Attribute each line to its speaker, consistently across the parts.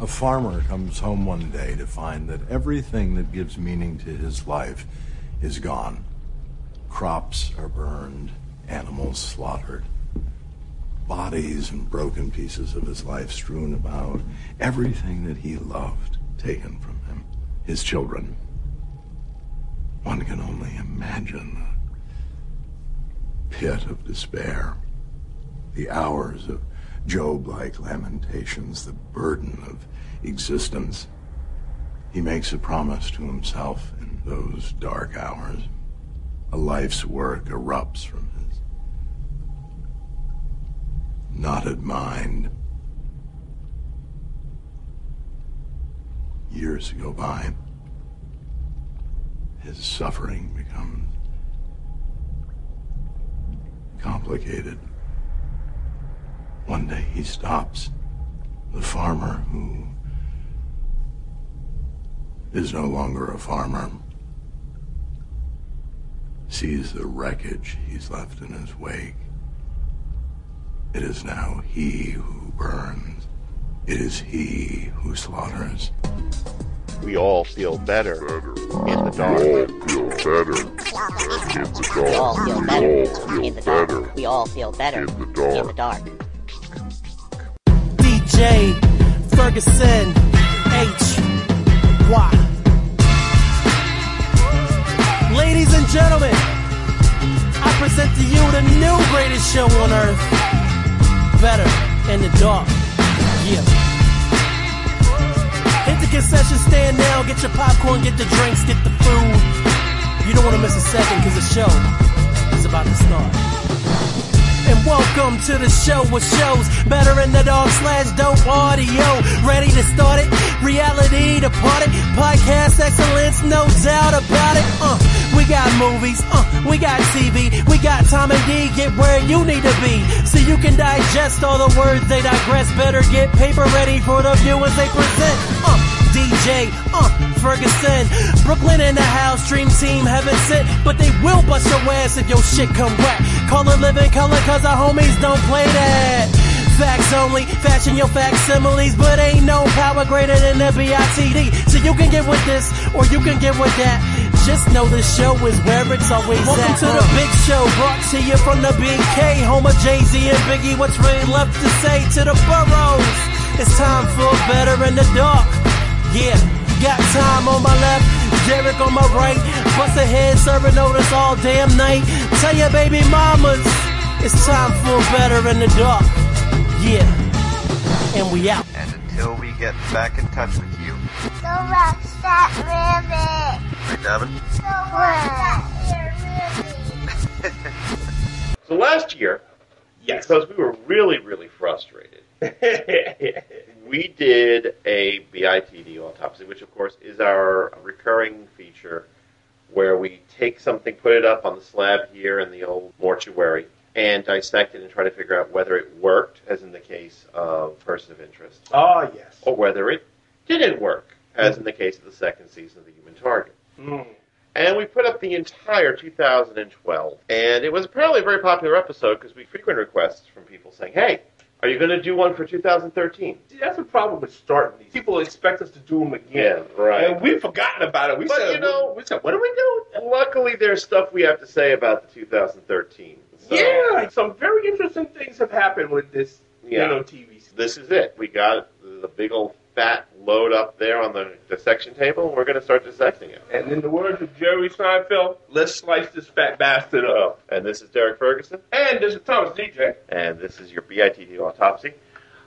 Speaker 1: A farmer comes home one day to find that everything that gives meaning to his life is gone. Crops are burned, animals slaughtered, bodies and broken pieces of his life strewn about, everything that he loved taken from him, his children. One can only imagine the pit of despair, the hours of Job like lamentations, the burden of existence. He makes a promise to himself in those dark hours. A life's work erupts from his knotted mind. Years go by. His suffering becomes complicated. One day he stops. The farmer who is no longer a farmer sees the wreckage he's left in his wake. It is now he who burns. It is he who slaughters.
Speaker 2: We all feel better, in the dark.
Speaker 3: feel better in the
Speaker 4: We all
Speaker 3: dark.
Speaker 4: feel
Speaker 3: We all
Speaker 4: better
Speaker 3: feel
Speaker 4: in the dark.
Speaker 3: better.
Speaker 4: We all feel better
Speaker 3: in the dark.
Speaker 4: in the dark.
Speaker 5: DJ Ferguson H Y. Ladies and gentlemen, I present to you the new greatest show on earth. Better in the dark. Yeah. Hit the concession stand now, get your popcorn, get the drinks, get the food. You don't want to miss a second because the show is about to start. And welcome to the show with shows better in the dark slash dope audio. Ready to start it? Reality to part it. Podcast excellence, no doubt about it. Uh, we got movies, uh, we got TV, we got Tom and D. Get where you need to be, so you can digest all the words they digress. Better get paper ready for the viewers they present. Uh, DJ, uh, Ferguson, Brooklyn in the house, dream team, heaven sent, but they will bust your ass if your shit come whack. Call it living color, cause our homies don't play that. Facts only, fashion your facsimiles, but ain't no power greater than the BITD. So you can get with this, or you can get with that. Just know this show is where it's always Welcome at. to the big show, brought to you from the BK, home of Jay Z and Biggie. What's really left to say to the boroughs? It's time for better in the dark. Yeah, got time on my left, Derek on my right. Bust ahead, serving notice all damn night. Tell your baby mamas, it's time for better in the dark. Yeah, and we out.
Speaker 6: And until we get back in touch with you,
Speaker 7: Go watch that rabbit.
Speaker 6: right, Devin?
Speaker 7: Go watch that here rabbit.
Speaker 2: So last year,
Speaker 8: Yes.
Speaker 2: because we were really, really frustrated, we did a BITD autopsy, which of course is our recurring feature where we take something, put it up on the slab here in the old mortuary, and dissect it and try to figure out whether it worked, as in the case of Person of Interest,
Speaker 8: Ah, yes.
Speaker 2: or whether it didn't work, as in the case of the second season of The Human Target.
Speaker 8: Mm.
Speaker 2: And we put up the entire 2012. And it was apparently a very popular episode because we frequent requests from people saying, hey, are you going to do one for 2013?
Speaker 8: See, that's the problem with starting these. People expect us to do them again. And we've forgotten about it. We
Speaker 2: But,
Speaker 8: said,
Speaker 2: you know-
Speaker 8: we said, what do we do?
Speaker 2: Luckily, there's stuff we have to say about the 2013. So
Speaker 8: yeah, some very interesting things have happened with this,
Speaker 2: Yeah.
Speaker 8: you know, TV. series.
Speaker 2: This is it. We got the big old fat load up there on the dissection table, and we're going to start dissecting it.
Speaker 8: And in the words of Jerry Seinfeld, let's slice this fat bastard up.
Speaker 2: And this is Derek Ferguson,
Speaker 8: And this is Thomas DJ.
Speaker 2: and this is your BITD autopsy.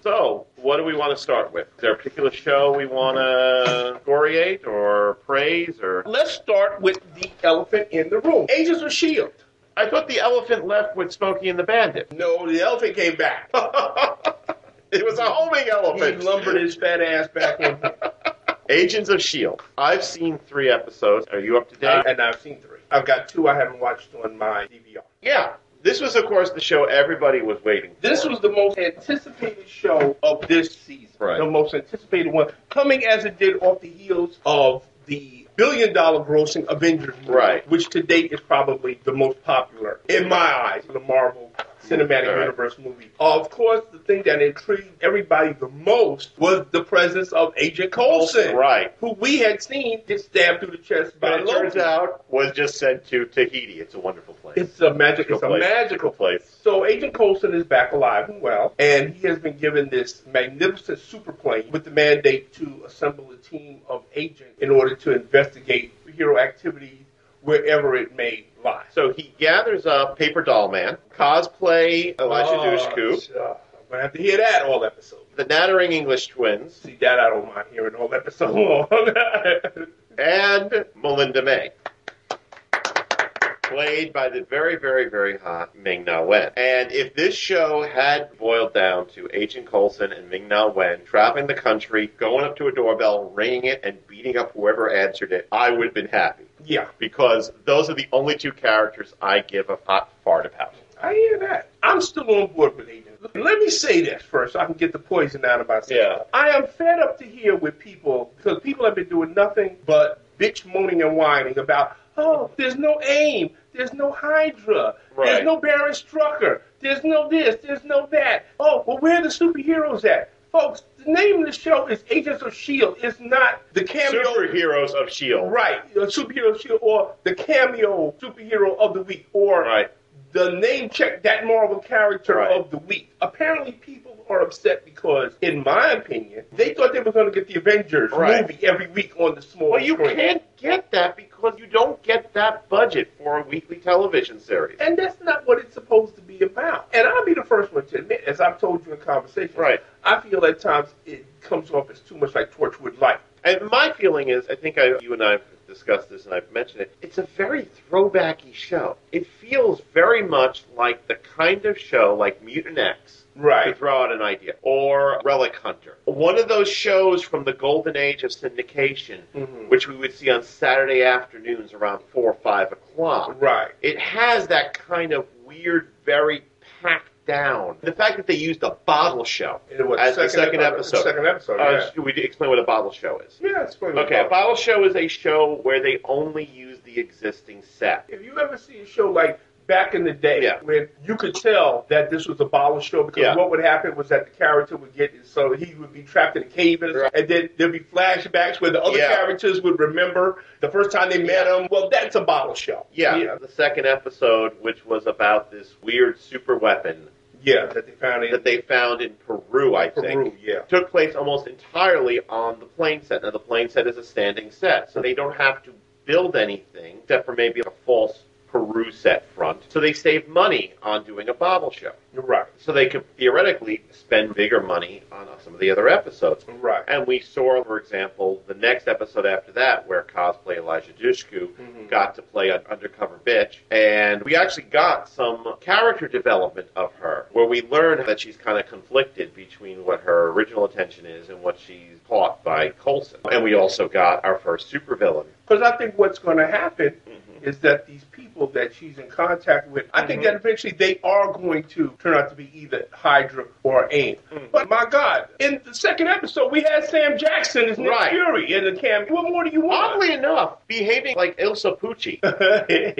Speaker 2: So, what do we want to start with? Is there a particular show we want to goriate or praise or
Speaker 8: Let's start with the elephant in the room. Agents of S.H.I.E.L.D.
Speaker 2: I thought the elephant left with Smokey and the Bandit.
Speaker 8: No, the elephant came back.
Speaker 2: it was a homing
Speaker 8: he
Speaker 2: elephant.
Speaker 8: lumbered his fat ass back in.
Speaker 2: Agents of Shield. E I've seen three episodes. Are you up to date?
Speaker 8: Uh, and I've seen three. I've got two I haven't watched on my DVR.
Speaker 2: yeah. This was, of course, the show everybody was waiting. For.
Speaker 8: This was the most anticipated show of this season.
Speaker 2: Right.
Speaker 8: The most anticipated one, coming as it did off the heels of the billion dollar grossing Avengers movie,
Speaker 2: Right.
Speaker 8: which to date is probably the most popular, in my eyes, of the Marvel cinematic
Speaker 2: All right.
Speaker 8: universe movie. Of course, the thing that intrigued everybody the most was the presence of Agent Coulson,
Speaker 2: Right.
Speaker 8: Who we had seen get stabbed through the chest by
Speaker 2: But it turns
Speaker 8: Loki.
Speaker 2: out was just sent to Tahiti. It's a wonderful place.
Speaker 8: It's a magic. It's a
Speaker 2: place.
Speaker 8: magical
Speaker 2: place.
Speaker 8: So Agent Coulson is back alive and well, and he has been given this magnificent superplane with the mandate to assemble a team of agents in order to investigate hero activity wherever it may lie. So
Speaker 2: So he gathers up Paper Doll Man, cosplay Elisha Dushku,
Speaker 8: uh, I'm gonna have to hear that all episode.
Speaker 2: the Nattering English Twins,
Speaker 8: See that I don't mind hearing all episode long.
Speaker 2: and Melinda May. Played by the very, very, very hot Ming Na Wen. And if this show had boiled down to Agent Coulson and Ming Na Wen traveling the country, going up to a doorbell, ringing it, and beating up whoever answered it, I would have been happy.
Speaker 8: yeah,
Speaker 2: Because those are the only two characters I give a hot fart about.
Speaker 8: I hear that. I'm still on board with Agent. Let me say this first so I can get the poison out of my system.
Speaker 2: Yeah.
Speaker 8: I am fed up to here with people because people have been doing nothing but bitch moaning and whining about, oh, there's no aim, there's no Hydra,
Speaker 2: Right.
Speaker 8: there's no Baron Strucker, there's no this, there's no that. Oh, well, where are the superheroes at? Folks, the name of the show is Agents of S.H.I.E.L.D. E It's not the cameo.
Speaker 2: Superheroes of S.H.I.E.L.D.
Speaker 8: Right, a superhero of S.H.I.E.L.D. or the cameo superhero of the week or
Speaker 2: Right.
Speaker 8: the name check that Marvel character
Speaker 2: Right.
Speaker 8: of the week. Apparently, people are upset because, in my opinion, they thought they were going to get the Avengers
Speaker 2: Right.
Speaker 8: movie every week on the small
Speaker 2: Well, you
Speaker 8: screen.
Speaker 2: can't get that because you don't get that budget for a weekly television series.
Speaker 8: And that's not what it's supposed to be about. And I'll be the first one to admit, as I've told you in conversation,
Speaker 2: Right.
Speaker 8: I feel at times it comes off as too much like Torchwood Life.
Speaker 2: And my feeling is, I think I, you and I have discussed this and I've mentioned it, it's a very throwbacky show. It feels very much like the kind of show like Mutant X. To
Speaker 8: Right.
Speaker 2: throw out an idea. Or Relic Hunter. One of those shows from the golden age of syndication,
Speaker 8: Mhm.
Speaker 2: which we would see on Saturday afternoons around 4 or 5 o'clock.
Speaker 8: Right.
Speaker 2: It has that kind of weird, very packed down. The fact that they used a bottle show
Speaker 8: It was
Speaker 2: as the second
Speaker 8: epi-
Speaker 2: episode.
Speaker 8: Second episode.
Speaker 2: Uh, Should we explain what a bottle show is?
Speaker 8: yeah. yeah, it's funny.
Speaker 2: Okay, a bottle show is a show where they only use the existing set.
Speaker 8: If you ever see a show like back in the day
Speaker 2: Yeah.
Speaker 8: when you could tell that this was a bottle show because
Speaker 2: Yeah.
Speaker 8: what would happen was that the character would get so he would be trapped in a cave and,
Speaker 2: Right.
Speaker 8: and then there'd be flashbacks where the other
Speaker 2: Yeah.
Speaker 8: characters would remember the first time they met him. Well, that's a bottle show.
Speaker 2: Yeah,
Speaker 8: Yeah.
Speaker 2: the second episode, which was about this weird super weapon
Speaker 8: Yeah, that they found in
Speaker 2: that they found in Peru, I think.
Speaker 8: Peru, yeah.
Speaker 2: Took place almost entirely on the plane set. Now, the plane set is a standing set, so they don't have to build anything except for maybe a false Peru set front. So they save money on doing a bottle show.
Speaker 8: You're right.
Speaker 2: So they could theoretically spend bigger money on some of the other episodes.
Speaker 8: Right.
Speaker 2: And we saw, for example, the next episode after that where cosplay Elijah Dushku
Speaker 8: Mhm.
Speaker 2: got to play an undercover bitch. And we actually got some character development of her where we learned that she's kind of conflicted between what her original intention is and what she's taught by Colson. And we also got our first supervillain.
Speaker 8: Because I think what's going to happen
Speaker 2: Mm-hmm.
Speaker 8: is that these people that she's in contact with, I think that eventually they are going to turn out to be either Hydra or AIM.
Speaker 2: Mm-hmm.
Speaker 8: But my God, in the second episode, we had Sam Jackson as Nick
Speaker 2: Right.
Speaker 8: Fury in the cameo. What more do you want?
Speaker 2: Oddly enough, behaving like Ilsa Pucci.
Speaker 8: no,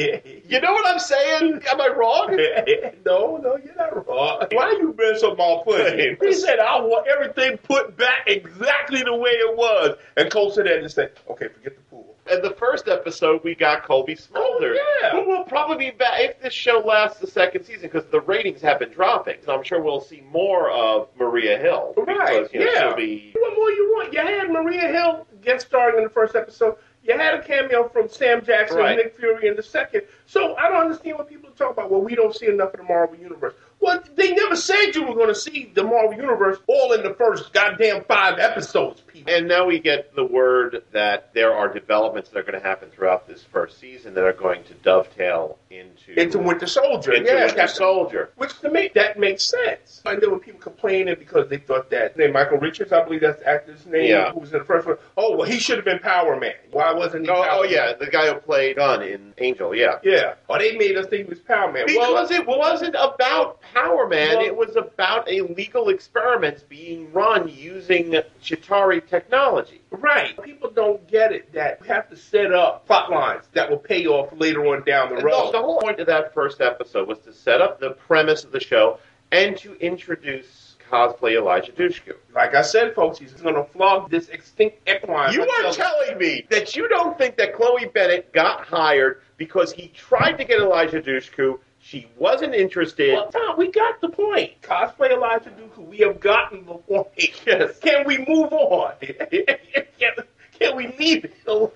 Speaker 2: You know what I'm saying? Am I wrong?
Speaker 8: no, you're not wrong. Why you been so malputting? He said, I want everything put back exactly the way it was. And Colson had to say, okay, forget the pool.
Speaker 2: In the first episode, we got Colby Smulders,
Speaker 8: Oh, yeah.
Speaker 2: who will probably be back if this show lasts the second season because the ratings have been dropping. So I'm sure we'll see more of Maria Hill.
Speaker 8: Right,
Speaker 2: Because, you know,
Speaker 8: yeah.
Speaker 2: She'll be
Speaker 8: What more you want? You had Maria Hill guest starring in the first episode. You had a cameo from Sam Jackson
Speaker 2: Right.
Speaker 8: and Nick Fury in the second. So I don't understand what people talk about. Well, we don't see enough of the Marvel Universe. Well, they never said you were going to see the Marvel Universe all in the first goddamn five episodes, people.
Speaker 2: And now we get the word that there are developments that are going to happen throughout this first season that are going to dovetail into
Speaker 8: Into Winter Soldier.
Speaker 2: into
Speaker 8: yeah,
Speaker 2: Winter
Speaker 8: Captain-
Speaker 2: Soldier.
Speaker 8: Which to me that makes sense. And there were people complaining because they thought that name Michael Richards, I believe that's the actor's name,
Speaker 2: Yeah.
Speaker 8: who was in the first one. Oh well, he should have been Power Man. Why wasn't he?
Speaker 2: Oh,
Speaker 8: Power
Speaker 2: oh
Speaker 8: Man?
Speaker 2: yeah, the guy who played Gun in Angel, yeah.
Speaker 8: Oh, Yeah. Or they made us think he was Power Man.
Speaker 2: Because
Speaker 8: well,
Speaker 2: it wasn't about Power Man,
Speaker 4: Well-
Speaker 2: it was about a legal experiments being run using Chitari technology.
Speaker 8: Right. People don't get it that we have to set up plot lines that will pay off later on down the
Speaker 2: And The,
Speaker 8: road.
Speaker 2: the whole point of that first episode was to set up the premise of the show and to introduce cosplay Elijah Dushku.
Speaker 8: Like I said, folks, he's going to flog this extinct equine.
Speaker 2: You are telling me that you don't think that Chloe Bennett got hired because he tried to get Elijah Dushku. She wasn't interested.
Speaker 8: Well, Tom, we got the point. Cosplay Elijah Duku, we have gotten the point. Yes. Can we move on? can, can we leave it alone?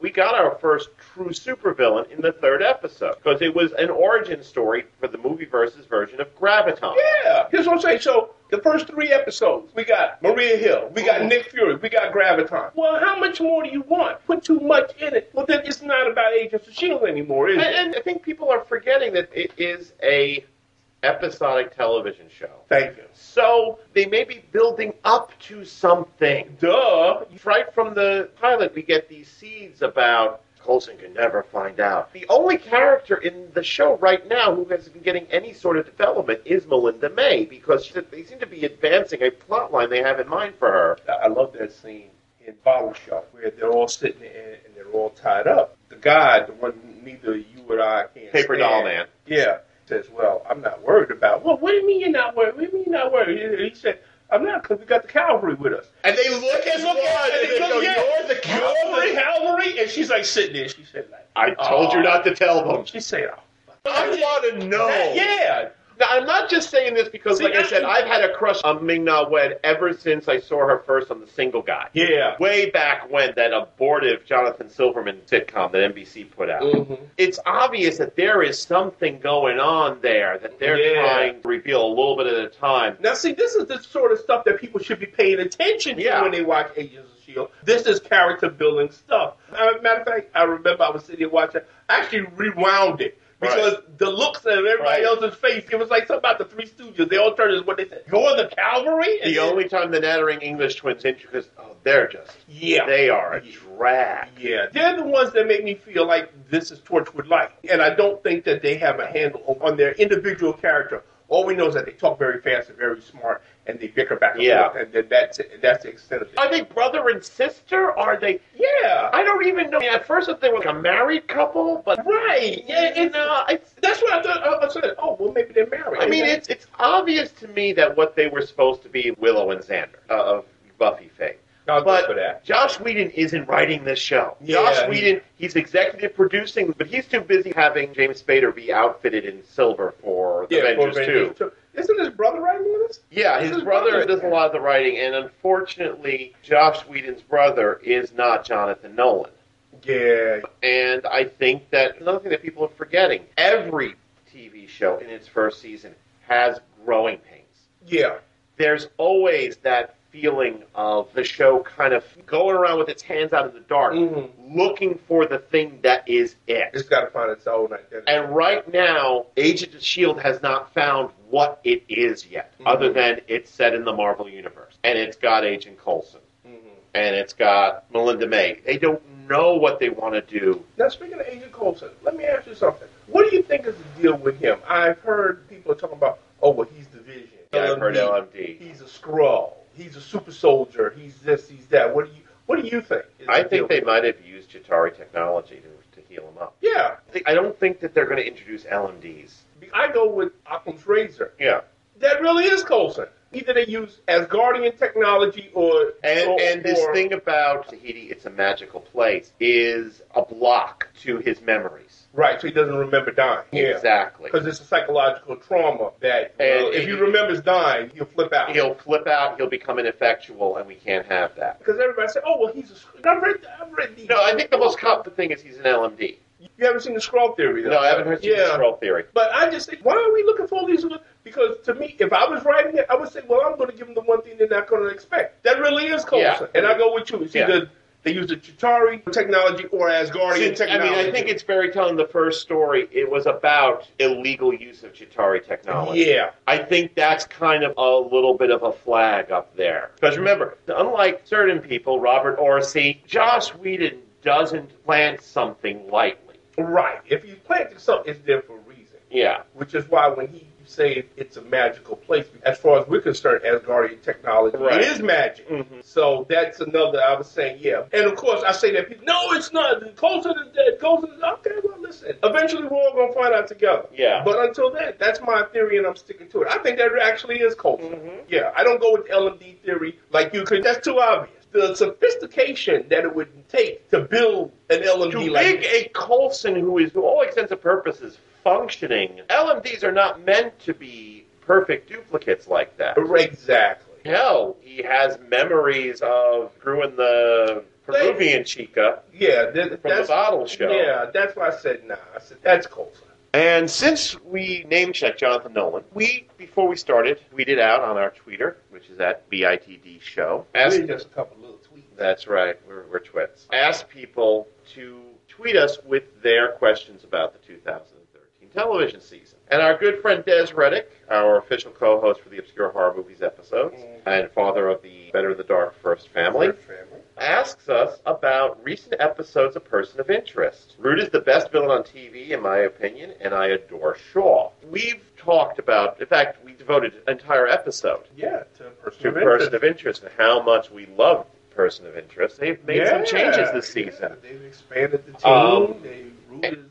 Speaker 2: we got our first true supervillain in the third episode because it was an origin story for the movie versus version of Graviton.
Speaker 8: Yeah. Here's what I'm saying. So the first three episodes, we got Maria Hill, we got Nick Fury, we got Graviton. Well, how much more do you want? Put too much in it. Well, then it's not about Agents of Shield E anymore, is
Speaker 2: And,
Speaker 8: it?
Speaker 2: and I think people are forgetting that it is a episodic television show.
Speaker 8: Thank you.
Speaker 2: So they may be building up to something.
Speaker 8: Duh.
Speaker 2: Right from the pilot, we get these seeds about Colson can never find out. The only character in the show right now who has been getting any sort of development is Melinda May because they seem to be advancing a plot line they have in mind for her.
Speaker 8: I love that scene in Bottle Shop where they're all sitting there and they're all tied up. The guy, the one neither you or I can
Speaker 2: Paper
Speaker 8: stand,
Speaker 2: doll man.
Speaker 8: Yeah, says, "Well, I'm not worried about." Well, what do you mean you're not worried? What do you mean you're not worried? He, he said, "I'm not because we got the cavalry with us."
Speaker 2: And they look
Speaker 8: They look at- and they go, "You're the cavalry, cavalry," and she's like sitting there. She said, like,
Speaker 2: I told you not to tell them.
Speaker 8: She said, oh,
Speaker 2: I want to know.
Speaker 8: "Yeah."
Speaker 2: Now, I'm not just saying this because,
Speaker 8: See,
Speaker 2: like I
Speaker 8: I-
Speaker 2: said, I've had a crush on Ming Na Wen ever since I saw her first on The Single Guy.
Speaker 8: Yeah.
Speaker 2: Way back when that abortive Jonathan Silverman sitcom that NBC put out.
Speaker 8: Mm-hmm.
Speaker 2: It's obvious that there is something going on there that they're
Speaker 8: Yeah.
Speaker 2: trying to reveal a little bit at a time.
Speaker 8: Now, see, this is the sort of stuff that people should be paying attention to
Speaker 2: Yeah.
Speaker 8: when they watch Agents of S.H.I.E.L.D. E This is character building stuff. As a matter of fact, I remember I was sitting here watching, I actually rewound it. Because the looks of everybody
Speaker 2: Right.
Speaker 8: else's face, it was like something about the Three Stooges. They all turned as what they said. You're the cavalry? And
Speaker 2: The only time the nattering English twins in because oh, they're just
Speaker 8: Yeah.
Speaker 2: they are a
Speaker 8: Yeah.
Speaker 2: drag.
Speaker 8: yeah, they're the ones that make me feel like this is Torchwood life, and I don't think that they have a handle on- on their individual character. All we know is that they talk very fast and very smart, and they bicker back and
Speaker 2: Yeah.
Speaker 8: forth, and then that's it. That's the extent of it.
Speaker 2: Are they brother and sister? Are they?
Speaker 8: yeah,
Speaker 2: I don't even know. I mean, at first, I thought they were like a married couple, but
Speaker 8: Right. Yeah.
Speaker 2: you
Speaker 8: It's,
Speaker 2: know, it's,
Speaker 8: that's what I thought. I I said, oh, well, maybe they're married.
Speaker 2: I mean, it's it's obvious to me that what they were supposed to be Willow and Xander uh, of Buffy fame.
Speaker 8: I'll go
Speaker 2: But
Speaker 8: for that.
Speaker 2: Josh Whedon isn't writing this show.
Speaker 8: Yeah,
Speaker 2: Josh
Speaker 8: he-
Speaker 2: Whedon, he's executive producing, but he's too busy having James Spader be outfitted in silver for the Avengers
Speaker 8: for
Speaker 2: 2.
Speaker 8: Avengers 2. Isn't his brother writing with us?
Speaker 2: Yeah, his brother does a lot of the writing, and unfortunately, Josh Whedon's brother is not Jonathan Nolan.
Speaker 8: Yeah.
Speaker 2: And I think that another thing that people are forgetting every TV show in its first season has growing pains.
Speaker 8: Yeah.
Speaker 2: There's always that feeling of the show kind of going around with its hands out in the dark,
Speaker 8: Mhm.
Speaker 2: looking for the thing that is it.
Speaker 8: It's got to find its own identity.
Speaker 2: And right now, Agent of S.H.I.E.L.D. E has not found what it is yet,
Speaker 8: Mm-hmm.
Speaker 2: other than it's set in the Marvel Universe. And it's got Agent Coulson.
Speaker 8: Mm-hmm.
Speaker 2: And it's got Melinda May. They don't know what they want to do
Speaker 8: Now, speaking of Agent Coulson, let me ask you something. What do you think is the deal with him? I've heard people talking about, oh, well, he's the Vision.
Speaker 2: Yeah, I've heard LMD.
Speaker 8: He's a Skrull. He's a super soldier. He's this. He's that. What do you? What do you think? is
Speaker 2: I
Speaker 8: the deal
Speaker 2: think they
Speaker 8: with-
Speaker 2: might have used Chitari technology to, to heal him up.
Speaker 8: Yeah,
Speaker 2: I don't think that they're going to introduce LMDs.
Speaker 8: I go with Occam's Razor.
Speaker 2: Yeah.
Speaker 8: That really is Coulson. Either they use Asgardian technology or
Speaker 2: And,
Speaker 8: or-
Speaker 2: and this
Speaker 8: or-
Speaker 2: thing about Tahiti, it's a magical place, is a block to his memories.
Speaker 8: right? So he doesn't remember dying.
Speaker 2: Exactly.
Speaker 8: because it's a psychological trauma that
Speaker 2: And
Speaker 8: well, if
Speaker 2: it-
Speaker 8: he remembers dying, he'll flip out.
Speaker 2: He'll flip out, he'll become ineffectual, and we can't have that.
Speaker 8: Because everybody said, "Oh well, he's a." Skrull." I've read, I've read the.
Speaker 2: No, I think the most common thing is he's an LMD.
Speaker 8: You haven't seen the scroll theory, though.
Speaker 2: No, I haven't heard you
Speaker 8: yeah.
Speaker 2: scroll theory.
Speaker 8: But I just think, why are we looking for all these? Because to me, if I was writing it, I would say, well, I'm going to give them the one thing they're not going to expect. That really is
Speaker 2: Yeah.
Speaker 8: Coulson, and I go with you. It's
Speaker 2: Yeah.
Speaker 8: either they use the Chitari technology or Asgardian
Speaker 2: Since- I
Speaker 8: technology.
Speaker 2: mean, I think it's very telling. The first story, it was about illegal use of Chitari technology.
Speaker 8: Yeah.
Speaker 2: I think that's kind of a little bit of a flag up there. Because remember, unlike certain people, Robert Orsi, Josh Whedon doesn't plant something lightly.
Speaker 8: right. If you planted something, it's there for a reason.
Speaker 2: Yeah.
Speaker 8: Which is why when he keep saying it's a magical place. As far as we're concerned, as Guardian technology,
Speaker 2: Right. Mm-hmm.
Speaker 8: it is magic. So that's another. I was saying, yeah, and of course I say that people, no, it's not. Go to the dead. Go to the okay. Well, listen. Eventually, we're all gonna find out together.
Speaker 2: Yeah.
Speaker 8: But until then, that's my theory, and I'm sticking to it. I think that actually is culture.
Speaker 2: Mm-hmm.
Speaker 8: Yeah, I don't go with LMD theory like you could. That's too obvious. The sophistication that it would take to build an LMD
Speaker 2: To
Speaker 8: like
Speaker 2: rig a Colson who is, to all intents and purposes, functioning, LMDs are not meant to be perfect duplicates like that.
Speaker 8: Exactly.
Speaker 2: Hell, he has memories of Gru and the Peruvian Chica
Speaker 8: Yeah, that,
Speaker 2: from the
Speaker 8: that's
Speaker 2: bottle show.
Speaker 8: yeah. That's why I said nah. I said that's Colson.
Speaker 2: And since we name checked Jonathan Nolan, we, before we started, tweeted out on our Twitter, which is at BITD show. Asked,
Speaker 8: Really just a couple little tweets.
Speaker 2: that's right, we're, we're twits. Asked people to tweet us with their questions about the 2013 television season. And our good friend Des Reddick, our official co host for the Obscure Horror Movies episodes, and father of the Better the Dark First family,
Speaker 8: Family.
Speaker 2: asks us about recent episodes of Person of Interest. Root is the best villain on TV, in my opinion, and I adore Shaw. We've talked about, in fact, we devoted an entire episode
Speaker 8: Yeah, to person
Speaker 2: to
Speaker 8: of
Speaker 2: Person
Speaker 8: interest.
Speaker 2: of Interest and how much we loved Person of Interest. They've made some
Speaker 8: Yeah,
Speaker 2: changes this
Speaker 8: yeah,
Speaker 2: season.
Speaker 8: They've expanded the team.
Speaker 2: Um,
Speaker 8: they Root is the the-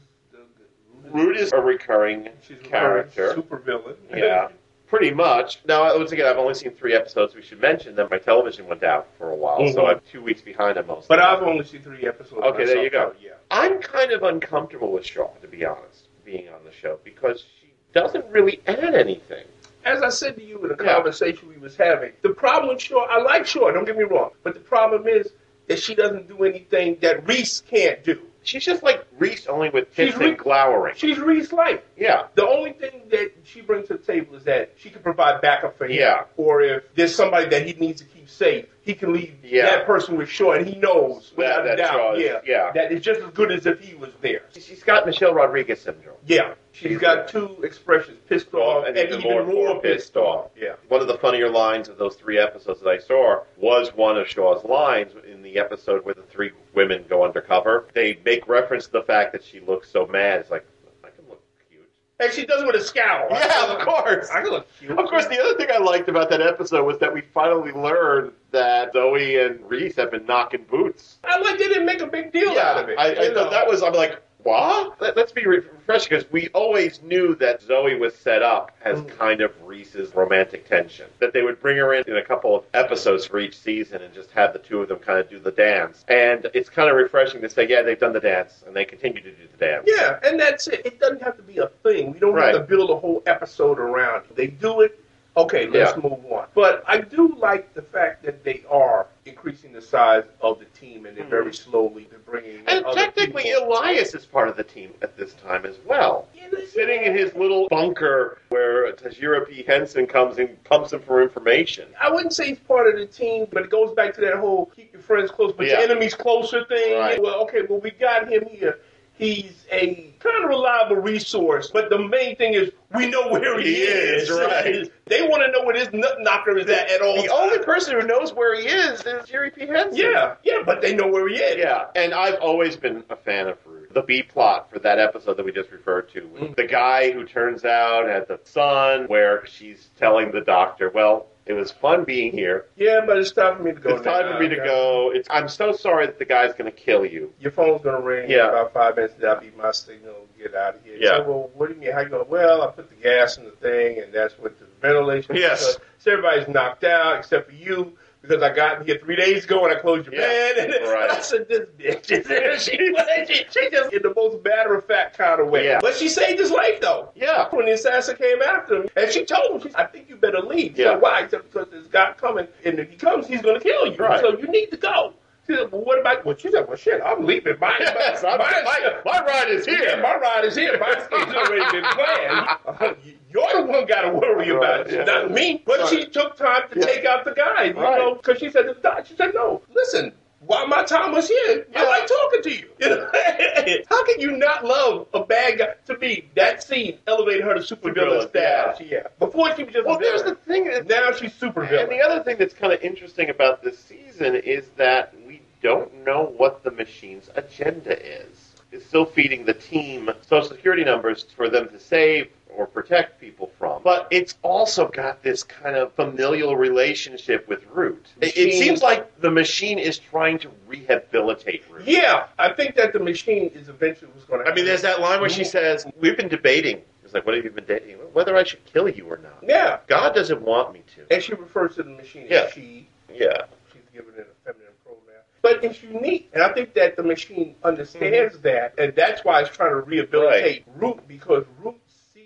Speaker 2: Root is a recurring
Speaker 8: she's a
Speaker 2: character.
Speaker 8: super villain.
Speaker 2: Yeah. Pretty much. Now, once again, I've only seen three episodes. We should mention that my television went down for a while, so
Speaker 8: Mhm.
Speaker 2: I'm two weeks behind on most.
Speaker 8: but
Speaker 2: things.
Speaker 8: I've only seen three episodes.
Speaker 2: Okay, there you
Speaker 8: myself,
Speaker 2: go.
Speaker 8: so, Yeah.
Speaker 2: I'm kind of uncomfortable with Shaw, to be honest, being on the show because she doesn't really add anything.
Speaker 8: As I said to you in a
Speaker 2: Yeah.
Speaker 8: conversation we was having, the problem with Shaw, I like Shaw. Don't get me wrong, but the problem is that she doesn't do anything that Reese can't do.
Speaker 2: She's just like Reese, only with
Speaker 8: She's
Speaker 2: tits and
Speaker 8: re-
Speaker 2: glowering.
Speaker 8: She's Reese life.
Speaker 2: yeah,
Speaker 8: The only thing that she brings to the table is that she can provide backup for him.
Speaker 2: Yeah.
Speaker 8: Or if there's somebody that he needs to keep safe, he can leave
Speaker 2: Yeah.
Speaker 8: that person with Shaw, and he knows
Speaker 2: That-
Speaker 8: without a
Speaker 2: that Shaw
Speaker 8: doubt.
Speaker 2: is-
Speaker 8: yeah,
Speaker 2: yeah.
Speaker 8: That is just as good as if he was there.
Speaker 2: she's got Michelle Rodriguez syndrome.
Speaker 8: Yeah. She's
Speaker 2: She's
Speaker 8: got
Speaker 2: right.
Speaker 8: two expressions: pissed off and, even more, pissed off. Yeah.
Speaker 2: One of the funnier lines of those three episodes that I saw was one of Shaw's lines in the episode where the three women go undercover. They make reference to the fact that she looks so mad. It's like, I can look cute.
Speaker 8: And she does it with a scowl.
Speaker 2: Yeah, of course.
Speaker 8: I can look cute.
Speaker 2: Of course, the other thing I liked about that episode was that we finally learned that Zoe and Reese have been knocking boots.
Speaker 8: I like they didn't make a big deal out of it.
Speaker 2: I, I
Speaker 8: you know.
Speaker 2: thought that was. I'm like, what? Let, us be re- refreshed because we always knew that Zoe was set up as kind of Reese's romantic tension. That they would bring her in in a couple of episodes for each season and just have the two of them kind of do the dance. And it's kind of refreshing to say, yeah, they've done the dance and they continue to do the dance.
Speaker 8: Yeah, and that's it. It doesn't have to be a thing. We don't
Speaker 2: Right.
Speaker 8: have to build a whole episode around it. They do it. Okay, let's
Speaker 2: Yeah.
Speaker 8: move on. But I do like the fact that they are increasing the size of the team, and they're very slowly they're bringing. in
Speaker 2: Hmm. And
Speaker 8: other
Speaker 2: technically,
Speaker 8: people.
Speaker 2: Elias is part of the team at this time as well. Sitting in his little bunker where Tajira P. Henson comes and pumps him for information.
Speaker 8: I wouldn't say he's part of the team, but it goes back to that whole keep your friends close but
Speaker 2: Yeah.
Speaker 8: your enemies closer thing.
Speaker 2: Right.
Speaker 8: Well, okay, well we got him here. He's a kind of reliable resource, but the main thing is we know where he,
Speaker 2: He is, right.
Speaker 8: They want to know where this nut knocker is at at all.
Speaker 2: The
Speaker 8: times.
Speaker 2: only person who knows where he is is Jerry P. Henson.
Speaker 8: Yeah, yeah, but they know where he is.
Speaker 2: Yeah. And I've always been a fan of Rude. The B plot for that episode that we just referred to,
Speaker 8: Mm.
Speaker 2: with the guy who turns out had the son, where she's telling the doctor, well, it was fun being here.
Speaker 8: Yeah, but it's time for me to go.
Speaker 2: It's time
Speaker 8: now.
Speaker 2: for me to go. It's, I'm so sorry that the guy's going to kill you.
Speaker 8: Your phone's gonna ring
Speaker 2: Yeah.
Speaker 8: in about five minutes. That'll be my signal. Get out of here.
Speaker 2: Yeah.
Speaker 8: So, well, what do you mean? How you going? Well, I put the gas in the thing, and that's what the ventilation.
Speaker 2: Yes.
Speaker 8: So, so everybody's knocked out except for you because I got here three days ago and I closed your
Speaker 2: Yeah.
Speaker 8: bed. And
Speaker 2: Right.
Speaker 8: I said, this bitch is there. She, she, she just in the most matter of fact kind of way.
Speaker 2: Yeah.
Speaker 8: But she saved his life though.
Speaker 2: Yeah.
Speaker 8: When the assassin came after him, and she told him, she, I think you better leave. He
Speaker 2: Yeah.
Speaker 8: said, Why? He said, because there's guy coming, and if he comes, he's going to kill you.
Speaker 2: Right.
Speaker 8: So you need to go. She said, well, what about, well, she said, well, shit, I'm leaving. My,
Speaker 2: Yes,
Speaker 8: my,
Speaker 2: I'm-
Speaker 8: my,
Speaker 2: my, my ride is here.
Speaker 8: yeah, my ride is here. My state's already been planned. You're the one got to worry about it,
Speaker 2: Right, yeah.
Speaker 8: not me. But
Speaker 2: Right.
Speaker 8: she took time to
Speaker 2: Yeah.
Speaker 8: take out the guy, you
Speaker 2: Right.
Speaker 8: know, because she said, to the doc- she said, no, listen, while my time was here, I
Speaker 2: Yeah.
Speaker 8: like talking to you. You know? How can you not love a bad guy? To me, that scene elevated her to supervillain
Speaker 2: Supervillain,
Speaker 8: status. Yeah. Before she was just
Speaker 2: Well,
Speaker 8: a
Speaker 2: there's the
Speaker 8: villain.
Speaker 2: thing. That,
Speaker 8: now she's
Speaker 2: and
Speaker 8: supervillain.
Speaker 2: the other thing that's kind of interesting about this season is that we don't know what the machine's agenda is. It's still feeding the team social security numbers for them to save or protect people from. But it's also got this kind of familial relationship with Root. It, it
Speaker 8: Machine-
Speaker 2: seems like the machine is trying to rehabilitate Root.
Speaker 8: Yeah, I think that the machine is eventually what's Mm-hmm. going to
Speaker 2: I mean, there's that line where she says, "We've been debating." It's like, "What have you been dating? Whether I should kill you or not."
Speaker 8: Yeah,
Speaker 2: God doesn't want me to.
Speaker 8: and she refers to the machine
Speaker 2: Yeah.
Speaker 8: as she.
Speaker 2: Yeah.
Speaker 8: She's given it a feminine pronoun. But it's unique, and I think that the machine understands
Speaker 2: Mm-hmm.
Speaker 8: that, and that's why it's trying to rehabilitate Root because Root sees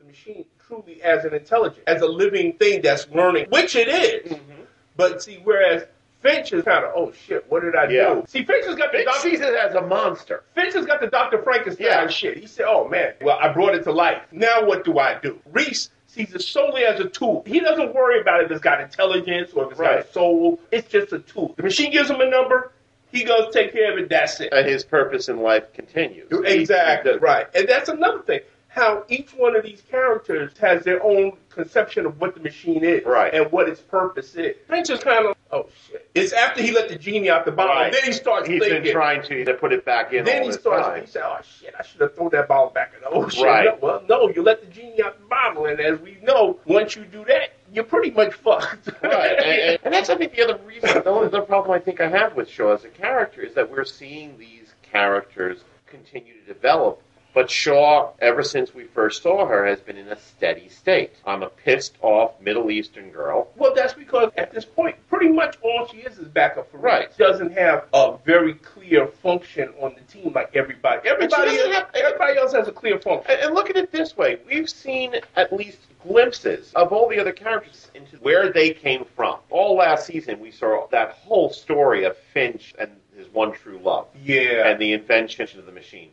Speaker 8: the machine truly as an intelligent, as a living thing that's learning, which it is.
Speaker 2: Mm-hmm.
Speaker 8: But see, whereas Finch is kind of, oh shit, what did I
Speaker 2: Yeah.
Speaker 8: do? See, Finch has got the
Speaker 2: It
Speaker 8: doctor.
Speaker 2: sees it as a monster.
Speaker 8: Finch has got the Dr. Frankenstein
Speaker 2: Yeah.
Speaker 8: shit. He said, oh man, well, I brought it to life. Now what do I do? Reese sees it solely as a tool. He doesn't worry about if it's got intelligence or if it's got
Speaker 2: Right.
Speaker 8: a soul. It's just a tool. The machine gives him a number, he goes take care of it, that's it.
Speaker 2: And his purpose in life continues.
Speaker 8: Exactly,
Speaker 2: He- he does-
Speaker 8: right. And that's another thing. How each one of these characters has their own conception of what the machine is
Speaker 2: Right.
Speaker 8: and what its purpose is. Finch is kind of, oh shit. It's after he let the genie out the bottle,
Speaker 2: Right.
Speaker 8: then he starts
Speaker 2: He's
Speaker 8: thinking.
Speaker 2: been trying to, to put it back in.
Speaker 8: Then
Speaker 2: all
Speaker 8: he
Speaker 2: this
Speaker 8: starts.
Speaker 2: time.
Speaker 8: He said, "Oh shit, I should have thrown that ball back in the ocean."
Speaker 2: Right.
Speaker 8: No, well, no, you let the genie out the bottle, and as we know, once you do that, you're pretty much fucked.
Speaker 2: Right, and, and, and that's I think the other reason, the only other problem I think I have with Shaw as a character is that we're seeing these characters continue to develop. But Shaw, ever since we first saw her, has been in a steady state. I'm a pissed off Middle Eastern girl.
Speaker 8: well, that's because at this point, pretty much all she is is backup for Reed.
Speaker 2: Right.
Speaker 8: She doesn't have a very clear function on the team like everybody. Everybody,
Speaker 2: doesn't have-
Speaker 8: everybody else has a clear function.
Speaker 2: And, and look at it this way we've seen at least glimpses of all the other characters into where they came from. All last season, we saw that whole story of Finch and his one true love.
Speaker 8: Yeah.
Speaker 2: and the invention of the machine.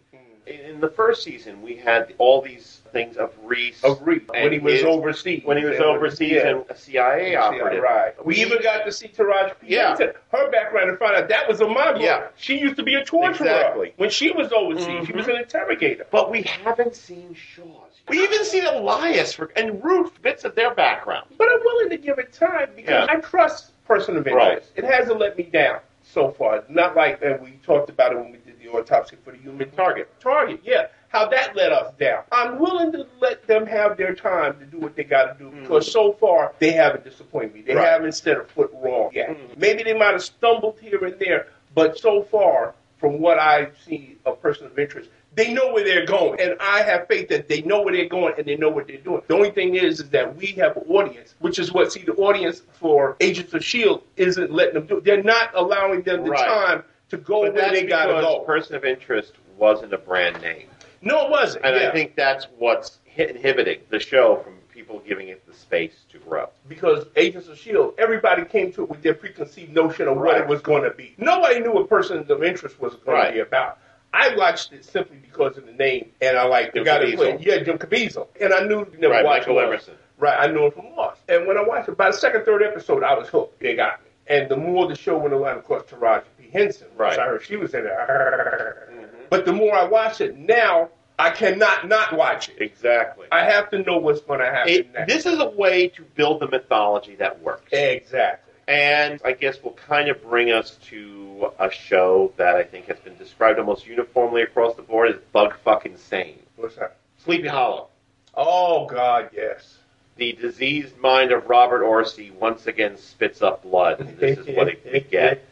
Speaker 2: In in the first season, we had all these things of Reese
Speaker 8: Agreed.
Speaker 2: and
Speaker 8: When he was
Speaker 2: his-
Speaker 8: overseas.
Speaker 2: when he was
Speaker 8: And when-
Speaker 2: overseas
Speaker 8: yeah.
Speaker 2: and a CIA operative.
Speaker 8: Right. We
Speaker 2: We-
Speaker 8: even got to see Taraji P.
Speaker 2: Yeah.
Speaker 8: Henson, her background and find out that was a mind blower.
Speaker 2: Yeah.
Speaker 8: She used to be a torturer.
Speaker 2: Exactly. Mm-hmm.
Speaker 8: When she was overseas, she was an interrogator.
Speaker 2: But we haven't seen Shaw's. We even seen Elias for, and Ruth bits of their background.
Speaker 8: But I'm willing to give it time
Speaker 2: Yeah.
Speaker 8: because I trust person of
Speaker 2: Right.
Speaker 8: interest. It hasn't let me down so far. Not like and we talked about it when we did the autopsy for the human
Speaker 2: Target.
Speaker 8: Target, yeah. How that let us down. I'm willing to let them have their time to do what they got to do because so far they haven't disappointed me. They
Speaker 2: Mm-hmm. Right.
Speaker 8: haven't set a foot wrong yet. Maybe they might have stumbled here and there, but so far, from what I see a person of interest, they know where they're going. And I have faith that they know where they're going and they know what they're doing. The only thing is, is that we have an audience, which is what, see, the audience for Agents of S.H.I.E.L.D. E isn't letting them do it. They're not allowing them the
Speaker 2: Right.
Speaker 8: time to go
Speaker 2: But
Speaker 8: where
Speaker 2: that's
Speaker 8: they got to
Speaker 2: because
Speaker 8: go.
Speaker 2: Person of Interest wasn't a brand name.
Speaker 8: No, it wasn't.
Speaker 2: And
Speaker 8: yeah.
Speaker 2: I think that's what's hi- inhibiting the show from people giving it the space to grow.
Speaker 8: because Agents of Shield, E everybody came to it with their preconceived notion of what
Speaker 2: Right.
Speaker 8: it was going to be. Nobody knew what person of interest was going
Speaker 2: Right.
Speaker 8: to be about. I watched it simply because of the name, and I like the
Speaker 2: Jim
Speaker 8: guy that
Speaker 2: Caviezel.
Speaker 8: played. Yeah, Jim Caviezel, and I knew never
Speaker 2: Right,
Speaker 8: watched
Speaker 2: Michael
Speaker 8: Lost.
Speaker 2: Emerson.
Speaker 8: Right, I knew him from Lost, and when I watched it, by the second, third episode, I was hooked. They got me, and the more the show went along, of course, Taraji P Henson. which
Speaker 2: Right. Mm-hmm.
Speaker 8: I heard she was in it. But the more I watch it now, I cannot not watch it.
Speaker 2: Exactly.
Speaker 8: I have to know what's going to happen next.
Speaker 2: this is a way to build the mythology that works.
Speaker 8: exactly.
Speaker 2: And I guess will kind of bring us to a show that I think has been described almost uniformly across the board as bug fucking sane.
Speaker 8: What's that?
Speaker 2: Sleepy Hollow.
Speaker 8: Oh God, yes.
Speaker 2: The diseased mind of Robert Orsi once again spits up blood, and this is what it, we get.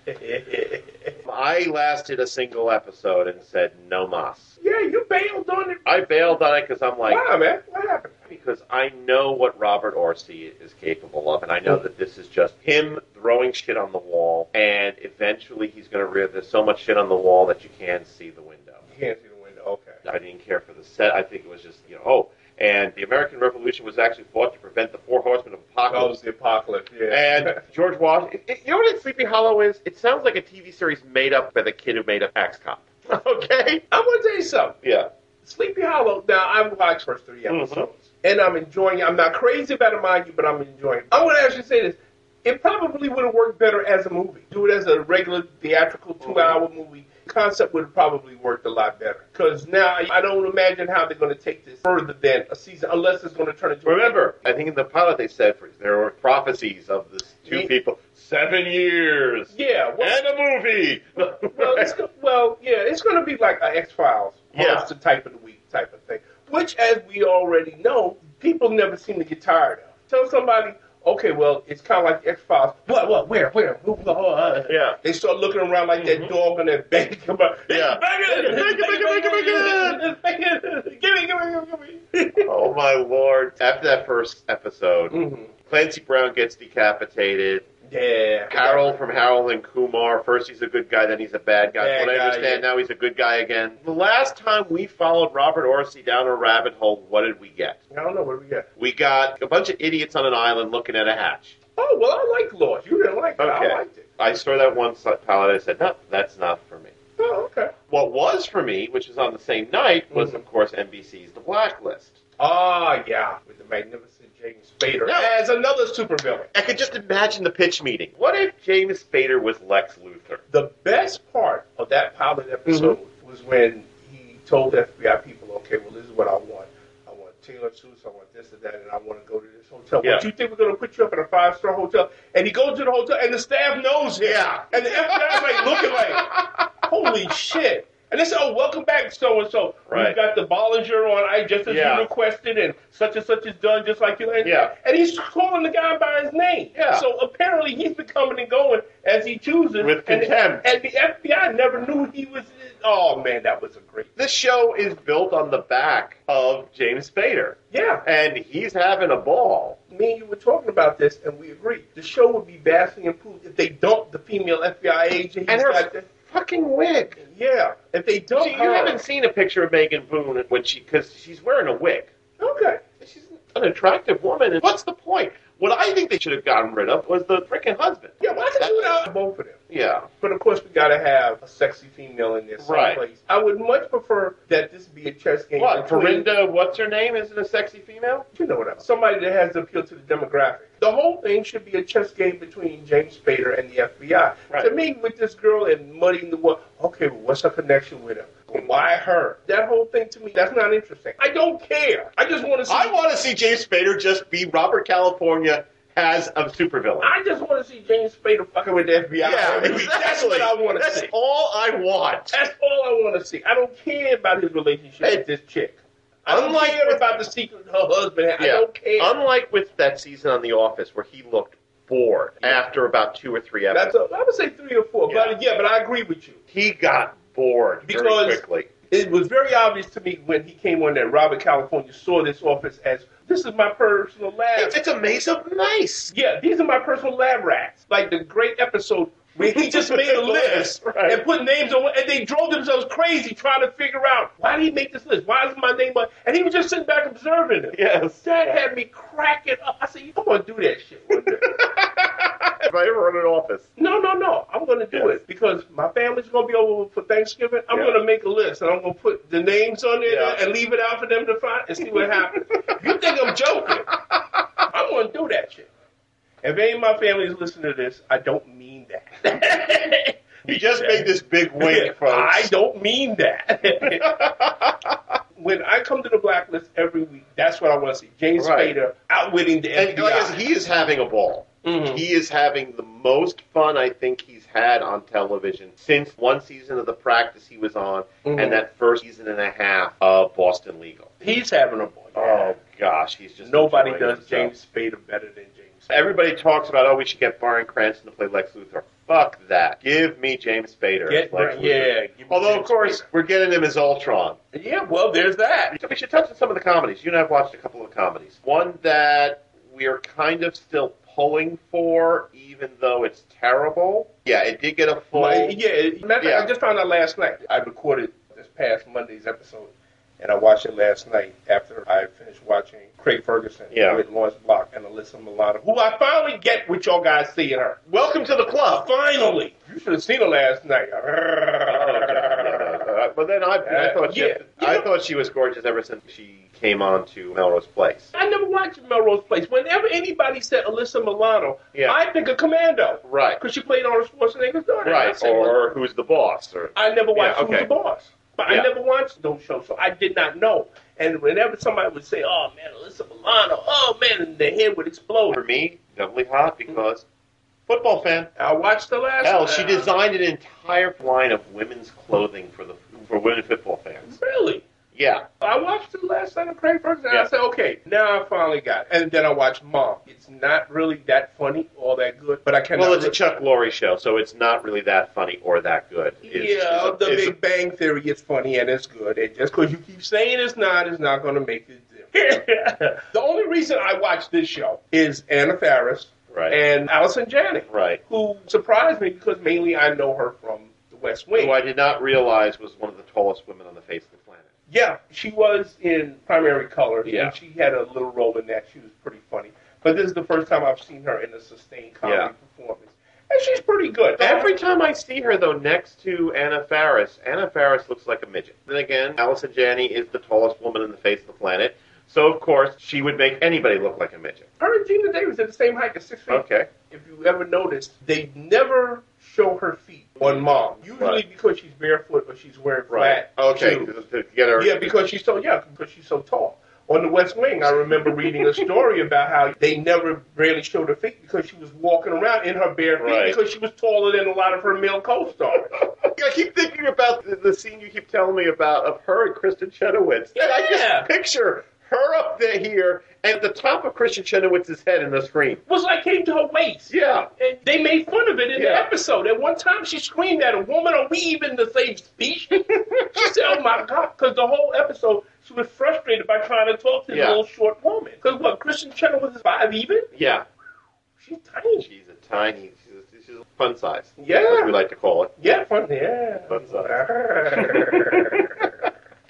Speaker 2: I lasted a single episode and said, no mas.
Speaker 8: yeah, you bailed on it.
Speaker 2: I bailed on it because I'm like,
Speaker 8: Why, man? What happened?
Speaker 2: because I know what Robert Orsi is capable of, and I know that this is just him throwing shit on the wall, and eventually he's going to rear. There's so much shit on the wall that you can't see the window.
Speaker 8: You can't see the window. Okay.
Speaker 2: I didn't care for the set. I think it was just you know oh, and the American Revolution was actually fought to prevent the four horsemen of
Speaker 8: That
Speaker 2: apocalypse.
Speaker 8: was the apocalypse. Oh, Yeah.
Speaker 2: And George Washington, it- it- you know what Sleepy Hollow is? It sounds like a TV series made up by the kid who made up Axe Cop. Okay?
Speaker 8: I'm gonna tell you something.
Speaker 2: Yeah.
Speaker 8: Sleepy Hollow. Now I've watched first three
Speaker 2: Mm-hmm.
Speaker 8: episodes, and I'm enjoying. it. I'm not crazy about it, mind you, but I'm enjoying. it. I want to actually say this. It probably would have worked better as a movie. Do it as a regular theatrical two-hour movie. Concept would have probably worked a lot better. Because now I don't imagine how they're going to take this further than a season, unless it's going to turn into. a-
Speaker 2: Remember, I think in the pilot they said for, there were prophecies of this two
Speaker 8: Ye-
Speaker 2: people, seven years,
Speaker 8: Yeah. well-
Speaker 2: and a movie.
Speaker 8: well, it's, go- well, yeah, it's going to be like an X Files
Speaker 2: Yeah.
Speaker 8: monster type of the week type of thing. which, as we already know, people never seem to get tired of. Tell somebody, okay, well, it's kind of like X Files. What, what, where, where? Who, who, uh,
Speaker 2: Yeah. Mm-hmm.
Speaker 8: They start looking around like that dog on that bank. Come on.
Speaker 2: Yeah.
Speaker 8: Bacon, bacon, bacon, bacon, bacon. Give me, give me, give me, give me.
Speaker 2: Oh my lord! After that first episode,
Speaker 8: Mhm.
Speaker 2: Clancy Brown gets decapitated.
Speaker 8: Yeah.
Speaker 2: Carol from Harold and Kumar. First he's a good guy, then he's a bad guy.
Speaker 8: Bad
Speaker 2: From what
Speaker 8: guy,
Speaker 2: I understand
Speaker 8: yeah.
Speaker 2: now he's a good guy again. The last time we followed Robert Orsi down a rabbit hole, what did we get?
Speaker 8: I don't know what do we got.
Speaker 2: We got a bunch of idiots on an island looking at a hatch.
Speaker 8: Oh well, I like Laws. You didn't like it.
Speaker 2: Okay.
Speaker 8: I liked it.
Speaker 2: I saw that one si- pilot. I said, no, that's not for me.
Speaker 8: Oh okay.
Speaker 2: What was for me, which was on the same night, was
Speaker 8: Mhm.
Speaker 2: of course NBC's The Blacklist.
Speaker 8: Ah yeah, with the magnificent James Spader
Speaker 2: No.
Speaker 8: as another supervillain.
Speaker 2: I could just imagine the pitch meeting. What if James Spader was Lex Luthor?
Speaker 8: The best part of that pilot episode
Speaker 2: Mm-hmm.
Speaker 8: was when he told the FBI people, "Okay, well, this is what I want. I want tailored suits. I want this and that, and I want to go to this hotel.
Speaker 2: Yeah.
Speaker 8: What you think we're going to put you up at a five star hotel?" And he goes to the hotel, and the staff knows him,
Speaker 2: Yeah.
Speaker 8: and the FBI is like looking like, "Holy shit!" And they said, "Oh, welcome back, so and so.
Speaker 2: Right.
Speaker 8: We've got the Bollinger on, I just as
Speaker 2: Yeah.
Speaker 8: you requested, and such and such is done just like you." And,
Speaker 2: Yeah.
Speaker 8: and he's calling the guy by his name.
Speaker 2: Yeah.
Speaker 8: So apparently he's been coming and going as he chooses
Speaker 2: With
Speaker 8: and-
Speaker 2: contempt.
Speaker 8: And, the FBI never knew he was. Oh man, that was a great.
Speaker 2: This show is built on the back of James Spader,
Speaker 8: Yeah,
Speaker 2: and he's having a ball.
Speaker 8: me and you were talking about this, and we agreed. The show would be vastly improved if they dumped the female FBI agent.
Speaker 2: And
Speaker 8: He's
Speaker 2: her-
Speaker 8: got the-
Speaker 2: Fucking wig.
Speaker 8: yeah, if they
Speaker 2: So
Speaker 8: dumped
Speaker 2: you
Speaker 8: her.
Speaker 2: haven't seen a picture of Megan Boone when she because she's wearing a wig.
Speaker 8: okay.
Speaker 2: She's an attractive woman. And what's the point? What I think they should have gotten rid of was the freaking husband.
Speaker 8: Yeah, why could you without both of them?
Speaker 2: Yeah.
Speaker 8: But of course, we gotta have a sexy female in there
Speaker 2: Right.
Speaker 8: someplace. I would much prefer that this be a chess game.
Speaker 2: What?
Speaker 8: between-
Speaker 2: Corinda? What's her name? Isn't a sexy female?
Speaker 8: you know what I'm somebody that has appeal to the demographic. The whole thing should be a chess game between James Spader and the FBI.
Speaker 2: Right.
Speaker 8: To me, with this girl and muddying the water, okay, well, what's her connection with him? Why her? That whole thing to me, that's not interesting. I don't care. I just want to see.
Speaker 2: I want to see James Spader just be Robert California as a supervillain.
Speaker 8: I just want to see James Spader fucking with the FBI.
Speaker 2: exactly.
Speaker 8: That's what I want to
Speaker 2: That's
Speaker 8: see.
Speaker 2: all I want.
Speaker 8: That's all I want to see. I don't care about his relationship
Speaker 2: Hey.
Speaker 8: with this chick. I don't
Speaker 2: Unlike
Speaker 8: care
Speaker 2: with-
Speaker 8: about the secret her husband. had. I
Speaker 2: Yeah.
Speaker 8: don't care.
Speaker 2: Unlike with that season on The Office where he looked bored after about two or three episodes.
Speaker 8: That's a, I would say three or four.
Speaker 2: Yeah.
Speaker 8: But yeah, but I agree with you.
Speaker 2: he got bored
Speaker 8: Because-
Speaker 2: very quickly.
Speaker 8: It was very obvious to me when he came on that Robert California saw this office as this is my personal lab.
Speaker 2: It's, it's a maze of mice.
Speaker 8: Yeah, these are my personal lab rats. Like the great episode where he just made a list
Speaker 2: Right.
Speaker 8: and put names on, and they drove themselves crazy trying to figure out why did he make this list? Why is my name on? And he was just sitting back observing it.
Speaker 2: Yes.
Speaker 8: That had me cracking up. I said, "I'm gonna do that shit one day."
Speaker 2: If I ever run an office.
Speaker 8: No, no, no. I'm going to do
Speaker 2: Yes.
Speaker 8: it because my family's going to be over for Thanksgiving. I'm
Speaker 2: Yeah.
Speaker 8: going to make a list and I'm going to put the names on there
Speaker 2: Yeah.
Speaker 8: and leave it out for them to find and see what happens. you think I'm joking? I'm going to do that shit. If any of my family's listening to this, I don't mean that.
Speaker 2: You just made this big wink,
Speaker 8: I
Speaker 2: folks.
Speaker 8: don't mean that. when I come to the blacklist every week, that's what I want to see. James
Speaker 2: Right.
Speaker 8: Spader outwitting the
Speaker 2: And like I Mm-hmm.
Speaker 8: FBI.
Speaker 2: said, he is having a ball.
Speaker 8: Mhm.
Speaker 2: He is having the most fun I think he's had on television since one season of the practice he was on
Speaker 8: Mhm.
Speaker 2: and that first season and a half of Boston Legal.
Speaker 8: He's having a ball.
Speaker 2: Oh gosh, he's just
Speaker 8: Nobody
Speaker 2: enjoying
Speaker 8: does
Speaker 2: himself.
Speaker 8: James Spader better than James. Spader.
Speaker 2: Everybody talks about oh we should get Brian Cranston to play Lex Luthor. Fuck that. Give me James Spader. as
Speaker 8: Get
Speaker 2: Lex
Speaker 8: Bra-
Speaker 2: Luthor.
Speaker 8: yeah. give me
Speaker 2: Although
Speaker 8: James
Speaker 2: of course we're getting him as Ultron.
Speaker 8: Spader. yeah. Well, there's that.
Speaker 2: So we should touch on some of the comedies. You and I have watched a couple of comedies. One that we are kind of still pulling for, even though it's terrible. Yeah, it did get a full.
Speaker 8: Like, yeah. Matter of
Speaker 2: Yeah.
Speaker 8: fact, I just found out last night. I recorded this past Monday's episode, and I watched it last night after I finished watching Craig Ferguson
Speaker 2: Yeah.
Speaker 8: with Lawrence Block and Alyssa Milano, who I finally get what y'all guys see in her.
Speaker 2: Welcome to the club.
Speaker 8: Finally, you should have seen her last night.
Speaker 2: Uh, but then I, I thought she,
Speaker 8: Yeah.
Speaker 2: I thought she was gorgeous ever since she came on to Melrose Place.
Speaker 8: I never watched Melrose Place. Whenever anybody said Alyssa Milano,
Speaker 2: Yeah.
Speaker 8: I think of Commando.
Speaker 2: Right.
Speaker 8: Because she played Arnold Schwarzenegger's daughter. I
Speaker 2: Right.
Speaker 8: said, well,
Speaker 2: Or who's the boss? Or
Speaker 8: I never watched
Speaker 2: Yeah,
Speaker 8: Who's
Speaker 2: okay.
Speaker 8: the Boss. But
Speaker 2: Yeah.
Speaker 8: I never watched those shows, so I did not know. And whenever somebody would say, oh, man, Alyssa Milano, oh, man, and the head would
Speaker 2: for
Speaker 8: explode.
Speaker 2: me, doubly hot because football fan.
Speaker 8: I watched the last
Speaker 2: Hell,
Speaker 8: one.
Speaker 2: she designed an entire line of women's clothing for the for women football fans.
Speaker 8: Really?
Speaker 2: Yeah.
Speaker 8: I watched it last night on Craig Ferguson, and
Speaker 2: Yeah.
Speaker 8: I said, okay, now I finally got it. And then I watched Mom. It's not really that funny, all that good, but I cannot.
Speaker 2: Well, it's a
Speaker 8: re-
Speaker 2: Chuck Lorre show, so it's not really that funny or that good. It's-
Speaker 8: yeah,
Speaker 2: it's a-
Speaker 8: the
Speaker 2: it's a-
Speaker 8: Big Bang Theory is funny and it's good. And just because you keep saying it's not, it's not going to make it. different. the only reason I watch this show is Anna Faris
Speaker 2: Right.
Speaker 8: and Allison Janney,
Speaker 2: Right.
Speaker 8: who surprised me because mainly I know her from The West Wing.
Speaker 2: who Oh, I did not realize was one of the tallest women on the face of the planet.
Speaker 8: Yeah, she was in Primary Color.
Speaker 2: Yeah.
Speaker 8: And she had a little role in that. She was pretty funny. But this is the first time I've seen her in a sustained comedy
Speaker 2: Yeah.
Speaker 8: performance. And she's pretty good.
Speaker 2: Every time I see her, though, next to Anna Faris, Anna Faris looks like a midget. Then again, Allison Janney is the tallest woman on the face of the planet, so of course she would make anybody look like a midget.
Speaker 8: her and Gina Davis are the same height at six feet.
Speaker 2: Okay.
Speaker 8: If you ever noticed, they never show her feet on mom. Usually
Speaker 2: Right.
Speaker 8: because she's barefoot or she's wearing
Speaker 2: Right.
Speaker 8: flat
Speaker 2: Okay.
Speaker 8: shoes.
Speaker 2: To, to get her.
Speaker 8: Yeah, because she's so yeah, because she's so tall. On the West Wing, I remember reading a story about how they never really showed her feet because she was walking around in her bare feet
Speaker 2: Right.
Speaker 8: because she was taller than a lot of her male co-stars.
Speaker 2: I keep thinking about the, the scene you keep telling me about of her and Kristen Chenoweth. And I
Speaker 8: Yeah.
Speaker 2: just picture her up there here and the top of Christian Chenoweth's head in the screen.
Speaker 8: It was like came to her waist.
Speaker 2: Yeah.
Speaker 8: And they made fun of it in the
Speaker 2: Yeah.
Speaker 8: episode. At one time, she screamed at a woman, "Are we even the same species?" she said, "Oh my god!" Because the whole episode, she was frustrated by trying to talk to the
Speaker 2: Yeah.
Speaker 8: little short woman. Because what Christian Chenoweth is five even?
Speaker 2: Yeah.
Speaker 8: She's tiny.
Speaker 2: She's a tiny. She's a, she's a fun size.
Speaker 8: Yeah.
Speaker 2: As we like to call it.
Speaker 8: Yeah, fun. Yeah.
Speaker 2: Fun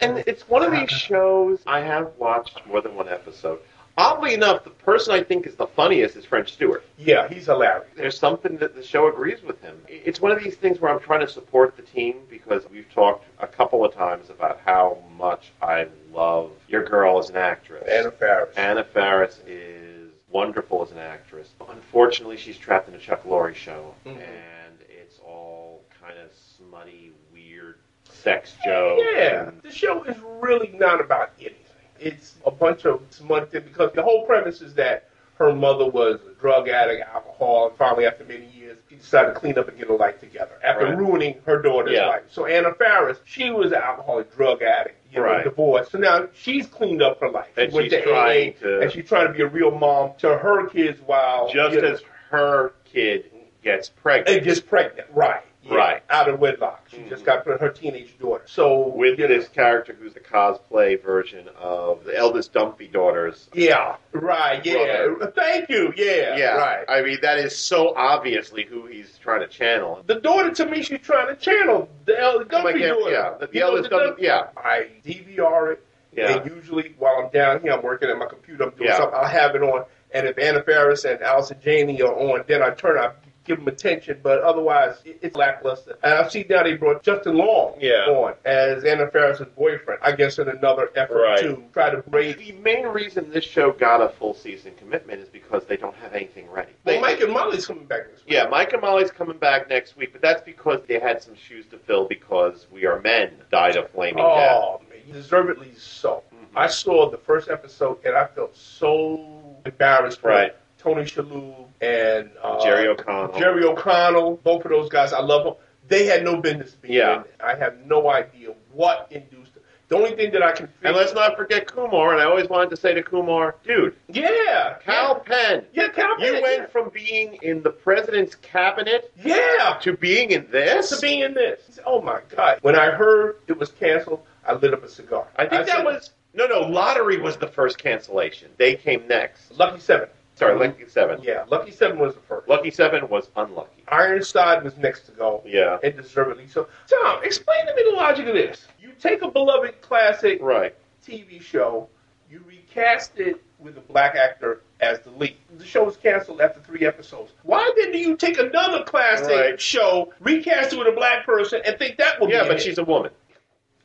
Speaker 2: And it's one of these shows I have watched more than one episode. Oddly enough, the person I think is the funniest is French Stewart.
Speaker 8: yeah, he's hilarious.
Speaker 2: There's something that the show agrees with him. It's one of these things where I'm trying to support the team because we've talked a couple of times about how much I love your girl as an actress.
Speaker 8: Anna Faris.
Speaker 2: Anna Faris is wonderful as an actress. Unfortunately, she's trapped in a Chuck Lorre show,
Speaker 8: Mhm.
Speaker 2: and it's all kind of smutty, weird sex jokes.
Speaker 8: Yeah,
Speaker 2: and-
Speaker 8: the show is really not about anything. It's a bunch of smut because the whole premise is that her mother was a drug addict, alcohol, and finally after many years, she decided to clean up and get her life together after
Speaker 2: Right.
Speaker 8: ruining her daughter's
Speaker 2: Yeah.
Speaker 8: life. So Anna Faris, she was an alcoholic, drug addict, you know,
Speaker 2: Right.
Speaker 8: divorced. So now she's cleaned up her life.
Speaker 2: And
Speaker 8: She went
Speaker 2: she's
Speaker 8: to AA,
Speaker 2: trying to-
Speaker 8: and she's trying to be a real mom to her kids while
Speaker 2: just
Speaker 8: you know,
Speaker 2: as her kid gets pregnant.
Speaker 8: and gets pregnant, right? yeah,
Speaker 2: Right. Mm-hmm.
Speaker 8: out of wedlock. She just got her teenage daughter. So
Speaker 2: with
Speaker 8: you know,
Speaker 2: this character who's the cosplay version of the eldest Dumpy daughters.
Speaker 8: Yeah, right. Yeah,
Speaker 2: Brother.
Speaker 8: thank you. Yeah, right.
Speaker 2: I mean, that is so obviously who he's trying to channel.
Speaker 8: the daughter to me, she's trying to channel the eldest
Speaker 2: Come
Speaker 8: Dumpy
Speaker 2: again,
Speaker 8: daughter.
Speaker 2: yeah, the- the
Speaker 8: You know,
Speaker 2: eldest Dumpy-
Speaker 8: Dumpy-
Speaker 2: yeah.
Speaker 8: I DVR it,
Speaker 2: Yeah.
Speaker 8: and usually while I'm down here, I'm working at my computer, I'm doing
Speaker 2: Yeah.
Speaker 8: something. I'll have it on, and if Anna Faris and Allison Janney are on, then I turn, I give them attention, but otherwise, it, it's lackluster. And I see now they brought Justin Long
Speaker 2: Yeah.
Speaker 8: on as Anna Faris' boyfriend, I guess in another effort
Speaker 2: Right.
Speaker 8: to try to break.
Speaker 2: The main reason this show got a full season commitment is because they don't have anything ready.
Speaker 8: Well,
Speaker 2: They-
Speaker 8: Mike and Molly's coming back this week.
Speaker 2: Yeah, Mike and Molly's coming back next week, but that's because they had some shoes to fill because We Are Men died of flaming death.
Speaker 8: Oh, man, deservedly so.
Speaker 2: Mm-hmm.
Speaker 8: I saw the first episode and I felt so embarrassed. for
Speaker 2: Right.
Speaker 8: Tony Shalhoub and uh,
Speaker 2: Jerry O'Connell.
Speaker 8: Jerry O'Connell, both of those guys, I love them. They had no business being
Speaker 2: Yeah.
Speaker 8: in it. I have no idea what induced them. The only thing that I can figure
Speaker 2: And let's not forget Kumar, and I always wanted to say to Kumar, dude,
Speaker 8: yeah,
Speaker 2: Cal Penn,
Speaker 8: yeah, Cal
Speaker 2: you
Speaker 8: Penn,
Speaker 2: went from being in the president's cabinet
Speaker 8: yeah
Speaker 2: to being in this?
Speaker 8: to be in this. Oh my god! When I heard it was canceled, I lit up a cigar.
Speaker 2: I think that
Speaker 8: said,
Speaker 2: was. No, no, Lottery was the first cancellation. They came next.
Speaker 8: Lucky Seven.
Speaker 2: Sorry, Lucky Seven.
Speaker 8: Yeah, Lucky Seven was the first.
Speaker 2: Lucky Seven was unlucky.
Speaker 8: Ironside was next to go.
Speaker 2: Yeah.
Speaker 8: And deservedly so. Tom, explain to me the logic of this. You take a beloved classic
Speaker 2: Right.
Speaker 8: TV show, you recast it with a black actor as the lead. The show was canceled after three episodes. Why then do you take another classic
Speaker 2: Right.
Speaker 8: show, recast it with a black person, and think that will be
Speaker 2: Yeah,
Speaker 8: in
Speaker 2: but
Speaker 8: it?
Speaker 2: she's a woman.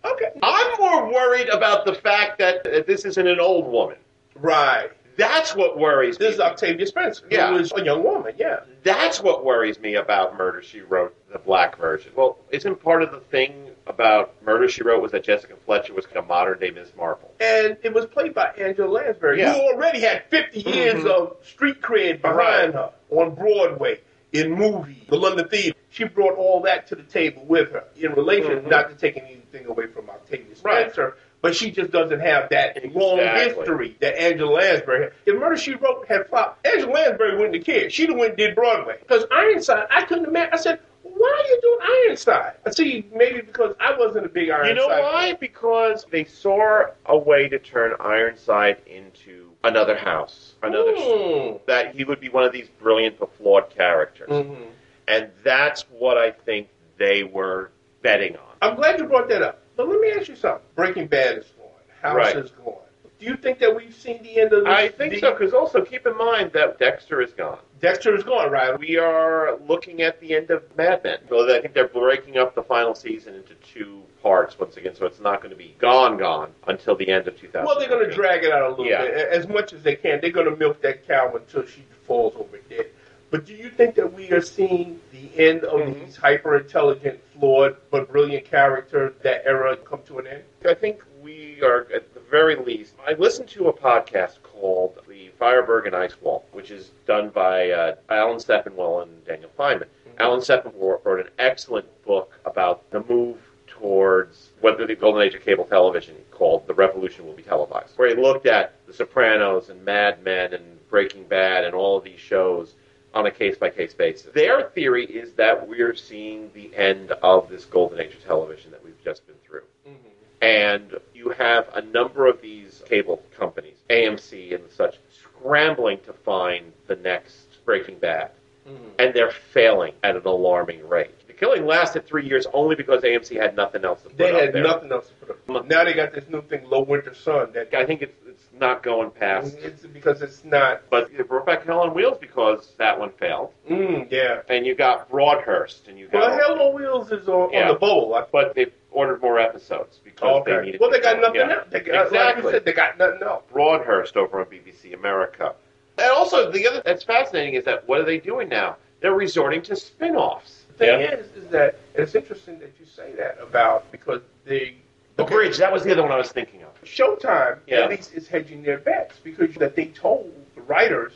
Speaker 8: okay.
Speaker 2: I'm more worried about the fact that uh, this isn't an old woman.
Speaker 8: Right.
Speaker 2: That's what worries me.
Speaker 8: This is Octavia Spencer,
Speaker 2: Yeah.
Speaker 8: who is a young woman. Yeah.
Speaker 2: That's what worries me about Murder She Wrote, the black version. Well, isn't part of the thing about Murder She Wrote was that Jessica Fletcher was a modern day Miss Marple?
Speaker 8: and it was played by Angela Lansbury,
Speaker 2: Yeah. Mm-hmm.
Speaker 8: who already had 50 years of street cred
Speaker 2: Right.
Speaker 8: behind her on Broadway, in movies, the London Theater. She brought all that to the table with her in relation, not to take anything away from Octavia
Speaker 2: Mm-hmm. Right.
Speaker 8: Spencer, But she just doesn't have that long
Speaker 2: Exactly.
Speaker 8: history that Angela Lansbury had. If Murder She Wrote had flopped, Angela Lansbury wouldn't have cared. She'd have went and did Broadway. Because Ironside, I couldn't imagine. I said, why are you doing Ironside? I see, maybe because I wasn't a big Ironside.
Speaker 2: You know why? Because they saw a way to turn Ironside into another house, another
Speaker 8: Mm.
Speaker 2: that he would be one of these brilliant but flawed characters,
Speaker 8: Mhm.
Speaker 2: and that's what I think they were betting on.
Speaker 8: I'm glad you brought that up. But let me ask you something. Breaking Bad is gone. House
Speaker 2: Right.
Speaker 8: is gone. Do you think that we've seen the end of this?
Speaker 2: I think
Speaker 8: the-
Speaker 2: so, because also keep in mind that Dexter is gone.
Speaker 8: Dexter is gone, right?
Speaker 2: We are looking at the end of Mad Men. Well, I think they're breaking up the final season into two parts once again, so it's not going to be gone, gone until the end of 2000.
Speaker 8: Well, they're going to drag it out a little
Speaker 2: Yeah.
Speaker 8: bit a- as much as they can. They're going to milk that cow until she falls over dead. But do you think that we are seeing the end of
Speaker 2: Mhm.
Speaker 8: these hyper intelligent, flawed, but brilliant characters, that era come to an end?
Speaker 2: I think we are, at the very least, I listened to a podcast called The Fireberg and Ice Wall, which is done by uh, Alan Steppenwell and Daniel Feynman. Alan Steppenwell wrote an excellent book about the move towards whether the golden age of cable television called The Revolution Will Be Televised, where he looked at The Sopranos and Mad Men and Breaking Bad and all of these shows on a case by case basis. Their theory is that we're seeing the end of this golden age of television that we've just been through and you have a number of these cable companies, AMC and such, scrambling to find the next Breaking Bad,
Speaker 8: Mm-hmm.
Speaker 2: and they're failing at an alarming rate. The killing lasted three years only because AMC had nothing else to put
Speaker 8: They
Speaker 2: up
Speaker 8: had
Speaker 2: there.
Speaker 8: nothing else to put up. Now they got this new thing, Low Winter Sun, that
Speaker 2: I think it's, it's not going past.
Speaker 8: it's because it's not.
Speaker 2: But it brought back Hell on Wheels because that one failed,
Speaker 8: Mm, yeah.
Speaker 2: and you got Broadhurst, and you got.
Speaker 8: Well, Hell on Wheels is on,
Speaker 2: Yeah.
Speaker 8: on the bowl. I
Speaker 2: but they ordered more episodes because
Speaker 8: Okay.
Speaker 2: they needed.
Speaker 8: well, they
Speaker 2: to
Speaker 8: got
Speaker 2: go-
Speaker 8: nothing
Speaker 2: yeah.
Speaker 8: else. They got,
Speaker 2: exactly.
Speaker 8: Like you said, they got nothing else.
Speaker 2: Broadhurst over on BBC America. And also, the other that's fascinating is that what are they doing now? They're resorting to spin-offs.
Speaker 8: The thing is, is that and it's interesting that you say that about because the
Speaker 2: The Bridge, that was the other one I was thinking of.
Speaker 8: Showtime
Speaker 2: Yeah.
Speaker 8: at least is hedging their bets because that they told the writers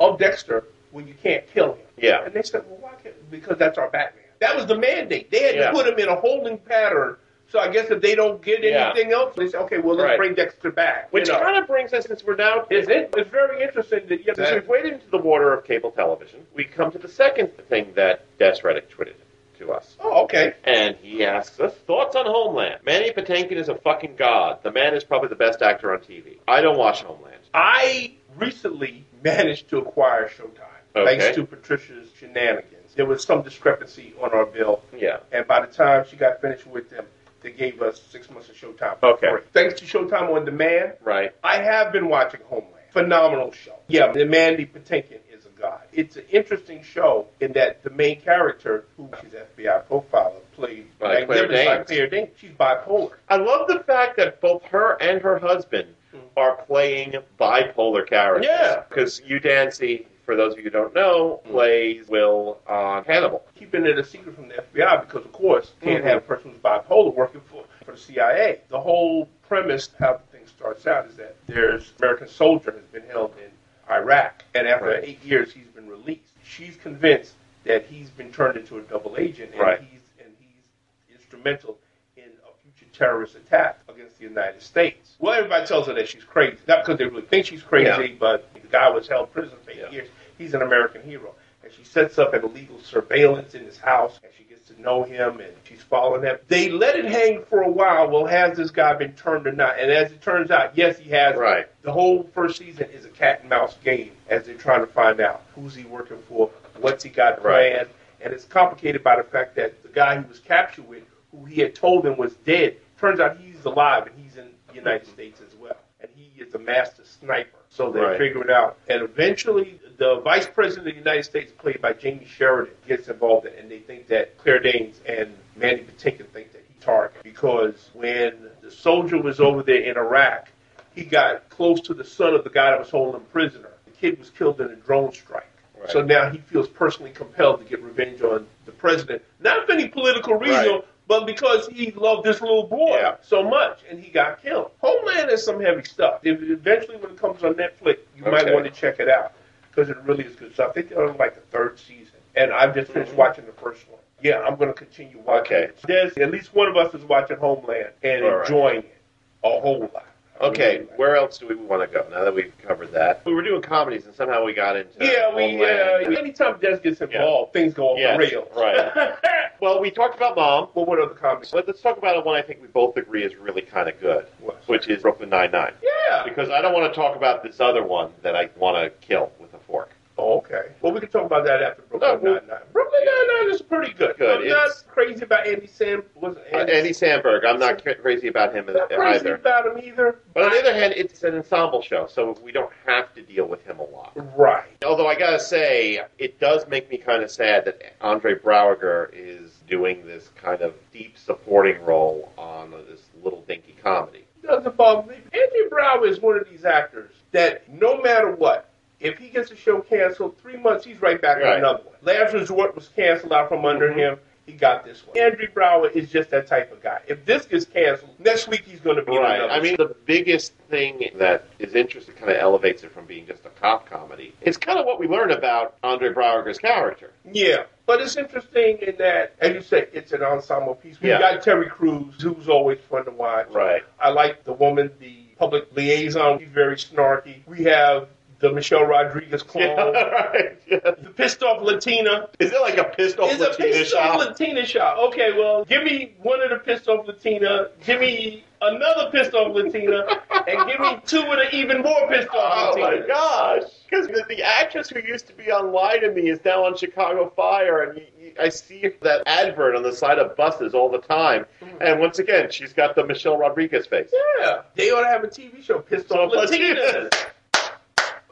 Speaker 8: of Dexter, well, you can't kill him.
Speaker 2: Yeah.
Speaker 8: and they said, well, why can't? Because that's our Batman. That was the mandate. They had
Speaker 2: Yeah.
Speaker 8: to put him in a holding pattern. So I guess if they don't get
Speaker 2: Yeah.
Speaker 8: anything else, they say, okay, well, let's
Speaker 2: Right.
Speaker 8: bring Dexter back.
Speaker 2: Which
Speaker 8: you know.
Speaker 2: kind of brings us, since we're now,
Speaker 8: Is it?
Speaker 2: It's very interesting that yeah, since
Speaker 8: That-
Speaker 2: we've waded into the water of cable television, we come to the second thing that Des Reddick tweeted to us.
Speaker 8: oh, okay.
Speaker 2: And he asks us thoughts on Homeland. Manny Patinkin is a fucking god. The man is probably the best actor on TV. I don't watch Homeland.
Speaker 8: I recently managed to acquire Showtime
Speaker 2: Okay.
Speaker 8: thanks to Patricia's shenanigans. There was some discrepancy on our bill,
Speaker 2: Yeah.
Speaker 8: and by the time she got finished with them, they gave us six months of Showtime. for
Speaker 2: Okay.
Speaker 8: free. Thanks to Showtime on Demand,
Speaker 2: Right.
Speaker 8: I have been watching Homeland. Phenomenal show. Yeah, the Mandy Patinkin is a god. It's an interesting show in that the main character, who she's FBI profiler, played
Speaker 2: By Claire
Speaker 8: magnificent by
Speaker 2: Danes.
Speaker 8: Claire Danes. She's bipolar.
Speaker 2: I love the fact that both her and her husband are playing bipolar characters.
Speaker 8: Yeah.
Speaker 2: Because Udancy, for those of you who don't know, plays Will on Hannibal.
Speaker 8: keeping it a secret from the FBI because, of course,
Speaker 2: Mm-hmm.
Speaker 8: you can't have a person who's bipolar working for, for the CIA. The whole premise, how the thing starts out, is that there's an American soldier has been held in Iraq, and after
Speaker 2: Right.
Speaker 8: eight years, he's been released. She's convinced that he's been turned into a double agent, and
Speaker 2: Right.
Speaker 8: he's and he's instrumental in a future terrorist attack against the United States. Well, everybody tells her that she's crazy, not because they really think she's crazy, but the guy was held prison for eight
Speaker 2: Yeah.
Speaker 8: years. He's an American hero. And she sets up an illegal surveillance in his house, and she gets to know him, and she's following him. They let it hang for a while. Well, has this guy been turned or not? And as it turns out, yes, he has.
Speaker 2: Right.
Speaker 8: The whole first season is a cat and mouse game as they're trying to find out who's he working for, what's he got
Speaker 2: Right.
Speaker 8: planned, and it's complicated by the fact that the guy he was captured with, who he had told him was dead, turns out he's alive and he's in the United States as well. And he is a master sniper. So they
Speaker 2: Mm-hmm. Right.
Speaker 8: figure it out. And eventually, the vice president of the United States, played by Jamie Sheridan, gets involved in it. And they think that Claire Danes and Mandy Patinkin think that he targeted. Because when the soldier was over there in Iraq, he got close to the son of the guy that was holding him prisoner. The kid was killed in a drone strike.
Speaker 2: Right.
Speaker 8: So now he feels personally compelled to get revenge on the president, not for any political reason,
Speaker 2: Right.
Speaker 8: but because he loved this little boy
Speaker 2: Yeah.
Speaker 8: so much, and he got killed. Homeland is some heavy stuff. If, eventually, when it comes on Netflix, you might
Speaker 2: Okay.
Speaker 8: want to check it out because it really is good stuff. I think they're on like the third season, and I've just finished watching the first one. Yeah, I'm going to continue watching.
Speaker 2: Mm-hmm. Okay.
Speaker 8: it. There's at least one of us is watching Homeland and
Speaker 2: All right.
Speaker 8: enjoying it. A whole lot.
Speaker 2: Okay, where else do we want to go now that we've covered that? Hmm. We were doing comedies and somehow we got into
Speaker 8: Yeah, we.
Speaker 2: Homeland.
Speaker 8: Uh, anytime Des gets involved, things go off
Speaker 2: Yes,
Speaker 8: the rails.
Speaker 2: right. well, we talked about mom.
Speaker 8: well, what other comics?
Speaker 2: But let's talk about one I think we both agree is really kind of good,
Speaker 8: What?
Speaker 2: which is Brooklyn Nine Nine.
Speaker 8: Yeah.
Speaker 2: Because I don't want to talk about this other one that I want to kill with a fork.
Speaker 8: Oh, okay. Well, we can talk about that after Brooklyn
Speaker 2: No, we-
Speaker 8: Nine Nine. Brooklyn Nine Nine is pretty good.
Speaker 2: Good,
Speaker 8: I'm not
Speaker 2: it's-
Speaker 8: crazy about Andy Sam. Was it
Speaker 2: Uh, Andy Samberg, I'm not cra- crazy about him
Speaker 8: Not crazy
Speaker 2: either.
Speaker 8: about him either.
Speaker 2: But on the other hand, it's an ensemble show, so we don't have to deal with him a lot.
Speaker 8: right.
Speaker 2: Although I gotta say, it does make me kind of sad that Andre Brauerger is doing this kind of deep supporting role on this little dinky comedy.
Speaker 8: doesn't bother me. Andy Brown is one of these actors that no matter what, if he gets a show canceled, three months he's right back
Speaker 2: Right. Mm-hmm.
Speaker 8: on another one. Last Resort was canceled out from under him. He got this one. Andrew Brower is just that type of guy. If this gets canceled, next week he's going to be on
Speaker 2: Right.
Speaker 8: another
Speaker 2: I mean, the biggest thing that is interesting, kind of elevates it from being just a cop comedy. It's kind of what we learn about Andre Brauerger's character.
Speaker 8: Yeah, but it's interesting in that, as you say, it's an ensemble piece. We
Speaker 2: Yeah.
Speaker 8: have got Terry Crews, who's always fun to watch.
Speaker 2: Right.
Speaker 8: I like the woman, the public liaison. She's very snarky. We have the Michelle Rodriguez clone,
Speaker 2: right.
Speaker 8: the pissed off Latina.
Speaker 2: Is it like a pissed off
Speaker 8: It's a
Speaker 2: Latina
Speaker 8: pissed off
Speaker 2: shop?
Speaker 8: Latina shot. Okay, well, give me one of the pissed off Latina. Give me another pissed off Latina, and give me two of the even more pissed off
Speaker 2: Oh
Speaker 8: Latina.
Speaker 2: my gosh! Because the, the actress who used to be on Lie to Me is now on Chicago Fire, and you, you, I see that advert on the side of buses all the time.
Speaker 8: Hmm.
Speaker 2: And once again, she's got the Michelle Rodriguez face.
Speaker 8: Yeah, they ought to have a TV show, pissed
Speaker 2: So
Speaker 8: off Latinas.
Speaker 2: Latinas.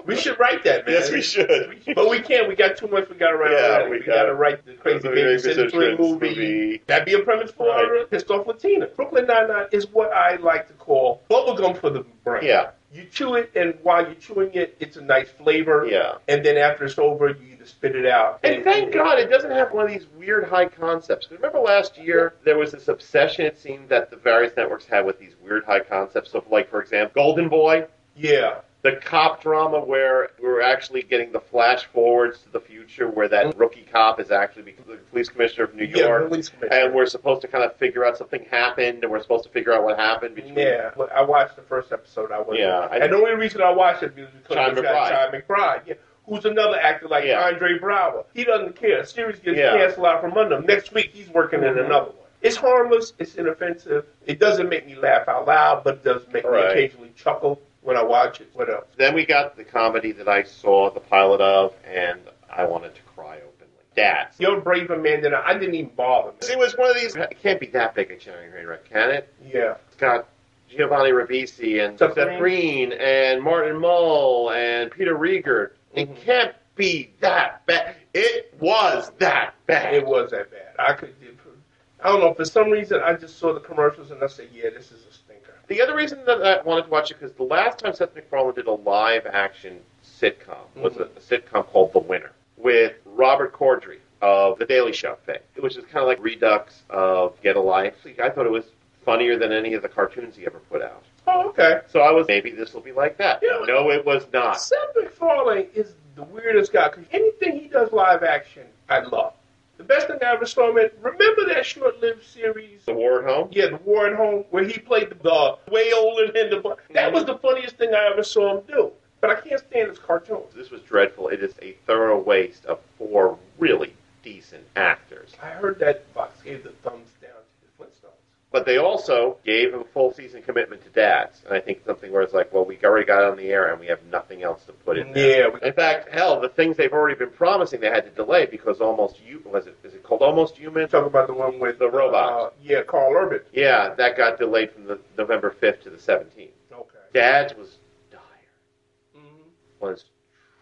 Speaker 8: We should write that, man.
Speaker 2: Yes, we should.
Speaker 8: But we can't. We got too much. We got to write.
Speaker 2: Yeah,
Speaker 8: already.
Speaker 2: we
Speaker 8: we,
Speaker 2: got-
Speaker 8: got to write the crazy
Speaker 2: The
Speaker 8: baby
Speaker 2: Baby
Speaker 8: Citizen
Speaker 2: Citizen
Speaker 8: movie.
Speaker 2: movie.
Speaker 8: That'd be a premise for
Speaker 2: Right.
Speaker 8: a pissed off Latina. Brooklyn Nine Nine is what I like to call bubblegum for the brain.
Speaker 2: Yeah.
Speaker 8: You chew it, and while you're chewing it, it's a nice flavor.
Speaker 2: Yeah.
Speaker 8: And then after it's over, you either spit it out.
Speaker 2: And thank God it doesn't have one of these weird high concepts. 'Cause Remember last year there was this obsession it seemed that the various networks had with these weird high concepts of like for example Golden Boy,
Speaker 8: Yeah.
Speaker 2: the cop drama where we were actually getting the flash forwards to the future where that rookie cop is actually become the police commissioner of New
Speaker 8: Yeah,
Speaker 2: York.
Speaker 8: release commission.
Speaker 2: And we're supposed to kind of figure out something happened, and we're supposed to figure out what happened between
Speaker 8: Yeah, Well, I watched the first episode. I was
Speaker 2: Yeah, I-
Speaker 8: and the only reason I watched it was because
Speaker 2: John
Speaker 8: of this guy, John
Speaker 2: McBride.
Speaker 8: McBride, yeah, who's another actor like
Speaker 2: Yeah.
Speaker 8: Andre Brower. He doesn't care. Series gets
Speaker 2: Yeah. Mm-hmm.
Speaker 8: canceled out from under him. Next week he's working in another one. It's harmless. It's inoffensive. It doesn't make me laugh out loud, but it does make me
Speaker 2: Right.
Speaker 8: occasionally chuckle when I watch it. What else?
Speaker 2: Then we got the comedy that I saw the pilot of, and I wanted to cry openly. Dads.
Speaker 8: You're a braver man than I. I didn't even bother.
Speaker 2: It was one of these. It can't be that big a Chowing train wreck, can it?
Speaker 8: Yeah.
Speaker 2: It's got Giovanni Ribisi and
Speaker 8: Seth
Speaker 2: Seth Green and Martin Mull and Peter Riegert. It can't be that bad. It was that bad.
Speaker 8: It was that bad. I could. I don't know. For some reason, I just saw the commercials and I said, "Yeah, this is a stinker."
Speaker 2: The other reason that I wanted to watch it because the last time Seth MacFarlane did a live action sitcom was a, a sitcom called The Winner with Robert Corddry of The Daily Show fame, which is kind of like redux of Get a Life. I thought it was funnier than any of the cartoons he ever put out.
Speaker 8: Oh, okay.
Speaker 2: So I was maybe this will be like that.
Speaker 8: Yeah.
Speaker 2: No, it was not.
Speaker 8: Seth MacFarlane is the weirdest guy because anything he does live action, I love. The best thing I ever saw him in, remember that short lived series?
Speaker 2: The War at Home.
Speaker 8: Yeah, The War at Home, where he played the uh, way older than the. That
Speaker 2: Mm-hmm.
Speaker 8: was the funniest thing I ever saw him do. But I can't stand his cartoons.
Speaker 2: This was dreadful. It is a thorough waste of four really decent actors.
Speaker 8: I heard that Fox gave the thumbs down to the Flintstones.
Speaker 2: But they also gave a full season commitment to dads, and I think something where it's like, well, we already got it on the air, and we have nothing else to put in there.
Speaker 8: Yeah, we-
Speaker 2: In fact, hell, the things they've already been promising, they had to delay because almost you was it is it called almost human?
Speaker 8: Talk about the one with
Speaker 2: The robot.
Speaker 8: Uh, yeah, Carl Urban.
Speaker 2: Yeah, that got delayed from the November fifth to the seventeenth.
Speaker 8: Okay.
Speaker 2: Dad's was dire.
Speaker 8: Mhm.
Speaker 2: was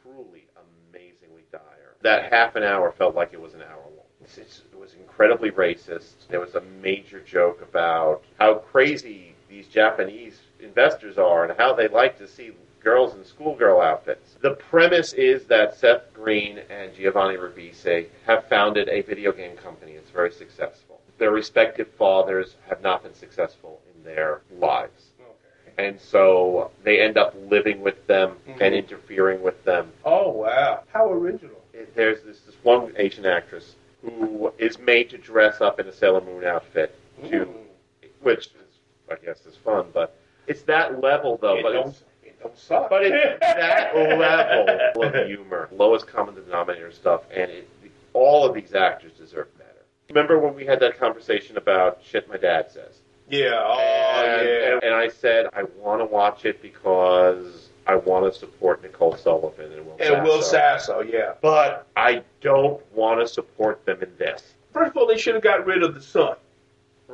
Speaker 2: truly amazingly dire. That half an hour felt like it was an hour long. It's- it's- It was incredibly racist. There was a major joke about how crazy these Japanese investors are and how they like to see girls in schoolgirl outfits. The premise is that Seth Green and Giovanni Ribisi have founded a video game company. It's very successful. Their respective fathers have not been successful in their lives
Speaker 8: Okay.
Speaker 2: and so they end up living with them
Speaker 8: Mhm.
Speaker 2: and interfering with them.
Speaker 8: Oh, wow. How original.
Speaker 2: It- There's this, this one Asian actress who is made to
Speaker 8: Mm-hmm.
Speaker 2: dress up in a Sailor Moon outfit, to,
Speaker 8: Mm.
Speaker 2: which is, I guess is fun, but It's that level though,
Speaker 8: it,
Speaker 2: Oh, but
Speaker 8: don't,
Speaker 2: it's
Speaker 8: it don't suck.
Speaker 2: but it's that level of humor, lowest common denominator stuff, and it, all of these actors deserve better. Remember when we had that conversation about shit my dad says?
Speaker 8: yeah. Oh,
Speaker 2: and,
Speaker 8: yeah.
Speaker 2: and, and I said I want to watch it because I want to support Nicole Sullivan and Will.
Speaker 8: and Will
Speaker 2: Sasso.
Speaker 8: Sasso, yeah.
Speaker 2: but I don't want to support them in this.
Speaker 8: First of all, they should have got rid of the son.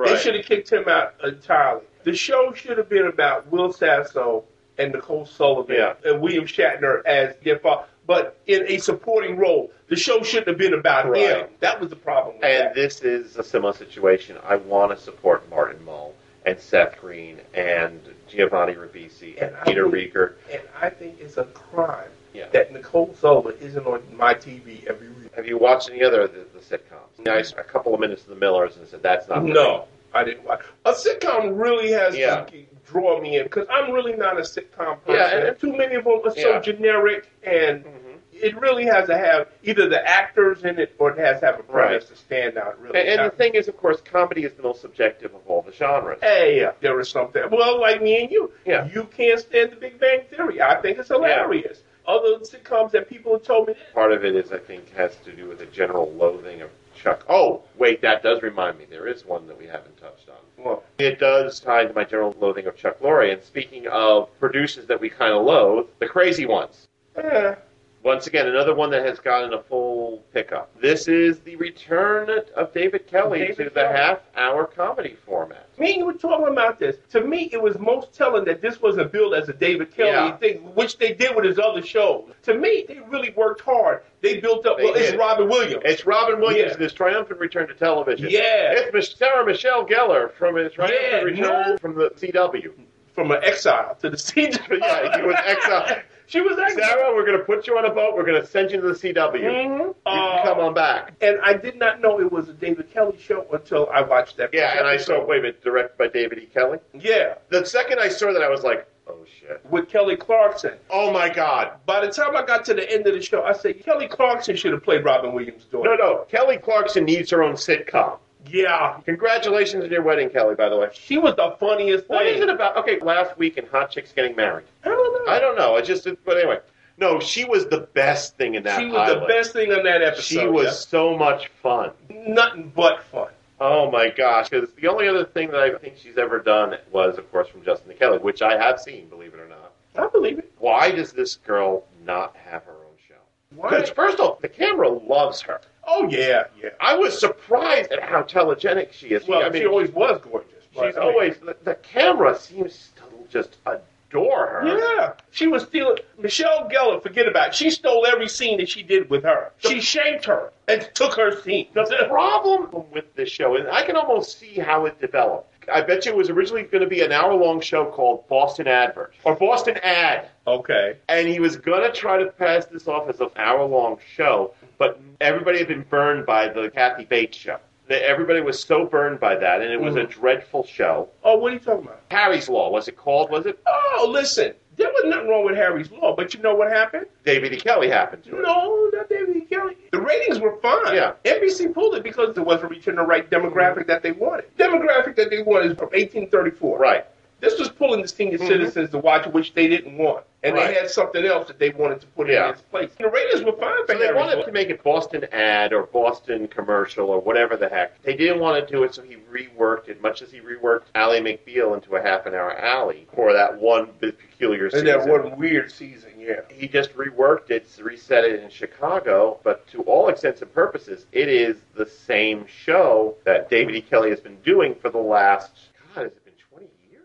Speaker 8: They should have kicked him out entirely. The show should have been about Will Sasso and Nicole Sullivan
Speaker 2: Yeah.
Speaker 8: and William Shatner as their father, but in a supporting role. The show shouldn't have been about
Speaker 2: Right.
Speaker 8: him. That was the problem. With
Speaker 2: And
Speaker 8: that.
Speaker 2: this is a similar situation. I want to support Martin Mull and Seth Green and Giovanni Ribisi and
Speaker 8: And I
Speaker 2: Peter
Speaker 8: would-
Speaker 2: Reeker.
Speaker 8: and I think it's a crime
Speaker 2: Yeah.
Speaker 8: that Nicole Sullivan isn't on my TV every week.
Speaker 2: Have you watched any other of the, the sitcoms? I saw a couple of minutes of The Millers and said that's not for me."
Speaker 8: No, I didn't watch. A sitcom really has
Speaker 2: Yeah.
Speaker 8: to draw me in because I'm really not a sitcom person.
Speaker 2: Yeah, and-
Speaker 8: and too many of them are so
Speaker 2: Yeah.
Speaker 8: generic, and
Speaker 2: Mhm.
Speaker 8: it really has to have either the actors in it or it has to have a premise
Speaker 2: Right.
Speaker 8: to stand out. Really,
Speaker 2: And, and the thing is, of course, comedy is the most subjective of all the genres.
Speaker 8: Hey, yeah, there is something. Well, like me and you,
Speaker 2: Yeah.
Speaker 8: you can't stand the Big Bang Theory. I think it's hilarious. Other sitcoms that people have told me,
Speaker 2: Part of it is, I think, has to do with a general loathing of Chuck. Oh, wait, that does remind me. There is one that we haven't touched on.
Speaker 8: well,
Speaker 2: It does tie into my general loathing of Chuck Lorre. And speaking of producers that we kind of loathe, the crazy ones.
Speaker 8: eh,
Speaker 2: Once again, another one that has gotten a full pickup. This is the return of David Kelly
Speaker 8: David
Speaker 2: to the
Speaker 8: Kelly.
Speaker 2: half-hour comedy format.
Speaker 8: Me and you were talking about this. To me, it was most telling that this wasn't billed as a David Kelly
Speaker 2: Yeah.
Speaker 8: thing, which they did with his other shows. To me, they really worked hard. They built up.
Speaker 2: They
Speaker 8: well, it's
Speaker 2: did.
Speaker 8: Robin Williams.
Speaker 2: It's Robin Williams
Speaker 8: Yeah.
Speaker 2: in his triumphant return to television.
Speaker 8: Yeah.
Speaker 2: It's Mich- Sarah Michelle Gellar from his triumphant
Speaker 8: Yeah,
Speaker 2: return
Speaker 8: no.
Speaker 2: from the CW.
Speaker 8: from an exile to the CW.
Speaker 2: Yeah, he was exiled.
Speaker 8: She was exiled.
Speaker 2: Sarah, we're going to put you on a boat. We're going to send you to the CW. You
Speaker 8: Mhm.
Speaker 2: can come on back.
Speaker 8: And I did not know it was a David Kelly show until I watched that.
Speaker 2: Yeah,
Speaker 8: first
Speaker 2: and I
Speaker 8: episode.
Speaker 2: saw, wait a minute, directed by David E. Kelly.
Speaker 8: Yeah,
Speaker 2: The second I saw that, I was like, oh shit.
Speaker 8: with Kelly Clarkson.
Speaker 2: Oh my god.
Speaker 8: By the time I got to the end of the show, I said Kelly Clarkson should have played Robin Williams' daughter.
Speaker 2: No, no. Kelly Clarkson needs her own sitcom.
Speaker 8: Yeah,
Speaker 2: Congratulations on your wedding, Kelly, by the way.
Speaker 8: she was the funniest
Speaker 2: What
Speaker 8: thing.
Speaker 2: is it about? Okay, last week in Hot Chicks Getting Married.
Speaker 8: I don't know.
Speaker 2: I don't know. I just, but anyway. No, she was the best thing in that
Speaker 8: She was the
Speaker 2: pilot.
Speaker 8: best thing on that episode.
Speaker 2: She was so much fun.
Speaker 8: yeah. nothing but fun.
Speaker 2: Oh my gosh. Because the only other thing that I think she's ever done was, of course, from Justin and Kelly, which I have seen, believe it or not.
Speaker 8: I believe it.
Speaker 2: Why does this girl not have her own show?
Speaker 8: Why?
Speaker 2: Because, first off, the camera loves her.
Speaker 8: Oh yeah, yeah.
Speaker 2: I was surprised at how telegenic she is.
Speaker 8: Well,
Speaker 2: I mean,
Speaker 8: she always was gorgeous. but,
Speaker 2: she's
Speaker 8: I mean,
Speaker 2: always the, the camera seems to just adore her.
Speaker 8: Yeah, she was stealing. Michelle Gellar, forget about it. She stole every scene that she did with her. She shanked her and took her scene.
Speaker 2: The problem with this show, and I can almost see how it developed. I bet you it was originally going to be an hour-long show called Boston Advert or Boston Ad,
Speaker 8: Okay.
Speaker 2: and he was going to try to pass this off as an hour-long show, but everybody had been burned by the Kathy Bates show. That Everybody was so burned by that, and it was
Speaker 8: Mm.
Speaker 2: a dreadful show.
Speaker 8: Oh, what are you talking about?
Speaker 2: Harry's Law was it called? Was it
Speaker 8: Oh, listen. There was nothing wrong with Harry's Law, but you know what happened?
Speaker 2: David E. Kelly happened to it?
Speaker 8: No, not David E. Kelly. The ratings were fine.
Speaker 2: Yeah.
Speaker 8: NBC pulled it because it wasn't reaching the right demographic that they wanted. Demographic that they wanted is from 1834.
Speaker 2: Right. Mm-hmm.
Speaker 8: This was pulling the senior citizens to watch, which they didn't want, and
Speaker 2: Right.
Speaker 8: they had something else that they wanted to put
Speaker 2: Yeah.
Speaker 8: in its place. The Raiders were fine for
Speaker 2: So they
Speaker 8: Harry's
Speaker 2: wanted
Speaker 8: Law.
Speaker 2: to make it Boston ad or Boston commercial or whatever the heck. They didn't want to do it, so he reworked it, much as he reworked Ally McBeal into a half an hour alley for that one bit peculiar
Speaker 8: And
Speaker 2: season.
Speaker 8: that one weird season, yeah.
Speaker 2: He just reworked it, reset it in Chicago, but to all intents and purposes, it is the same show that David E. Kelly has been doing for the last, God, has it been 20 years?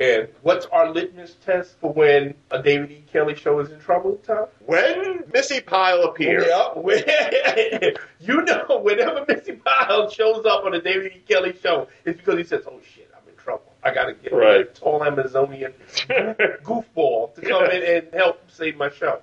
Speaker 8: And what's our litmus test for when a David E. Kelly show is in trouble, Tom?
Speaker 2: When Missy Pyle appears.
Speaker 8: Yeah, when- you know, whenever Missy Pyle shows up on a David E. Kelly show, it's because he says, "Oh shit, I'm in trouble. I gotta get a
Speaker 2: Right.
Speaker 8: tall Amazonian goofball to come in and help save my show."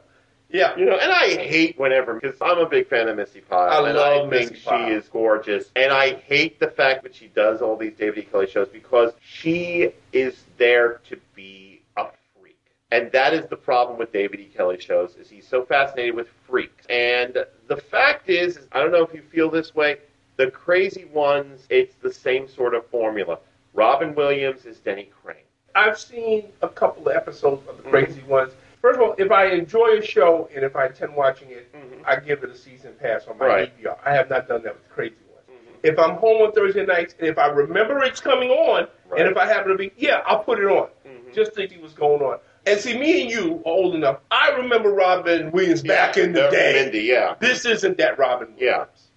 Speaker 8: Yeah,
Speaker 2: You know, and I hate whenever because I'm a big fan of Missy Pyle,
Speaker 8: I
Speaker 2: and
Speaker 8: love
Speaker 2: I think
Speaker 8: Missy
Speaker 2: she
Speaker 8: Pyle.
Speaker 2: is gorgeous. And I hate the fact that she does all these David E. Kelly shows because she is there to be a freak, and that is the problem with David E. Kelly shows is he's so fascinated with freaks. And the fact is, is I don't know if you feel this way. The crazy ones, it's the same sort of formula. Robin Williams is Denny Crane.
Speaker 8: I've seen a couple of episodes of the
Speaker 2: Mm-hmm.
Speaker 8: crazy ones. First of all, if I enjoy a show and if I intend watching it, I give it a season pass on my
Speaker 2: Mm-hmm. Right. Mm-hmm.
Speaker 8: DVR. I have not done that with the crazy ones. If I'm home on Thursday nights and if I remember it's coming on,
Speaker 2: Right. Mm-hmm.
Speaker 8: and if I happen to be, yeah, I'll put it on just to see what's going on. And see, me and you are old enough. I remember Robin Williams back in the
Speaker 2: Reverend
Speaker 8: day.
Speaker 2: Mindy, yeah.
Speaker 8: This isn't that Robin Williams.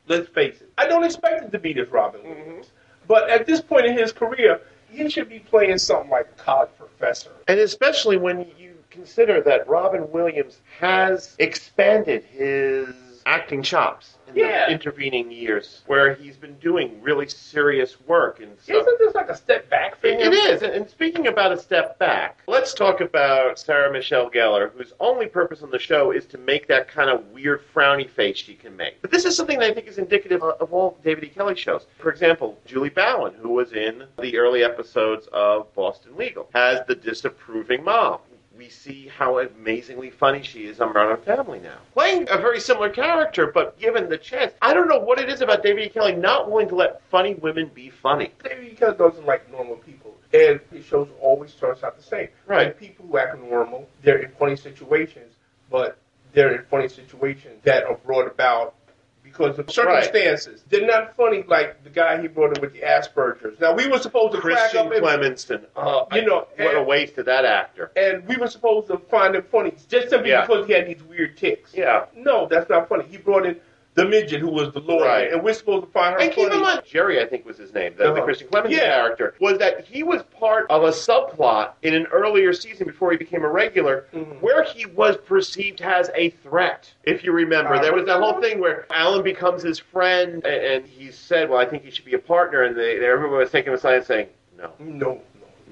Speaker 2: Yeah.
Speaker 8: Let's face it. I don't expect it to be this Robin Williams. But at this point in his career, he should be playing something like a college professor.
Speaker 2: And especially when you consider that Robin Williams has expanded his acting chops in
Speaker 8: Yeah.
Speaker 2: the intervening years, where he's been doing really serious work and stuff.
Speaker 8: Isn't this like a step back for him?
Speaker 2: It is. And speaking about a step back, let's talk about Sarah Michelle Gellar, whose only purpose on the show is to make that kind of weird frowny face she can make. But this is something that I think is indicative of of all David E. Kelly shows. For example, Julie Bowen, who was in the early episodes of Boston Legal, has the disapproving mom. We see how amazingly funny she is on Modern Family now. Playing a very similar character, but given the chance, I don't know what it is about David E. Kelly not willing to let funny women be funny.
Speaker 8: Maybe because doesn't like normal people. And his shows always starts out the same.
Speaker 2: Right.
Speaker 8: Like people who act normal, they're in funny situations, but they're in funny situations that are brought about because of circumstances. They're not funny like the guy he brought in with the Asperger's. Now we were supposed to
Speaker 2: Christian
Speaker 8: crack up and,
Speaker 2: Clemenson. Oh,
Speaker 8: You know,
Speaker 2: I- what a
Speaker 8: and-
Speaker 2: waste of that actor.
Speaker 8: and we were supposed to find him funny just simply
Speaker 2: Yeah.
Speaker 8: because he had these weird ticks.
Speaker 2: Yeah.
Speaker 8: No, that's not funny. He brought in the midget who was the lawyer,
Speaker 2: Right.
Speaker 8: and we're supposed to find her
Speaker 2: And keep
Speaker 8: funny.
Speaker 2: in mind, Jerry, I think was his name, the, the
Speaker 8: Uh-huh.
Speaker 2: Christian Clemenson
Speaker 8: Yeah.
Speaker 2: character, was that he was part of a subplot in an earlier season before he became a regular,
Speaker 8: Mhm.
Speaker 2: where he was perceived as a threat. If you remember,
Speaker 8: Uh,
Speaker 2: there was that whole thing where Alan becomes his friend, and, and he said, "Well, I think he should be a partner," and they, they- everyone was taking him aside and saying, "No."
Speaker 8: No,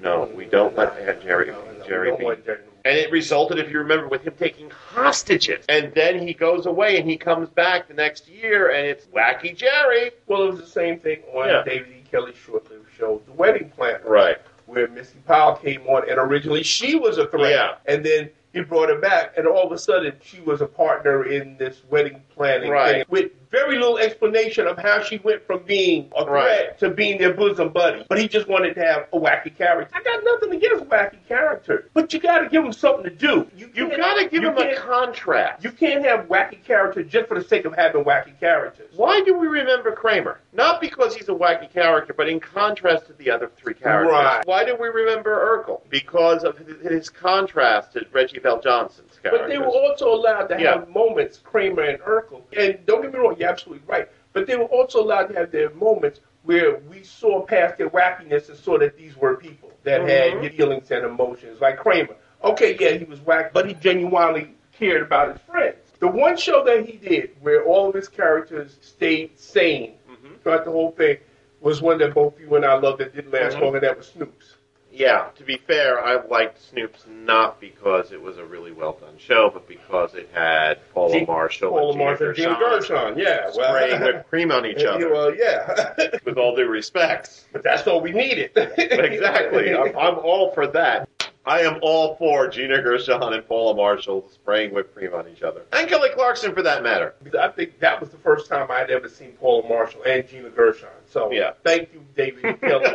Speaker 2: No, we don't let Aunt Jerry- Jerry
Speaker 8: we don't
Speaker 2: be-
Speaker 8: want Jerry.
Speaker 2: And it resulted, if you remember, with him taking hostages. And then he goes away and he comes back the next year and it's Wacky Jerry.
Speaker 8: Well, it was the same thing on
Speaker 2: Yeah.
Speaker 8: David E. Kelly's short-lived show, The Wedding Planner,
Speaker 2: Right.
Speaker 8: where Missy Powell came on, and originally she was a threat,
Speaker 2: Yeah.
Speaker 8: and then he brought her back, and all of a sudden she was a partner in this wedding planning
Speaker 2: Right.
Speaker 8: thing, with very little explanation of how she went from being a threat
Speaker 2: Right.
Speaker 8: to being their bosom buddy. But he just wanted to have a wacky character. I got nothing against wacky characters, but you got to give him something to do. You
Speaker 2: You've
Speaker 8: can't-
Speaker 2: got to give
Speaker 8: you
Speaker 2: him a
Speaker 8: can't-
Speaker 2: contract.
Speaker 8: You can't have wacky characters just for the sake of having wacky characters.
Speaker 2: Why do we remember Kramer? Not because he's a wacky character, but in contrast to the other three characters.
Speaker 8: Right.
Speaker 2: Why do we remember Urkel? Because of his- his contrast to Reggie Bell Johnson's character.
Speaker 8: But they were also allowed to
Speaker 2: Yeah.
Speaker 8: have moments, Kramer and Urkel. And don't get me wrong, you're absolutely right. But they were also allowed to have their moments where we saw past their wackiness and saw that these were people that
Speaker 2: Mhm.
Speaker 8: had feelings and emotions. Like Kramer. Okay, yeah, he was whack, but he genuinely cared about his friends. The one show that he did where all of his characters stayed sane
Speaker 2: Mm-hmm.
Speaker 8: throughout the whole thing was one that both you and I loved that didn't last
Speaker 2: Mhm.
Speaker 8: long, and that was Snoop's.
Speaker 2: Yeah, to be fair, I liked Snoop's not because it was a really well done show, but because it had Paula
Speaker 8: Gee,
Speaker 2: Marshall
Speaker 8: Paula
Speaker 2: and Gina
Speaker 8: Marshall, Jim
Speaker 2: Gershon
Speaker 8: Gershon, yeah.
Speaker 2: spraying
Speaker 8: Well,
Speaker 2: whipped cream on each other.
Speaker 8: well yeah.
Speaker 2: With all due respect.
Speaker 8: But that's all we needed.
Speaker 2: exactly. I'm, I'm all for that. I am all for Gina Gershon and Paula Marshall spraying whipped cream on each other. And Kelly Clarkson for that matter.
Speaker 8: I think that was the first time I'd ever seen Paula Marshall and Gina Gershon. So
Speaker 2: Yeah.
Speaker 8: thank you, David E. Kelly,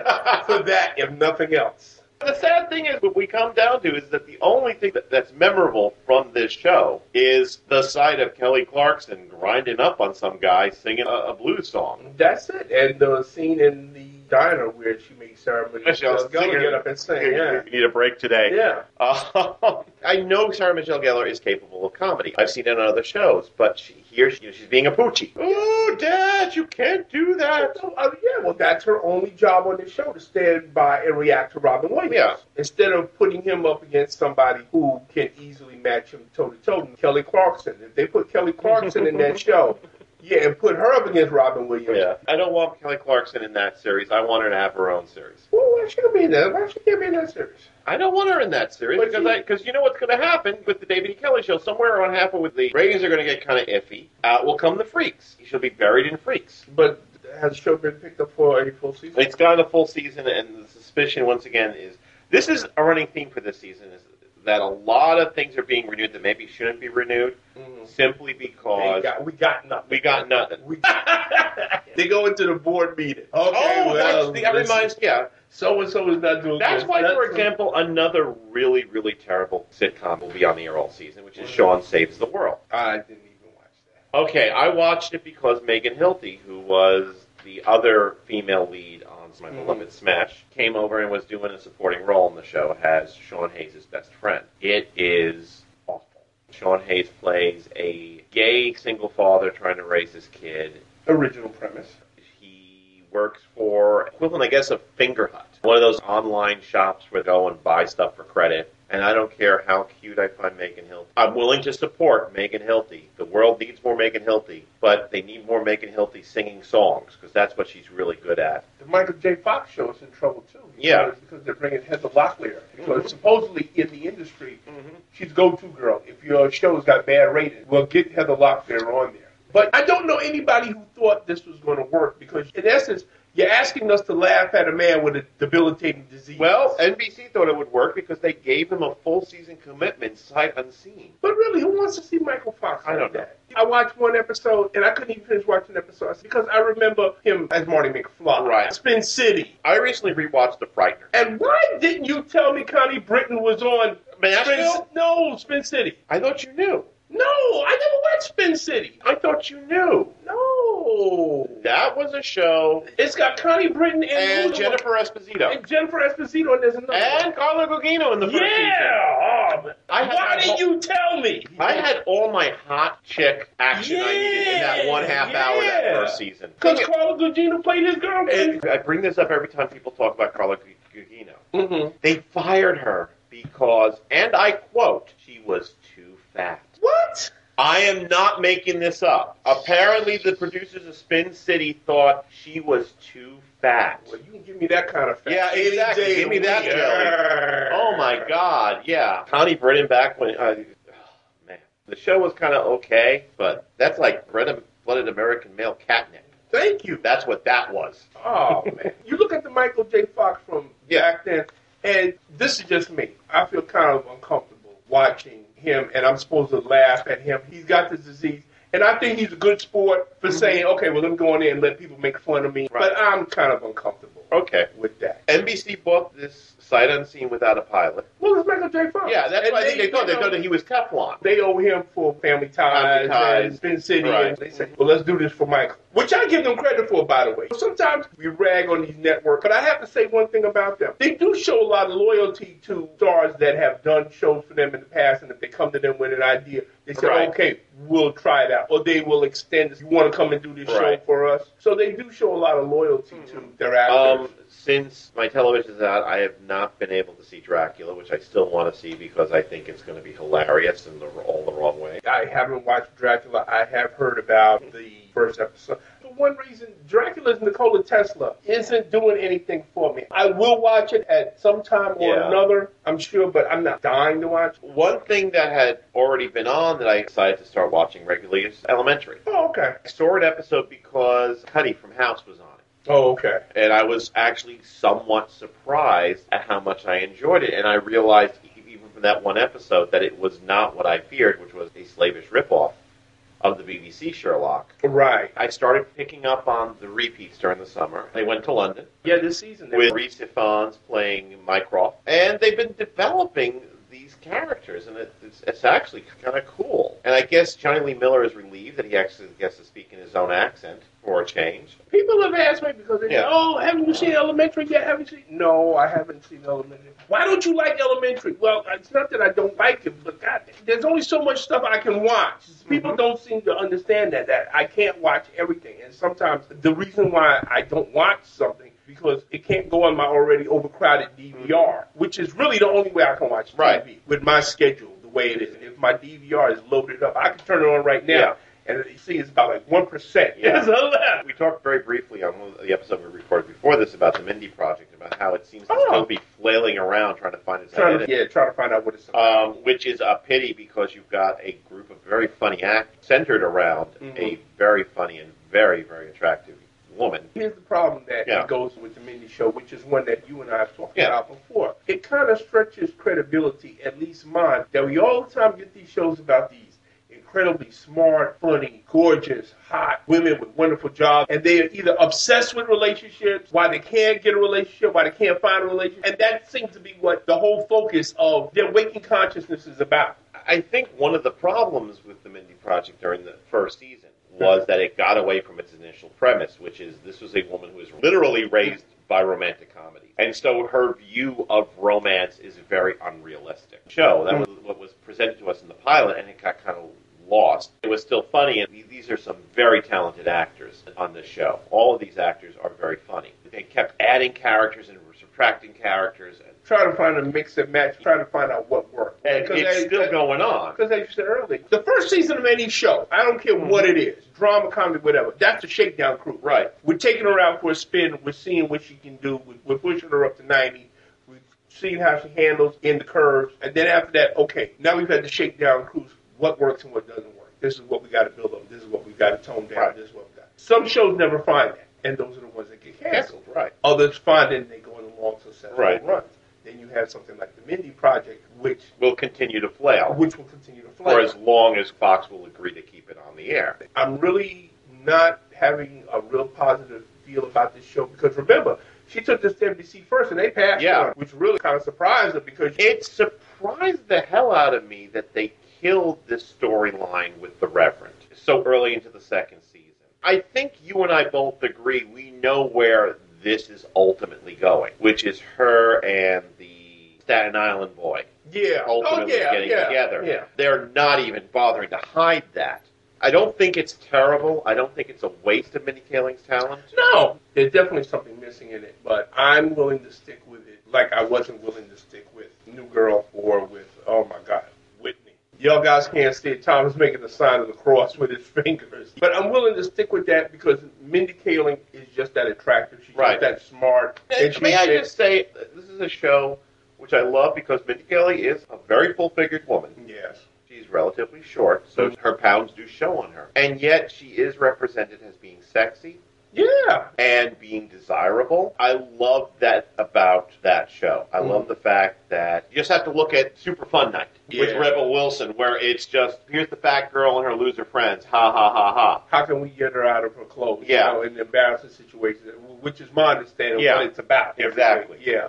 Speaker 8: for that, if nothing else.
Speaker 2: The sad thing is, what we come down to is that the only thing that, that's memorable from this show is the sight of Kelly Clarkson grinding up on some guy singing a, a blues song.
Speaker 8: That's it. And the scene in the diner where she made Sarah
Speaker 2: Michelle
Speaker 8: Michelle Gellar
Speaker 2: singing.
Speaker 8: get up and sing. Yeah.
Speaker 2: We need a break today.
Speaker 8: Yeah.
Speaker 2: Uh, I know Sarah Michelle Gellar is capable of comedy. I've seen it on other shows, but she, here she, you know, she's being a poochie. Oh, Dad, you can't do that.
Speaker 8: So, uh, yeah, well, that's her only job on the show to stand by and react to Robin Williams.
Speaker 2: Yeah.
Speaker 8: Instead of putting him up against somebody who can easily match him toe to toe, Kelly Clarkson. If they put Kelly Clarkson in that show, yeah, and put her up against Robin Williams,
Speaker 2: Yeah, I don't want Kelly Clarkson in that series. I want her to have her own series.
Speaker 8: well, why should be in that? Why should not be in that series?
Speaker 2: I don't want her in that series
Speaker 8: But
Speaker 2: because
Speaker 8: she-
Speaker 2: I because you know what's going to happen with the David E. Kelly show. Somewhere around halfway, with the ratings are going to get kind of iffy. Out will come the freaks. She'll be buried in freaks.
Speaker 8: But has the show been picked up for a full season?
Speaker 2: It's gone the full season, and the suspicion once again is this is a running theme for this season is that a lot of things are being renewed that maybe shouldn't be renewed simply
Speaker 8: Mm-hmm. They
Speaker 2: because
Speaker 8: got, we got nothing.
Speaker 2: we got nothing.
Speaker 8: We they go into the board meeting. Okay,
Speaker 2: oh,
Speaker 8: well,
Speaker 2: that's the, that reminds yeah.
Speaker 8: So and so is not doing.
Speaker 2: That's
Speaker 8: good.
Speaker 2: why, for example, another really, really terrible sitcom will be on the air all season, which
Speaker 8: Mm-hmm.
Speaker 2: is Sean Saves the World.
Speaker 8: I didn't even watch that.
Speaker 2: Okay, I watched it because Megan Hilty, who was the other female lead on My Beloved Smash, came over and was doing a supporting role in the show as Sean Hayes' best friend. It is awful. Sean Hayes plays a gay single father trying to raise his kid,
Speaker 8: Original premise.
Speaker 2: he works for equivalent, I guess, of Finger Hut, one of those online shops where they go and buy stuff for credit. And I don't care how cute I find Megan Hilty. I'm willing to support Megan Hilty. The world needs more Megan Hilty, but they need more Megan Hilty singing songs because that's what she's really good at.
Speaker 8: The Michael J. Fox show is in trouble too.
Speaker 2: Yeah. Mm-hmm.
Speaker 8: because they're bringing Heather Locklear. Because supposedly in the industry, she's go-to girl. If your show's got bad ratings, well, get Heather Locklear on there. But I don't know anybody who thought this was going to work because, in essence, you're asking us to laugh at a man with a debilitating disease.
Speaker 2: Well, NBC thought it would work because they gave him a full season commitment, sight unseen.
Speaker 8: But really, who wants to see Michael Fox?
Speaker 2: I don't
Speaker 8: like that? I watched one episode and I couldn't even finish watching the episode because I remember him as Marty McFly.
Speaker 2: Right.
Speaker 8: Spin City.
Speaker 2: I recently rewatched The Frightener.
Speaker 8: And why didn't you tell me Connie Britton was on
Speaker 2: Nashville?
Speaker 8: Spin, no Spin City?
Speaker 2: I thought you knew.
Speaker 8: No, I never watched Spin City.
Speaker 2: I thought you knew.
Speaker 8: No,
Speaker 2: That was a show.
Speaker 8: it's got Connie Britton and,
Speaker 2: And
Speaker 8: Lula-
Speaker 2: Jennifer Esposito.
Speaker 8: and Jennifer Esposito, and there's another
Speaker 2: And
Speaker 8: one.
Speaker 2: Carlo Gugino in the first season.
Speaker 8: Yeah. Oh,
Speaker 2: I had
Speaker 8: why
Speaker 2: that
Speaker 8: did
Speaker 2: whole-
Speaker 8: you tell me?
Speaker 2: I had all my hot chick action I needed in that one half hour that
Speaker 8: Yeah.
Speaker 2: first season.
Speaker 8: because Carla Gugino played his girlfriend.
Speaker 2: And I bring this up every time people talk about Carla Gu- Gugino.
Speaker 8: Mm-hmm.
Speaker 2: They fired her because, and I quote, she was too fat.
Speaker 8: What?
Speaker 2: I am not making this up. Apparently, the producers of Spin City thought she was too fat.
Speaker 8: Well, you can give me that kind of fact.
Speaker 2: Yeah,
Speaker 8: Any
Speaker 2: exactly.
Speaker 8: day of
Speaker 2: Give me
Speaker 8: the
Speaker 2: that
Speaker 8: week.
Speaker 2: jelly. Oh my God! Yeah, Connie Britton back when uh, man, the show was kind of okay, but that's like red-blooded American male catnip.
Speaker 8: Thank you.
Speaker 2: That's what that was.
Speaker 8: Oh man, you look at the Michael J. Fox from
Speaker 2: Yeah.
Speaker 8: back then, and this is just me. I feel kind of uncomfortable watching him, and I'm supposed to laugh at him. He's got this disease, and I think he's a good sport for saying, "Okay, well, let me go in there and let people make fun of me."
Speaker 2: Mm-hmm. Right.
Speaker 8: But I'm kind of uncomfortable
Speaker 2: Okay.
Speaker 8: with that.
Speaker 2: NBC bought this sight unseen without a pilot.
Speaker 8: Well, it's Michael J. Fox.
Speaker 2: Yeah, that's
Speaker 8: Oh. And
Speaker 2: why I think they thought. They
Speaker 8: you
Speaker 2: thought
Speaker 8: know,
Speaker 2: that he was Teflon.
Speaker 8: they owe him for Family
Speaker 2: Family
Speaker 8: Ties,
Speaker 2: Ties.
Speaker 8: and Spin City.
Speaker 2: Right.
Speaker 8: And they said, well, let's do this for Michael, which I give them credit for, by the way. Sometimes we rag on these networks, but I have to say one thing about them. They do show a lot of loyalty to stars that have done shows for them in the past, and if they come to them with an idea, they say,
Speaker 2: Right.
Speaker 8: okay, we'll try it out, or they will extend this. You want to come and do this
Speaker 2: Right.
Speaker 8: show for us? So they do show a lot of loyalty to their actors.
Speaker 2: Um, since my television's out, I have not been able to see Dracula, which I still want to see because I think it's going to be hilarious in the, all the wrong way.
Speaker 8: I haven't watched Dracula. I have heard about the first episode. For one reason, Dracula's Nikola Tesla isn't doing anything for me. I will watch it at some time or
Speaker 2: Yeah.
Speaker 8: another, I'm sure, but I'm not dying to watch. it.
Speaker 2: One thing that had already been on that I decided to start watching regularly is Elementary.
Speaker 8: Oh, okay.
Speaker 2: I saw an episode because Cuddy from House was on it.
Speaker 8: Oh, okay.
Speaker 2: And I was actually somewhat surprised at how much I enjoyed it. And I realized, e- even from that one episode, that it was not what I feared, which was a slavish ripoff of the BBC Sherlock.
Speaker 8: Right.
Speaker 2: I started picking up on the repeats during the summer. They went to London
Speaker 8: Yeah, this season.
Speaker 2: with Reese Ifans playing Mycroft, and they've been developing these characters, and it, it's, it's actually kind of cool. And I guess Johnny Lee Miller is relieved that he actually gets to speak in his own accent for a change.
Speaker 8: People have asked me because they
Speaker 2: Yeah.
Speaker 8: say, "Oh, haven't you seen Elementary yet? Haven't you?" Seen? No, I haven't seen Elementary. Why don't you like Elementary? Well, it's not that I don't like it, but God, there's only so much stuff I can watch. People
Speaker 2: Mm-hmm.
Speaker 8: don't seem to understand that that I can't watch everything, and sometimes the reason why I don't watch something because it can't go on my already overcrowded DVR, which is really the only way I can watch TV
Speaker 2: Mm-hmm. Right.
Speaker 8: with my schedule the way it is. If my DVR is loaded up, I can turn it on right now.
Speaker 2: Yeah.
Speaker 8: And you see, it's about like one percent.
Speaker 2: Yeah.
Speaker 8: left.
Speaker 2: We talked very briefly on one of the episode we recorded before this about the Mindy Project, about how it seems to
Speaker 8: Oh.
Speaker 2: still be flailing around trying to find its
Speaker 8: trying to,
Speaker 2: identity.
Speaker 8: yeah, trying to find out what it's about.
Speaker 2: Um, which is a pity because you've got a
Speaker 8: Mm-hmm.
Speaker 2: group of very funny actors centered around a very funny and very, very attractive woman.
Speaker 8: Here's the problem that
Speaker 2: Yeah.
Speaker 8: goes with the mini show, which is one that you and I have talked
Speaker 2: Yeah.
Speaker 8: about before. It kind of stretches credibility, at least mine, that we all the time get these shows about these incredibly smart, funny, gorgeous, hot women with wonderful jobs, and they are either obsessed with relationships, why they can't get a relationship, why they can't find a relationship, and that seems to be what the whole focus of their waking consciousness is about.
Speaker 2: I think one of the problems with the Mindy Project during the first season was that it got away from its initial premise, which is this was a woman who was literally raised by romantic comedy. And so her view of romance is a very unrealistic show. That was what was presented to us in the pilot, and it got kind of lost. It was still funny, and these are some very talented actors on this show. All of these actors are very funny. They kept adding characters and subtracting characters, and,
Speaker 8: Try to find a mix and match, try to find out what works.
Speaker 2: and
Speaker 8: Because
Speaker 2: it's
Speaker 8: they-
Speaker 2: still going on.
Speaker 8: Because as you said earlier, the first season of any show, I don't care
Speaker 2: Mm-hmm.
Speaker 8: what it is, drama, comedy, whatever, that's the shakedown crew.
Speaker 2: Right.
Speaker 8: We're taking her out for a spin. We're seeing what she can do. We- We're pushing her up to 90. We've seen how she handles in the curves. And then after that, okay, now we've had the shakedown cruise. What works and what doesn't work. This is what we got to build up. This is what we got to tone down.
Speaker 2: Right.
Speaker 8: This is what we got. Some shows never find that. And those are the ones that get canceled.
Speaker 2: Canceled, right.
Speaker 8: Others find it and they go on long successful
Speaker 2: Right.
Speaker 8: runs. Then you have something like the Mindy Project, which
Speaker 2: Will continue to flail.
Speaker 8: which will continue to fly.
Speaker 2: for as long as Fox will agree to keep it on the air.
Speaker 8: I'm really not having a real positive feel about this show because remember, she took this to NBC first and they passed
Speaker 2: Yeah.
Speaker 8: on, which really kind of surprised her because
Speaker 2: It surprised the hell out of me that they killed this storyline with the Reverend so early into the second season. I think you and I both agree we know where this is ultimately going, which is her and the Staten Island boy
Speaker 8: yeah, oh
Speaker 2: ultimately
Speaker 8: yeah,
Speaker 2: getting
Speaker 8: yeah,
Speaker 2: together.
Speaker 8: yeah.
Speaker 2: They're not even bothering to hide that. I don't think it's terrible. I don't think it's a waste of Minnie Kaling's talent.
Speaker 8: No, there's definitely something missing in it, but I'm willing to stick with it like I wasn't willing to stick with New Girl or with, oh my God, Whitney. Y'all guys can't see it. Tom is making the sign of the cross with his fingers. But I'm willing to stick with that because Mindy Kaling is just that attractive. She's
Speaker 2: Right.
Speaker 8: just that smart.
Speaker 2: May,
Speaker 8: she-
Speaker 2: may I just say, that this is a show which I love because Mindy Kelly is a very full-figured woman.
Speaker 8: Yes.
Speaker 2: She's relatively short, so her pounds do show on her. And yet she is represented as being sexy
Speaker 8: Yeah.
Speaker 2: and being desirable. I love that about that show. I love the fact that you just have to look at Super Fun Night with
Speaker 8: Yeah.
Speaker 2: Rebel Wilson, where it's just, here's the fat girl and her loser friends. Ha, ha, ha, ha.
Speaker 8: How can we get her out of her clothes?
Speaker 2: Yeah.
Speaker 8: You know, in embarrassing situations, which is my understanding
Speaker 2: Yeah.
Speaker 8: of what it's about.
Speaker 2: Exactly.
Speaker 8: Yeah.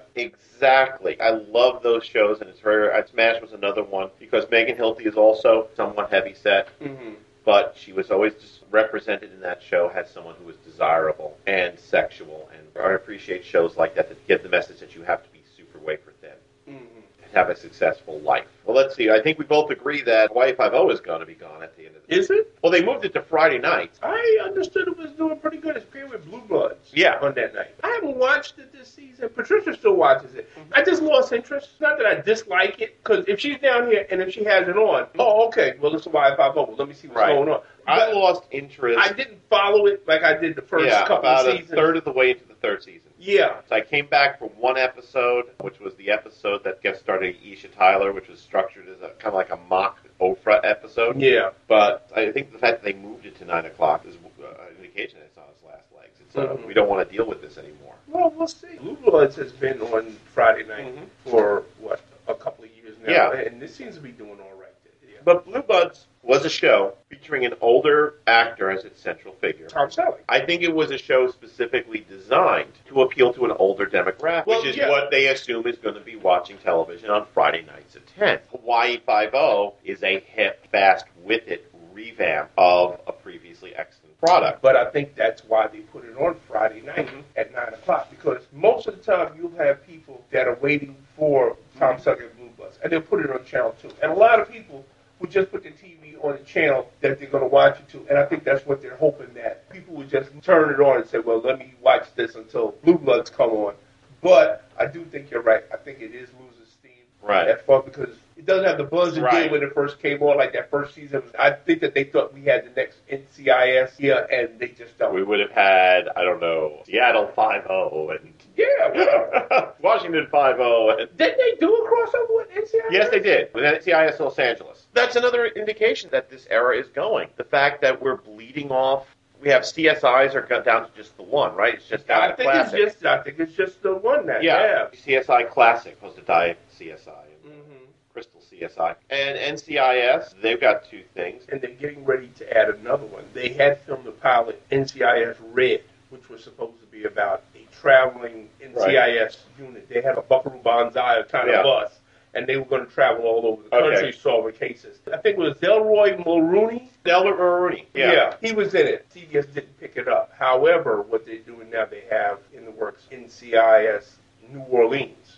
Speaker 2: Exactly. I love those shows, and it's very. uh, Smash was another one because Megan Hilty is also somewhat heavy set,
Speaker 8: hmm
Speaker 2: but she was always just represented in that show as someone who was desirable and sexual. And I appreciate shows like that that give the message that you have to be super wafer thin
Speaker 8: hmm
Speaker 2: and have a successful life. Well, let's see. I think we both agree that Hawaii Five O is going to be gone at the end of the.
Speaker 8: Is it?
Speaker 2: Well, they moved it to Friday nights.
Speaker 8: I understood it was doing pretty good. It's paired with Blue Bloods.
Speaker 2: Yeah.
Speaker 8: On that night. I haven't watched it this season. Patricia still watches it.
Speaker 2: Mm-hmm.
Speaker 8: I just lost interest. Not that I dislike it, because if she's down here and if she has it on, oh, okay, well, it's a Y5 over. Let me see
Speaker 2: Mm-hmm.
Speaker 8: what's
Speaker 2: Right.
Speaker 8: going on.
Speaker 2: I
Speaker 8: But
Speaker 2: lost interest.
Speaker 8: I didn't follow it like I did the first
Speaker 2: yeah,
Speaker 8: couple
Speaker 2: about
Speaker 8: of
Speaker 2: a
Speaker 8: seasons.
Speaker 2: third of the way into the third season.
Speaker 8: Yeah.
Speaker 2: So I came back for one episode, which was the episode that guest started Isha Tyler, which was structured as a kind of like a mock Ofra episode.
Speaker 8: Yeah.
Speaker 2: But I think the fact that they moved it to nine o'clock is uh, an indication that it's on its last legs. It's uh,
Speaker 8: Mhm.
Speaker 2: we don't want to deal with this anymore.
Speaker 8: Well, we'll see. Mm-hmm. Blue Bloods has been on Friday night
Speaker 2: Mhm.
Speaker 8: for what a couple of years
Speaker 2: Yeah.
Speaker 8: now, and this seems to be doing all right. Yeah.
Speaker 2: But Blue Buds was a show featuring an older actor as its central figure.
Speaker 8: Tom Selleck.
Speaker 2: I think it was a show specifically designed to appeal to an older demographic,
Speaker 8: Well,
Speaker 2: which is
Speaker 8: yeah.
Speaker 2: what they assume is going to be watching television on Friday nights at 10. Hawaii Five-O is a hip, fast, with it revamp of a previously extant product.
Speaker 8: But I think that's why they put it on Friday night
Speaker 2: Mm-hmm.
Speaker 8: at nine o'clock because most of the time you'll have people that are waiting for Tom
Speaker 2: Mm-hmm.
Speaker 8: Selleck and Blue Bloods, and they'll put it on channel two. And a lot of people would just put their TV on the channel that they're going to watch it to, and I think that's what they're hoping that people would just turn it on and say, "Well, let me watch this until Blue Bloods come on." But I do think you're right. I think it is losing steam
Speaker 2: Right.
Speaker 8: that far because it doesn't have the buzz it
Speaker 2: Right.
Speaker 8: did when it first came on, like that first season. I think that they thought we had the next NCIS here, and they just don't.
Speaker 2: We would have had, I don't know, Seattle Five-O
Speaker 8: yeah, well,
Speaker 2: and Washington Five-O and
Speaker 8: didn't they do a crossover with NCIS?
Speaker 2: Yes, they did. With NCIS Los Angeles. That's another indication that this era is going. The fact that we're bleeding off we have CSIs are go- down to just the one, right? It's just down
Speaker 8: I
Speaker 2: to
Speaker 8: think it's
Speaker 2: classic.
Speaker 8: just I think it's just the one that
Speaker 2: yeah.
Speaker 8: yeah.
Speaker 2: CSI Classic was the Diet CSI and
Speaker 8: Mhm.
Speaker 2: Crystal CSI and NCIS. They've got two things.
Speaker 8: And they're getting ready to add another one. They had filmed the pilot NCIS Red, which was supposed to be about a traveling NCIS unit. They had a Buckaroo Banzai kind
Speaker 2: Yeah.
Speaker 8: of bus, and they were going to travel all over the
Speaker 2: Okay.
Speaker 8: country solving cases. I think it was Delroy Mulrooney.
Speaker 2: Delbert Maroney.
Speaker 8: Yeah. he was in it. CBS didn't pick it up. However, what they're doing now, they have in the works NCIS New Orleans,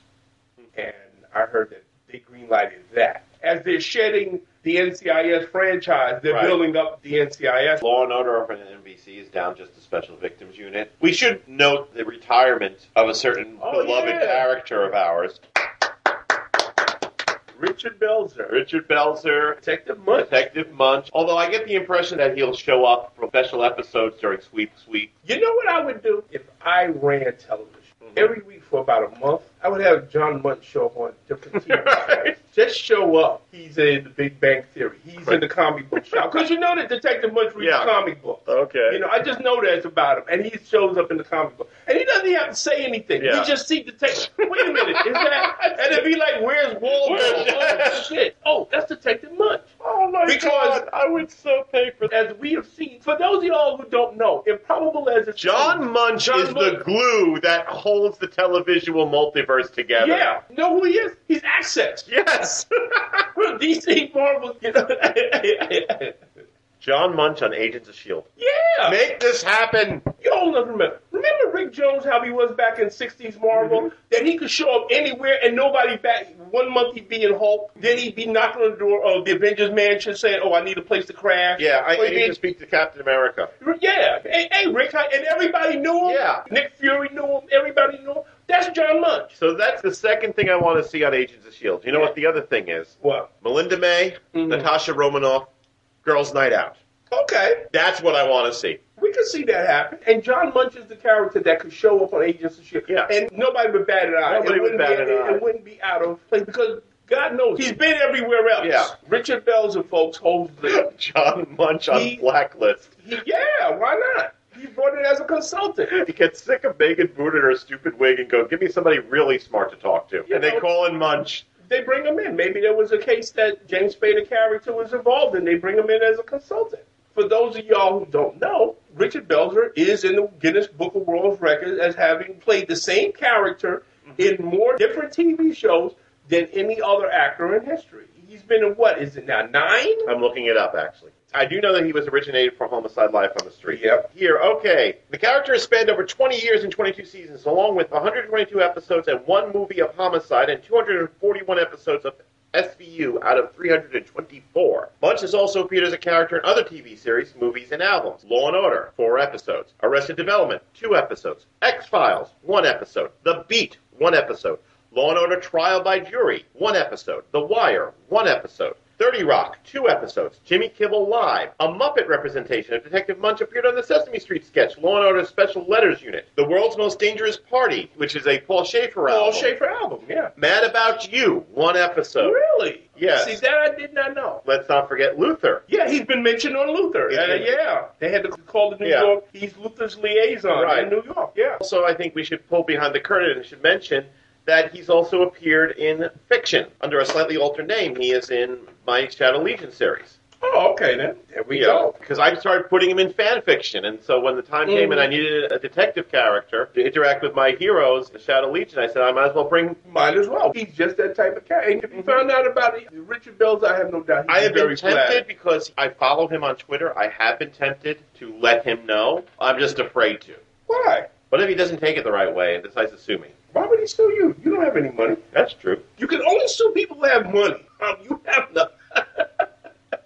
Speaker 8: and I heard that they greenlighted that. As they're shedding the NCIS franchise, they're
Speaker 2: Right.
Speaker 8: building up the NCIS.
Speaker 2: Law and Order from NBC is down just the Special Victims Unit. We should note the retirement of a certain
Speaker 8: Oh,
Speaker 2: beloved
Speaker 8: yeah.
Speaker 2: character of ours,
Speaker 8: Richard Belzer,
Speaker 2: Richard Belzer,
Speaker 8: Detective Munch.
Speaker 2: Detective Munch. Although I get the impression that he'll show up for special episodes during Sweep Sweep.
Speaker 8: You know what I would do if I ran television
Speaker 2: Mm-hmm.
Speaker 8: every week for about a month? I would have John Munt show up on different TV shows. Just show up. He's in The Big Bang Theory. He's in the comic book shop because you know that Detective Munch reads
Speaker 2: Yeah.
Speaker 8: comic books.
Speaker 2: Okay.
Speaker 8: You know, I just know that's about him, and he shows up in the comic book, and he doesn't have to say anything.
Speaker 2: Yeah.
Speaker 8: You just see Detective. Wait a minute, is that? And it'd be like, "Where's Waldo?
Speaker 2: Where's-
Speaker 8: oh shit! Oh, that's Detective Munch."
Speaker 2: Oh my
Speaker 8: God,
Speaker 2: I would so pay for
Speaker 8: As we have seen, for those of y'all who don't know, improbable as it
Speaker 2: John Munch
Speaker 8: John
Speaker 2: is the
Speaker 8: Munch.
Speaker 2: glue that holds the televisual multiverse together.
Speaker 8: Yeah. Know who he is? He's Access.
Speaker 2: Yes.
Speaker 8: From DC Marvel. you know. yeah.
Speaker 2: John Munch on Agents of S.H.I.E.L.D. Make this happen.
Speaker 8: you all know, remember. Remember Rick Jones, how he was back in 60s Marvel?
Speaker 2: Mm-hmm.
Speaker 8: That he could show up anywhere and nobody back. One month he'd be in Hulk. Then he'd be knocking on the door of the Avengers mansion saying, oh, I need a place to crash.
Speaker 2: Yeah, I,
Speaker 8: Or
Speaker 2: I
Speaker 8: he'd be
Speaker 2: need
Speaker 8: in
Speaker 2: to speak to Captain America.
Speaker 8: Yeah. Hey, hey Rick, how- and everybody knew him.
Speaker 2: Yeah.
Speaker 8: Nick Fury knew him. Everybody knew him. That's John Munch.
Speaker 2: So that's the second thing I want to see on Agents of S.H.I.E.L.D. E You know what Mm-hmm. the other thing is?
Speaker 8: Well,
Speaker 2: Melinda May,
Speaker 8: Mhm.
Speaker 2: Natasha Romanoff, Girls Night Out.
Speaker 8: okay.
Speaker 2: That's what I want to see.
Speaker 8: We could see that happen. And John Munch is the character that could show up on Agents of S.H.I.E.L.D.
Speaker 2: Yeah.
Speaker 8: E And nobody would bat an eye.
Speaker 2: Nobody would
Speaker 8: it wouldn't
Speaker 2: bat
Speaker 8: be,
Speaker 2: an
Speaker 8: it,
Speaker 2: eye.
Speaker 8: it wouldn't be out of place because God knows he's been everywhere else.
Speaker 2: Yeah.
Speaker 8: Richard Belzer, folks, holds the.
Speaker 2: John Munch on
Speaker 8: He-
Speaker 2: Blacklist.
Speaker 8: he, yeah, why not? He brought it as a consultant.
Speaker 2: He gets sick of Megan Boone in her stupid wig and go, give me somebody really smart to talk to.
Speaker 8: You
Speaker 2: and they
Speaker 8: know-
Speaker 2: call in Munch.
Speaker 8: They bring him in. Maybe there was a case that James Spader character was involved in. They bring him in as a consultant. For those of y'all who don't know, Richard Belzer is in the Guinness Book of World Records as having played the same character
Speaker 2: Mm-hmm.
Speaker 8: in more different TV shows than any other actor in history. He's been in what is it now nine?
Speaker 2: I'm looking it up, actually. I do know that he was originated from Homicide Life on the Street.
Speaker 8: Yep.
Speaker 2: Here, okay. The character has spanned over 20 years and 22 seasons, along with 122 episodes and one movie of Homicide and 241 episodes of SVU out of 324. Munch has also appeared as a character in other TV series, movies, and albums. Law and Order, four episodes. Arrested Development, two episodes. X Files, one episode. The Beat, one episode. Law and Order Trial by Jury, one episode. The Wire, one episode. 30 Rock, two episodes. Jimmy Kimmel Live, a Muppet representation of Detective Munch appeared on the Sesame Street sketch, Law and Order Special Letters Unit. The World's Most Dangerous Party, which is a Paul Schaefer
Speaker 8: Paul
Speaker 2: album.
Speaker 8: Schaefer album, yeah.
Speaker 2: Mad About You, one episode.
Speaker 8: Really?
Speaker 2: Yes.
Speaker 8: See that I did not know.
Speaker 2: Let's not forget Luther.
Speaker 8: Yeah, he's been mentioned on Luther.
Speaker 2: He's
Speaker 8: Uh,
Speaker 2: been-
Speaker 8: yeah, they had to call the New
Speaker 2: Yeah.
Speaker 8: York. He's Luther's liaison
Speaker 2: Right.
Speaker 8: in New York. Yeah.
Speaker 2: Also, I think we should pull behind the curtain and should mention that he's also appeared in fiction under a slightly altered name. He is in my Shadow Legion series.
Speaker 8: Oh, okay then. There we go.
Speaker 2: Because I started putting him in fan fiction, and so when the time came and I needed a detective character to interact with my heroes, the Shadow Legion, I said I might as well bring.
Speaker 8: Might as well. He's just that type of character. And if you found out about it, Richard Bells, I have no doubt. He'd
Speaker 2: Mm-hmm. I have
Speaker 8: be very
Speaker 2: been tempted
Speaker 8: flattered.
Speaker 2: because I follow him on Twitter. I have been tempted to let him know. I'm just afraid to.
Speaker 8: Why?
Speaker 2: What if he doesn't take it the right way and decides to sue me?
Speaker 8: Why would he sue you? You don't have any money.
Speaker 2: That's true.
Speaker 8: You can only sue people who have money. Um, you have none.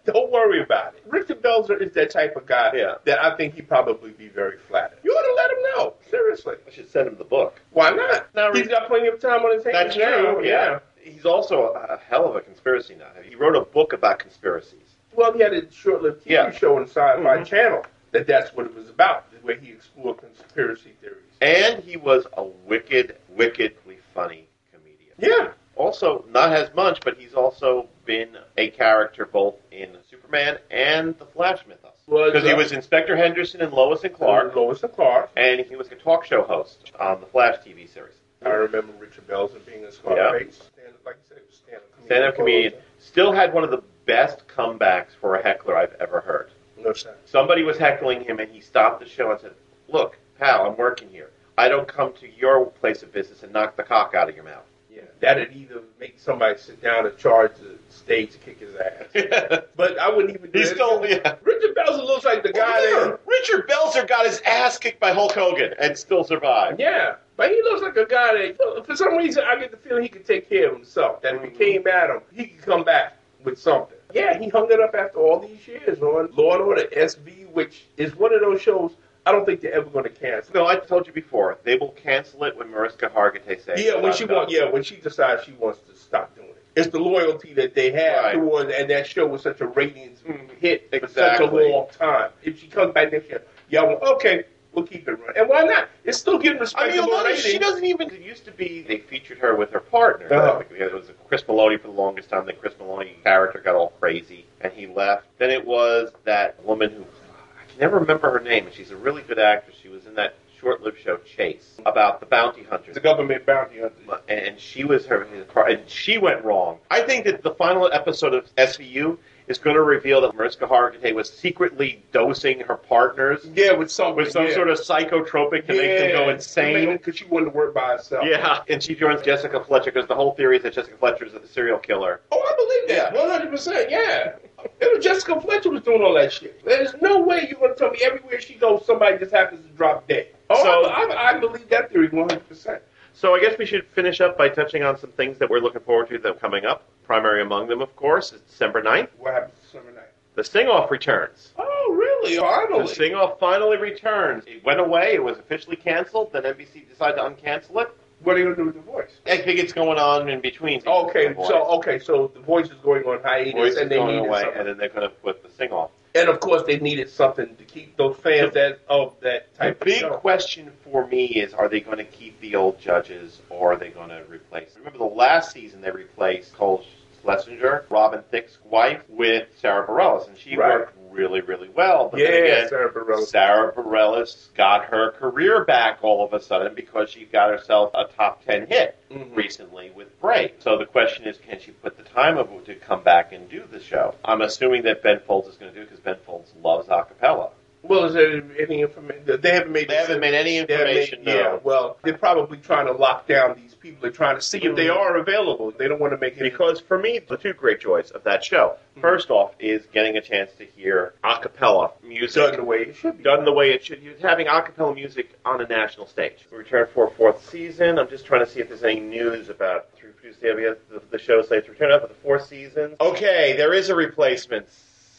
Speaker 8: Don't worry about it. Richard Belzer is that type of guy
Speaker 2: Yeah.
Speaker 8: that I think he'd probably be very flattered. You ought to let him know. Seriously.
Speaker 2: I should send him the book.
Speaker 8: Why not?
Speaker 2: Not
Speaker 8: He's
Speaker 2: re-
Speaker 8: got plenty of time on his hands.
Speaker 2: That's
Speaker 8: now.
Speaker 2: true. Yeah. He's also a a hell of a conspiracy nut. He wrote a book about conspiracies.
Speaker 8: Well, he had a short-lived TV
Speaker 2: Yeah.
Speaker 8: show on Sci-Fi
Speaker 2: Mhm.
Speaker 8: Channel that that's what it was about, where he explored conspiracy theories.
Speaker 2: And he was a wicked, wickedly funny comedian.
Speaker 8: Yeah.
Speaker 2: Also, not as much, but he's also been a character both in Superman and the Flash mythos.
Speaker 8: Was,
Speaker 2: Because he
Speaker 8: uh,
Speaker 2: was Inspector Henderson and Lois and Clark,
Speaker 8: Lois and Clark.
Speaker 2: and he was a talk show host on the Flash TV series.
Speaker 8: I remember Richard Belzer being a
Speaker 2: Yeah.
Speaker 8: Scarface. Stand- Like you said, he was a
Speaker 2: Stand up comedian. Still had one of the best comebacks for a heckler I've ever heard.
Speaker 8: No sense.
Speaker 2: Somebody was heckling him, and he stopped the show and said, Look, pal, I'm working here. I don't come to your place of business and knock the cock out of your mouth.
Speaker 8: Yeah, that'd either make somebody sit down and charge the stage to kick his ass. but I wouldn't even. do
Speaker 2: He's
Speaker 8: that.
Speaker 2: still, yeah. Oh,
Speaker 8: Richard Belzer looks like the guy. that,
Speaker 2: Richard Belzer got his ass kicked by Hulk Hogan and still survived.
Speaker 8: yeah, but he looks like a guy that, for some reason, I get the feeling he could take care of himself. That if he came at him, he could come back with something. Yeah, he hung it up after all these years on Law and Order SV, which is one of those shows I don't think they're ever going to cancel.
Speaker 2: No, I told you before, they will cancel it when Mariska Hargitay says
Speaker 8: Yeah, when
Speaker 2: stop,
Speaker 8: she
Speaker 2: stop.
Speaker 8: wants, yeah, when she decides she wants to stop doing it, it's the loyalty that they have
Speaker 2: Right.
Speaker 8: towards, and that show was such a ratings
Speaker 2: Mhm.
Speaker 8: hit for such
Speaker 2: Exactly.
Speaker 8: a long time. If she comes back next year, y'all, will- okay, we'll keep it running, and why not? It's still getting
Speaker 2: I mean, a
Speaker 8: respectable
Speaker 2: lot of,
Speaker 8: ratings.
Speaker 2: she doesn't even. It used to be they featured her with her partner.
Speaker 8: Uh-huh.
Speaker 2: It was Chris Maloney for the longest time. Then Chris Maloney character got all crazy and he left. Then it was that woman who I can never remember her name, and she's a really good actress. She was in that short-lived show Chase about the bounty hunters.
Speaker 8: the government bounty hunters.
Speaker 2: And she was her his part, and she went wrong. I think that the final episode of SVU is going to reveal that Mariska Hargitay was secretly dosing her partners
Speaker 8: Yeah, with some
Speaker 2: with some
Speaker 8: yeah.
Speaker 2: sort of psychotropic to make them go insane.
Speaker 8: because she wanted to work by herself.
Speaker 2: Yeah, and she joins Jessica Fletcher because the whole theory is that Jessica Fletcher is a serial killer.
Speaker 8: Oh, I believe that. One hundred percent. Yeah. It was Jessica Fletcher was doing all that shit. There's no way you're gonna tell me everywhere she goes, somebody just happens to drop dead. Oh,
Speaker 2: So-
Speaker 8: I, I, I believe that theory one hundred percent.
Speaker 2: So I guess we should finish up by touching on some things that we're looking forward to that are coming up. Primary among them, of course, is December 9th.
Speaker 8: What happened to summer night?
Speaker 2: The Sing Off returns.
Speaker 8: Oh, really?
Speaker 2: The
Speaker 8: Finally.
Speaker 2: Sing Off finally returns. It went away, it was officially canceled, then NBC decided to uncancel it.
Speaker 8: What are you gonna do with the voice?
Speaker 2: I think it's going on in between.
Speaker 8: Okay,
Speaker 2: The
Speaker 8: so
Speaker 2: voice.
Speaker 8: okay, so the voice is going on hiatus,
Speaker 2: Voice is
Speaker 8: and they
Speaker 2: going
Speaker 8: needed
Speaker 2: away,
Speaker 8: something.
Speaker 2: and then they're going to put the Sing Off.
Speaker 8: And of course, they needed something to keep those fans that of that
Speaker 2: The
Speaker 8: type of
Speaker 2: big
Speaker 8: show.
Speaker 2: question for me is are they going to keep the old judges or are they going to replace? Remember the last season they replaced Cole Schlesinger, Robin Thicke's wife, with Sarah Bareilles, and she
Speaker 8: Right.
Speaker 2: worked really, really well. But
Speaker 8: yeah,
Speaker 2: then again,
Speaker 8: Sarah Bareilles.
Speaker 2: Sarah Bareilles got her career back all of a sudden because she got herself a top 10 hit
Speaker 8: Mhm.
Speaker 2: recently with Break. So the question is, can she put the time of to come back and do the show? I'm assuming that Ben Folds is going to do it because Ben Folds loves a cappella.
Speaker 8: Well, is there any information? They haven't made.
Speaker 2: They haven't made any
Speaker 8: They haven't made-
Speaker 2: information
Speaker 8: Yeah.
Speaker 2: known.
Speaker 8: Well, they're probably trying to lock down these people. They're trying to see if they are available. They don't want to make any.
Speaker 2: Mm. Because for me, the two great joys of that show,
Speaker 8: Mm-hmm.
Speaker 2: first off, is getting a chance to hear a cappella music
Speaker 8: done the way it should be.
Speaker 2: done the way it should. You're having a cappella music on a national stage. We return for a fourth season. I'm just trying to see if there's any news about through the, the, the show slates return up for the fourth season. Okay, there is a replacement.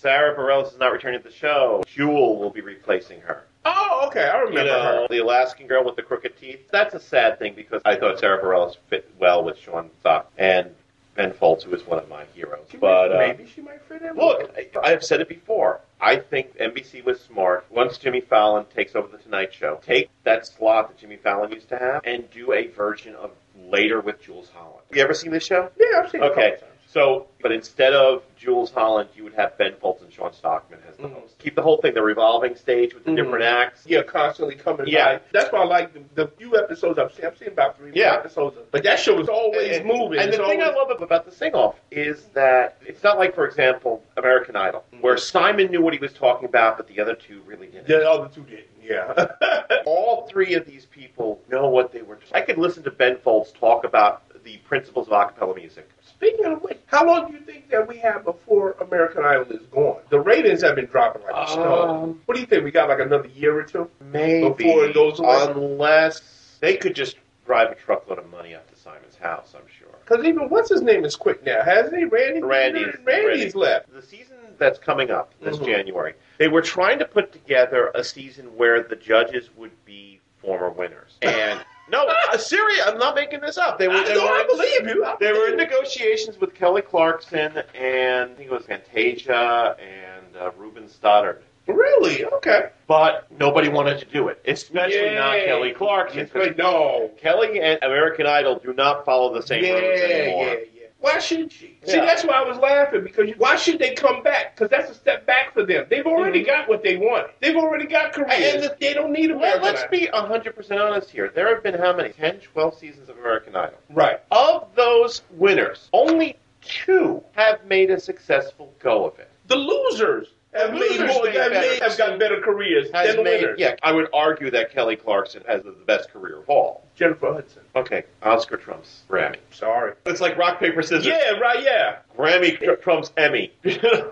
Speaker 2: Sarah Bareilles is not returning to the show. Jewel will be replacing her.
Speaker 8: Oh, okay. I
Speaker 2: You
Speaker 8: remember
Speaker 2: know,
Speaker 8: her.
Speaker 2: the Alaskan girl with the crooked teeth. That's a sad thing because I thought Sarah Bareilles fit well with Sean Stock and Ben Folds, who is one of my heroes.
Speaker 8: She
Speaker 2: But
Speaker 8: might,
Speaker 2: uh,
Speaker 8: maybe she might fit in.
Speaker 2: look, I, I've said it before. I think NBC was smart. Once Jimmy Fallon takes over the Tonight Show, take that slot that Jimmy Fallon used to have and do a version of later with Jules Holland. You ever seen this show?
Speaker 8: yeah, I've seen her. a
Speaker 2: Okay.
Speaker 8: couple times.
Speaker 2: So, but instead of Jules Holland, you would have Ben Folds and Sean Stockman as the
Speaker 8: Mhm.
Speaker 2: host. Keep the whole thing the revolving stage with the
Speaker 8: Mhm.
Speaker 2: different acts.
Speaker 8: Yeah, constantly coming
Speaker 2: Yeah.
Speaker 8: by. That's why I like the, the few episodes I've seen. I've seen about three
Speaker 2: Yeah.
Speaker 8: episodes. Of, but that show is always
Speaker 2: and,
Speaker 8: moving.
Speaker 2: And the
Speaker 8: It's
Speaker 2: thing I
Speaker 8: always-
Speaker 2: love about the sing off is that it's not like, for example, American Idol,
Speaker 8: Mm-hmm.
Speaker 2: where Simon knew what he was talking about, but the other two really didn't.
Speaker 8: the other two didn't. Yeah.
Speaker 2: All three of these people know what they were. I could listen to Ben Folds talk about the principles of acapella music.
Speaker 8: Speaking of which, how long do you think that we have before American Idol is gone? The ratings have been dropping like a stone.
Speaker 2: Um,
Speaker 8: What do you think? We got like another year or two?
Speaker 2: Maybe
Speaker 8: Before it goes away.
Speaker 2: unless they could just drive a truckload of money up to Simon's house. I'm sure.
Speaker 8: Because even what's his name is quick now, hasn't he? Randy.
Speaker 2: Randy's,
Speaker 8: Randy's left.
Speaker 2: The season that's coming up this
Speaker 8: Mhm.
Speaker 2: January, they were trying to put together a season where the judges would be former winners. And no, uh, Siri, I'm not making this up. They were,
Speaker 8: I,
Speaker 2: they
Speaker 8: no,
Speaker 2: were
Speaker 8: I believe you. I
Speaker 2: they were in
Speaker 8: believe you.
Speaker 2: negotiations with Kelly Clarkson and I think it was Fantasia and uh, Ruben Stoddard.
Speaker 8: really okay.
Speaker 2: But nobody wanted to do it, especially not
Speaker 8: Yay.
Speaker 2: uh, Kelly Clarkson.
Speaker 8: That's right. No.
Speaker 2: Kelly and American Idol do not follow the same
Speaker 8: yeah,
Speaker 2: rules
Speaker 8: yeah,
Speaker 2: anymore.
Speaker 8: yeah, Why should she? See,
Speaker 2: Yeah.
Speaker 8: that's why I was laughing because you, why should they come back? Because that's a step back for them. They've already
Speaker 2: Mm-hmm.
Speaker 8: got what they want. They've already got careers.
Speaker 2: And-
Speaker 8: they don't need
Speaker 2: Let,
Speaker 8: American
Speaker 2: let's
Speaker 8: Idol.
Speaker 2: be 100% honest here. There have been how many? 10, 12 seasons of American Idol.
Speaker 8: right.
Speaker 2: Of those winners, only two have made a successful go of it.
Speaker 8: The losers have made
Speaker 2: losers
Speaker 8: more.
Speaker 2: made
Speaker 8: Have, made,
Speaker 2: better.
Speaker 8: have got better careers
Speaker 2: Has
Speaker 8: than the
Speaker 2: made,
Speaker 8: winners.
Speaker 2: yeah, I would argue that Kelly Clarkson has the best career of all.
Speaker 8: Jennifer Hudson.
Speaker 2: Okay, Oscar trumps Grammy.
Speaker 8: Sorry.
Speaker 2: It's like rock paper scissors.
Speaker 8: Yeah, right. Yeah.
Speaker 2: Grammy tr- trumps Emmy.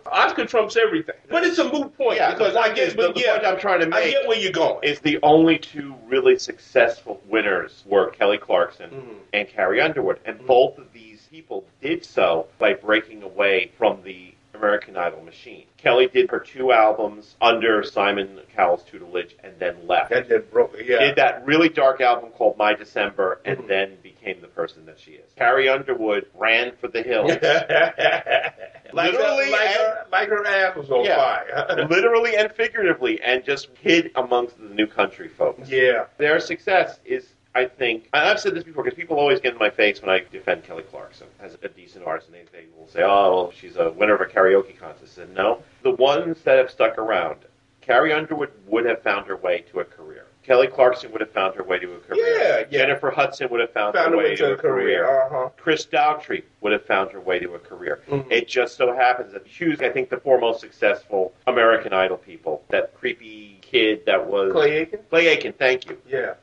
Speaker 8: Oscar trumps everything, but it's a moot point
Speaker 2: Yeah,
Speaker 8: because
Speaker 2: the
Speaker 8: I
Speaker 2: point
Speaker 8: get.
Speaker 2: is-
Speaker 8: but
Speaker 2: the
Speaker 8: yeah,
Speaker 2: point I'm trying to
Speaker 8: I
Speaker 2: make
Speaker 8: get where you're going.
Speaker 2: is the only two really successful winners were Kelly Clarkson
Speaker 8: Mhm.
Speaker 2: and Carrie Underwood, and
Speaker 8: Mm-hmm.
Speaker 2: both of these people did so by breaking away from the American Idol machine. Kelly did her two albums under Simon Cowell's tutelage and then left.
Speaker 8: That just broke. Yeah.
Speaker 2: Did that really dark album called My December and
Speaker 8: Mhm.
Speaker 2: then became the person that she is. Carrie Underwood ran for the hills.
Speaker 8: like
Speaker 2: Literally
Speaker 8: her, like, her, like her ass was on
Speaker 2: Yeah.
Speaker 8: fire.
Speaker 2: literally and figuratively, and just hid amongst the new country folks.
Speaker 8: yeah.
Speaker 2: Their success is, I think, and I've said this before because people always get in my face when I defend Kelly Clarkson as a decent artist, and they, they will say, oh, well, she's a winner of a karaoke contest. And no, the ones that have stuck around, Carrie Underwood would have found her way to a career. Kelly Clarkson would have found her way to a career.
Speaker 8: Yeah, yeah.
Speaker 2: Jennifer Hudson would have found,
Speaker 8: Found
Speaker 2: her
Speaker 8: a
Speaker 2: way to a career. Uh-huh.
Speaker 8: Uh huh.
Speaker 2: Chris Daughtry would have found her way to a career.
Speaker 8: Mhm.
Speaker 2: It just so happens that Hughes, I think, the four most successful American Idol people. That creepy kid that was
Speaker 8: Clay Aiken.
Speaker 2: Clay Aiken. Thank you.
Speaker 8: Yeah,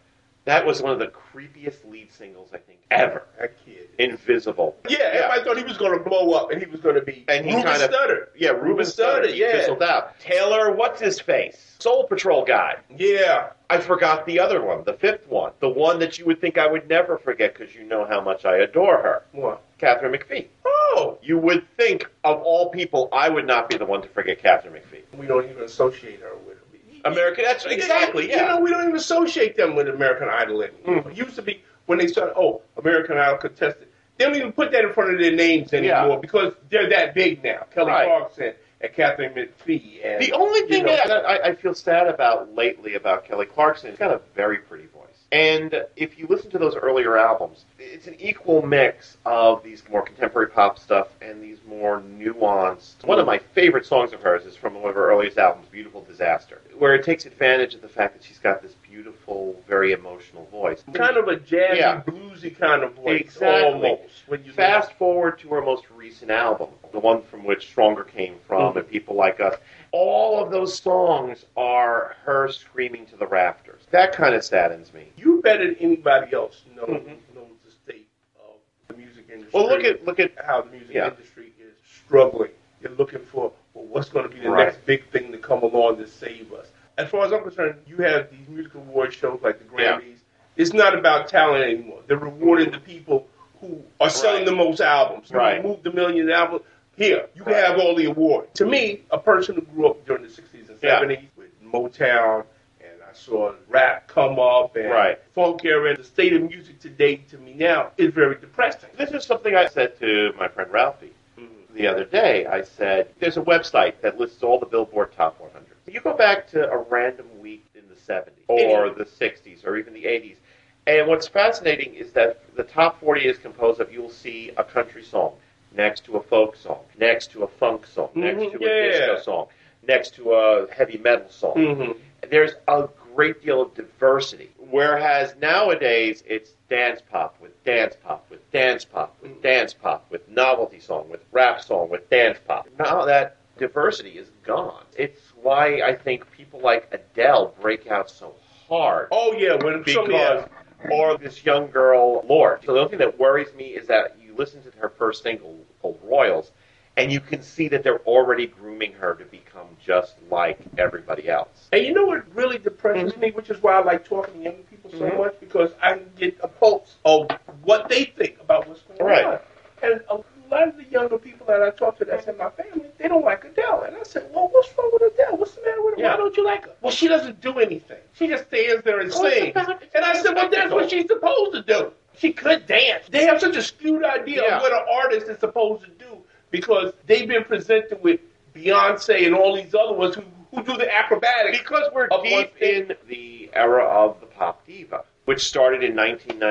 Speaker 2: That was one of the creepiest lead singles I think ever.
Speaker 8: that kid.
Speaker 2: Invisible.
Speaker 8: Yeah, everybody thought he was going to blow up, and he was going to be.
Speaker 2: And he
Speaker 8: Ruben
Speaker 2: kinda-
Speaker 8: Studdard.
Speaker 2: Yeah, Ruben
Speaker 8: Ruben Studdard,
Speaker 2: Studdard.
Speaker 8: yeah.
Speaker 2: fizzled out. Taylor, what's his face? Soul Patrol guy.
Speaker 8: Yeah,
Speaker 2: I forgot the other one, the fifth one, the one that you would think I would never forget because you know how much I adore her,
Speaker 8: what?
Speaker 2: Catherine McPhee.
Speaker 8: Oh,
Speaker 2: You would think of all people, I would not be the one to forget Catherine McPhee.
Speaker 8: we don't even associate her with.
Speaker 2: American. That's exactly.
Speaker 8: You
Speaker 2: Yeah. Mm.
Speaker 8: know, we don't even associate them with American Idol anymore. It used to be when they started, oh, American Idol contestant. They don't even put that in front of their names anymore
Speaker 2: Yeah.
Speaker 8: because they're that big now. Kelly
Speaker 2: Right.
Speaker 8: Clarkson and Catherine McPhee. And,
Speaker 2: the only thing
Speaker 8: you know,
Speaker 2: that I, I feel sad about lately about Kelly Clarkson, she's got a very pretty voice. And if you listen to those earlier albums, it's an equal mix of these more contemporary pop stuff and these more nuanced. One of my favorite songs of hers is from one of her earliest albums, Beautiful Disaster, where it takes advantage of the fact that she's got this beautiful, very emotional voice.
Speaker 8: kind of a jazzy,
Speaker 2: Yeah.
Speaker 8: bluesy kind of voice.
Speaker 2: Exactly.
Speaker 8: Almost, when you
Speaker 2: Fast forward to her most recent album, the one from which Stronger came
Speaker 8: Mm-hmm.
Speaker 2: from, and People Like Us. All of those songs are her screaming to the rafters. That kind of saddens me.
Speaker 8: You better than anybody else knows,
Speaker 2: Mhm.
Speaker 8: knows the state of the music industry.
Speaker 2: Well, look at look at
Speaker 8: how the music
Speaker 2: Yeah.
Speaker 8: industry is struggling. You're looking for well, what's going to be the
Speaker 2: Right.
Speaker 8: next big thing to come along to save us. As far as I'm concerned, you have these music award shows like the
Speaker 2: Yeah.
Speaker 8: Grammys. It's not about talent anymore. They're rewarding the people who are selling
Speaker 2: Right.
Speaker 8: the most albums. who
Speaker 2: Right.
Speaker 8: Move the million album. Here, you can
Speaker 2: Right.
Speaker 8: have all the awards. To me, a person who grew up during the 60s and
Speaker 2: Yeah.
Speaker 8: 70s with Motown, and I saw rap come up and
Speaker 2: Right.
Speaker 8: funk era, and the state of music today to me now is very depressing.
Speaker 2: this is something I said to my friend Ralphie
Speaker 8: Mm-hmm.
Speaker 2: the other day. I said there's a website that lists all the Billboard Top 100. You go back to a random week in the 70s or the 60s or even the 80s, and what's fascinating is that the top 40 is composed of you'll see a country song next to a folk song, next to a funk song, next
Speaker 8: Mhm,
Speaker 2: to
Speaker 8: yeah.
Speaker 2: a disco song, next to a heavy metal song
Speaker 8: Mm-hmm.
Speaker 2: there's a great deal of diversity. Whereas nowadays it's dance pop with dance pop with dance pop with dance pop with novelty song with rap song with dance pop. Now that diversity is gone. It's why I think people like Adele break out so hard
Speaker 8: Oh yeah, when
Speaker 2: because or this young girl Lord. So the only thing that worries me is that you listen to her first single, called Royals, and you can see that they're already grooming her to become just like everybody else.
Speaker 8: and you know what really depresses
Speaker 2: Mm-hmm.
Speaker 8: me, which is why I like talking to young people so
Speaker 2: Mhm.
Speaker 8: much because I can get a pulse of what they think about what's going
Speaker 2: Right.
Speaker 8: on. And a lot of the younger people that I talk to that's in my family, they don't like Adele. And I said, Well, what's wrong with Adele? What's the matter with her?
Speaker 2: Yeah.
Speaker 8: Why don't you like her? Well, she doesn't do anything. She just stands there and
Speaker 2: Well, Oh, it's
Speaker 8: sings.
Speaker 2: about-
Speaker 8: And I said, Well, that's what she's supposed to do. She could dance. They have such a skewed idea
Speaker 2: Yeah.
Speaker 8: of what an artist is supposed to do because they've been presented with Beyonce and all these other ones who, who do the acrobatics.
Speaker 2: Because we're
Speaker 8: Of one
Speaker 2: deep
Speaker 8: thing.
Speaker 2: in the era of the pop diva. which started in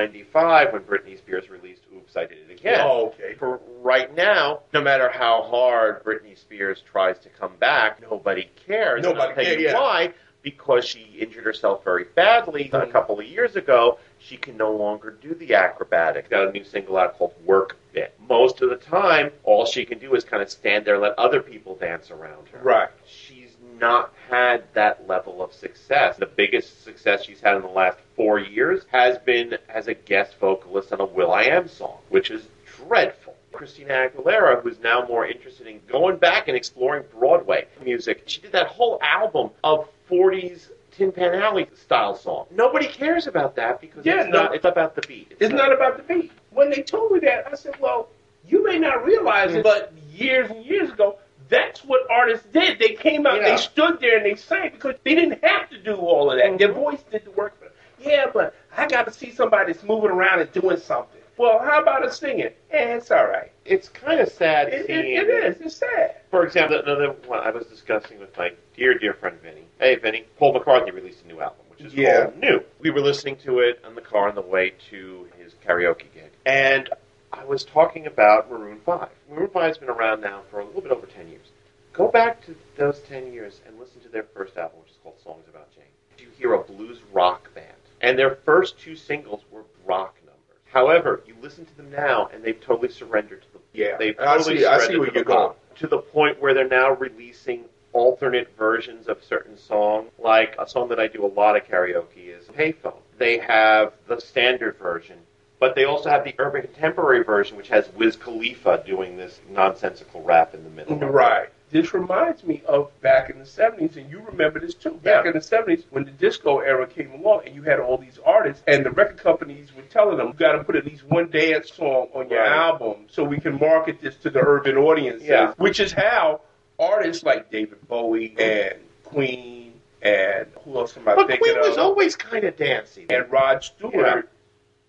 Speaker 2: 1995 when Britney Spears released Oops, I Did It Again.
Speaker 8: Oh, okay.
Speaker 2: For right now, no matter how hard Britney Spears tries to come back, nobody cares. And
Speaker 8: Nobody
Speaker 2: I'll tell
Speaker 8: cares,
Speaker 2: you
Speaker 8: yeah.
Speaker 2: why. Because she injured herself very badly
Speaker 8: Mm-hmm.
Speaker 2: a couple of years ago, she can no longer do the acrobatics. Got a new single out called Work It. Most of the time, all she can do is kind of stand there and let other people dance around her
Speaker 8: Right.
Speaker 2: she's not had that level of success. The biggest success she's had in the last four years has been as a guest vocalist on a Will I Am song, which is dreadful. Christina Aguilera, who's now more interested in going back and exploring Broadway music, she did that whole album of 40s Tin Pan Alley style song. Nobody cares about that because
Speaker 8: Yeah,
Speaker 2: it's,
Speaker 8: no.
Speaker 2: not, it's about the beat.
Speaker 8: It's not about the beat. When they told me that, I said, well, you may not realize it, but years and years ago, that's what artists did. They came out,
Speaker 2: Yeah.
Speaker 8: they stood there, and they sang because they didn't have to do all of that. Their voice did the work for them. Yeah, but I got to see somebody that's moving around and doing something. Well, how about us singing? Eh, it's all right.
Speaker 2: It's kind of sad
Speaker 8: It, it,
Speaker 2: seeing
Speaker 8: it is. It's sad.
Speaker 2: For example, another one I was discussing with my dear, dear friend Vinny. Hey, Vinny. Paul McCartney released a new album, which is
Speaker 8: Yeah.
Speaker 2: all new. We were listening to it in the car on the way to his karaoke gig. And I was talking about Maroon 5. Maroon 5's been around now for a little bit over 10 years. Go back to those 10 years and listen to their first album, which is called Songs About Jane. You hear a blues rock band. And their first two singles were rock numbers. However, you listen to them now, and they've totally surrendered to the
Speaker 8: Yeah.
Speaker 2: They've
Speaker 8: I
Speaker 2: totally
Speaker 8: see- I see
Speaker 2: surrendered
Speaker 8: where
Speaker 2: to the
Speaker 8: you're going.
Speaker 2: pop to the point where they're now releasing alternate versions of certain songs. Like a song that I do a lot of karaoke is Payphone. They have the standard version, but they also have the urban contemporary version, which has Wiz Khalifa doing this nonsensical rap in the middle.
Speaker 8: Right. This reminds me of back in the 70s, and you remember this too. Back
Speaker 2: Yeah.
Speaker 8: in the 70s, when the disco era came along, and you had all these artists, and the record companies were telling them, you got to put at least one dance song on your
Speaker 2: Right.
Speaker 8: album so we can market this to the urban audiences.
Speaker 2: Yeah.
Speaker 8: Which is how artists like David Bowie and Queen and who else am I
Speaker 2: But
Speaker 8: thinking
Speaker 2: Queen was
Speaker 8: of?
Speaker 2: always kind of dancey.
Speaker 8: and Rod Stewart
Speaker 2: Yeah.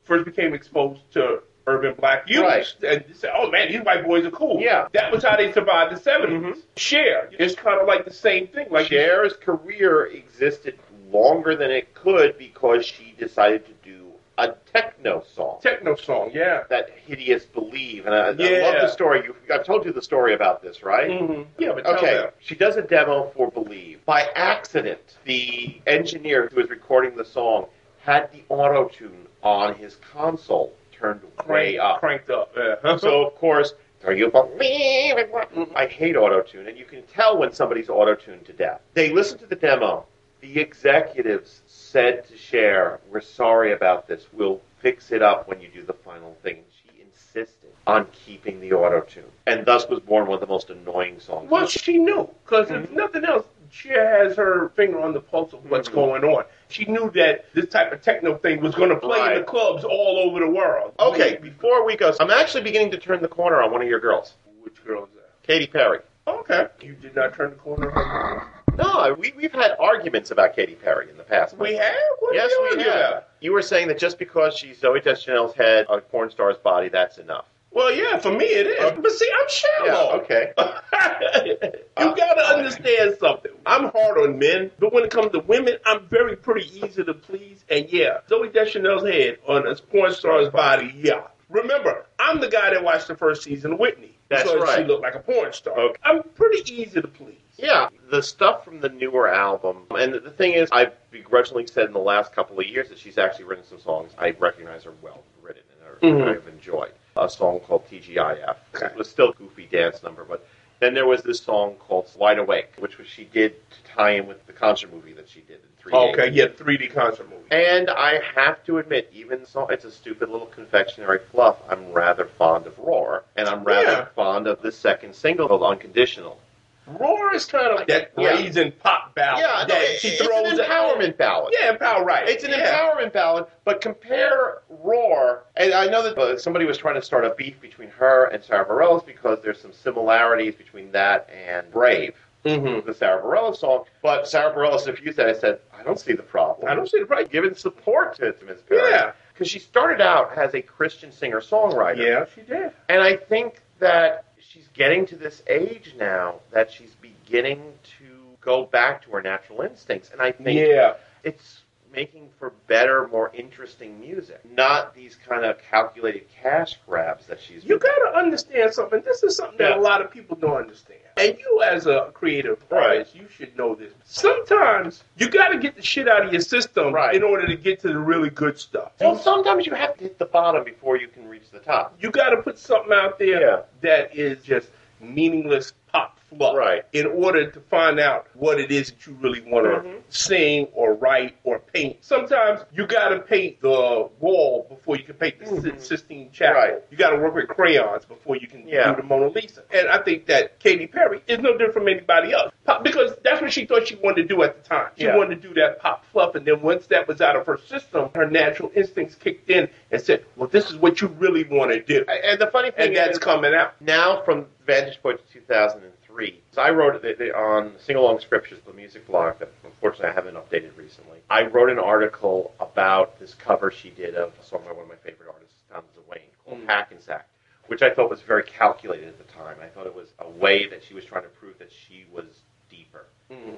Speaker 8: first became exposed to urban black youth
Speaker 2: Right.
Speaker 8: and they said, "Oh man, these white boys are cool."
Speaker 2: Yeah. Mm-hmm.
Speaker 8: that was how they survived the 70s Share, it's kind of like the same thing. Like
Speaker 2: Cher's career existed longer than it could because she decided to do a techno song.
Speaker 8: techno song, yeah.
Speaker 2: that hideous believe, and I, I love
Speaker 8: Yeah. Mm-hmm.
Speaker 2: the story. You, I've told you the story about this, right?
Speaker 8: Yeah, but tell
Speaker 2: Okay,
Speaker 8: them.
Speaker 2: she does a demo for Believe. By accident, the engineer who was recording the song had the auto tune on his console turned way
Speaker 8: Crank,
Speaker 2: up.
Speaker 8: cranked up. Yeah.
Speaker 2: So, of course, are you believe in what? I hate auto tune, and you can tell when somebody's auto tuned to death. They listened to the demo. The executives said to Cher, We're sorry about this. We'll fix it up when you do the final thing. And She insisted on keeping the auto tune, and thus was born one of the most annoying songs.
Speaker 8: well, she knew because if
Speaker 2: Mm-hmm.
Speaker 8: nothing else, Cher has her finger on the pulse of what's
Speaker 2: Mm-hmm.
Speaker 8: going on. She knew that this type of techno thing was going to play in the
Speaker 2: Right.
Speaker 8: clubs all over the world.
Speaker 2: okay, before we go, I'm actually beginning to turn the corner on one of your girls,
Speaker 8: which girl is that?
Speaker 2: Katy Perry.
Speaker 8: Okay, you did not turn the corner. on her?
Speaker 2: No, we, we've had arguments about Katy Perry in the past.
Speaker 8: We have. What
Speaker 2: yes,
Speaker 8: are you
Speaker 2: we
Speaker 8: arguing about?
Speaker 2: have. You were saying that just because she's Zoe Deschanel's head, a porn star's body, that's enough.
Speaker 8: Well, yeah, for me it is. But see, I'm
Speaker 2: Yeah,
Speaker 8: shallow.
Speaker 2: okay.
Speaker 8: you gotta understand something. I'm hard on men, but when it comes to women, I'm very pretty easy to please. And yeah, Zoe Deschanel's head on a porn star's body. Yeah. Remember, I'm the guy that watched the first season of Whitney.
Speaker 2: That's
Speaker 8: because She
Speaker 2: right.
Speaker 8: looked like a porn star.
Speaker 2: Okay.
Speaker 8: I'm pretty easy to please.
Speaker 2: Yeah, the stuff from the newer album, and the thing is, I've begrudgingly said in the last couple of years that she's actually written some songs I recognize are well written and are,
Speaker 8: Mm-hmm.
Speaker 2: I've enjoyed. A song called TGIF. It was still a goofy dance number, but then there was this song called Wide Awake, which was, she did to tie in with the concert movie that she did in 3 days.
Speaker 8: Okay, yeah, 3D concert movie.
Speaker 2: And I have to admit, even though it's a stupid little confectionery fluff, I'm rather fond of Roar, and I'm rather
Speaker 8: Yeah.
Speaker 2: fond of the second single called Unconditional.
Speaker 8: Roar is kind of that
Speaker 2: Yeah.
Speaker 8: raisin pop ballad.
Speaker 2: Yeah, no,
Speaker 8: that
Speaker 2: it-
Speaker 8: she
Speaker 2: it's
Speaker 8: throws
Speaker 2: an
Speaker 8: at-
Speaker 2: empowerment ballad.
Speaker 8: Yeah, empower right.
Speaker 2: It's an
Speaker 8: yeah.
Speaker 2: empowerment ballad, but compare Roar, and I know that uh, somebody was trying to start a beef between her and Sarah Bareilles because there's some similarities between that and Brave,
Speaker 8: Mhm.
Speaker 2: the Sarah Bareilles song. But Sarah Bareilles diffused that. I said, I don't see the problem.
Speaker 8: I don't see the problem.
Speaker 2: Giving support to, to Miss Perry.
Speaker 8: Yeah.
Speaker 2: Because she started out as a Christian singer songwriter.
Speaker 8: Yeah, she did.
Speaker 2: And I think that she's getting to this age now that she's beginning to go back to her natural instincts. And I think
Speaker 8: Yeah.
Speaker 2: it's making for better, more interesting music, not these kind of calculated cash grabs that she's.
Speaker 8: You
Speaker 2: been-
Speaker 8: got to understand something. This is something that
Speaker 2: Yeah.
Speaker 8: a lot of people don't understand. And you, as a creative
Speaker 2: Right.
Speaker 8: artist, you should know this. Sometimes you got to get the shit out of your system
Speaker 2: Right.
Speaker 8: in order to get to the really good stuff.
Speaker 2: Well, sometimes you have to hit the bottom before you can reach the top.
Speaker 8: You got to put something out there
Speaker 2: Yeah.
Speaker 8: that is just meaningless pop fluff
Speaker 2: Right.
Speaker 8: in order to find out what it is that you really want to
Speaker 2: Mm-hmm.
Speaker 8: sing or write or paint. Sometimes you got to paint the wall before you can paint the Sis- Sistine Chapel.
Speaker 2: Mm-hmm. Right.
Speaker 8: You got to work with crayons before you can
Speaker 2: Yeah.
Speaker 8: do the Mona Lisa. And I think that Katy Perry is no different from anybody else Pop- because that's what she thought she wanted to do at the time. She
Speaker 2: Yeah.
Speaker 8: wanted to do that pop fluff, and then once that was out of her system, her natural instincts kicked in and said, "Well, this is what you really want to do."
Speaker 2: And the funny thing
Speaker 8: And that's
Speaker 2: is,
Speaker 8: coming out.
Speaker 2: now from vantage point to 2003. So I wrote it on Sing Along Scriptures, the music blog that unfortunately I haven't updated recently. I wrote an article about this cover she did of a song by one of my favorite artists, Tom Zwane, called Hackensack, which I thought was very calculated at the time. I thought it was a way that she was trying to prove that she was deeper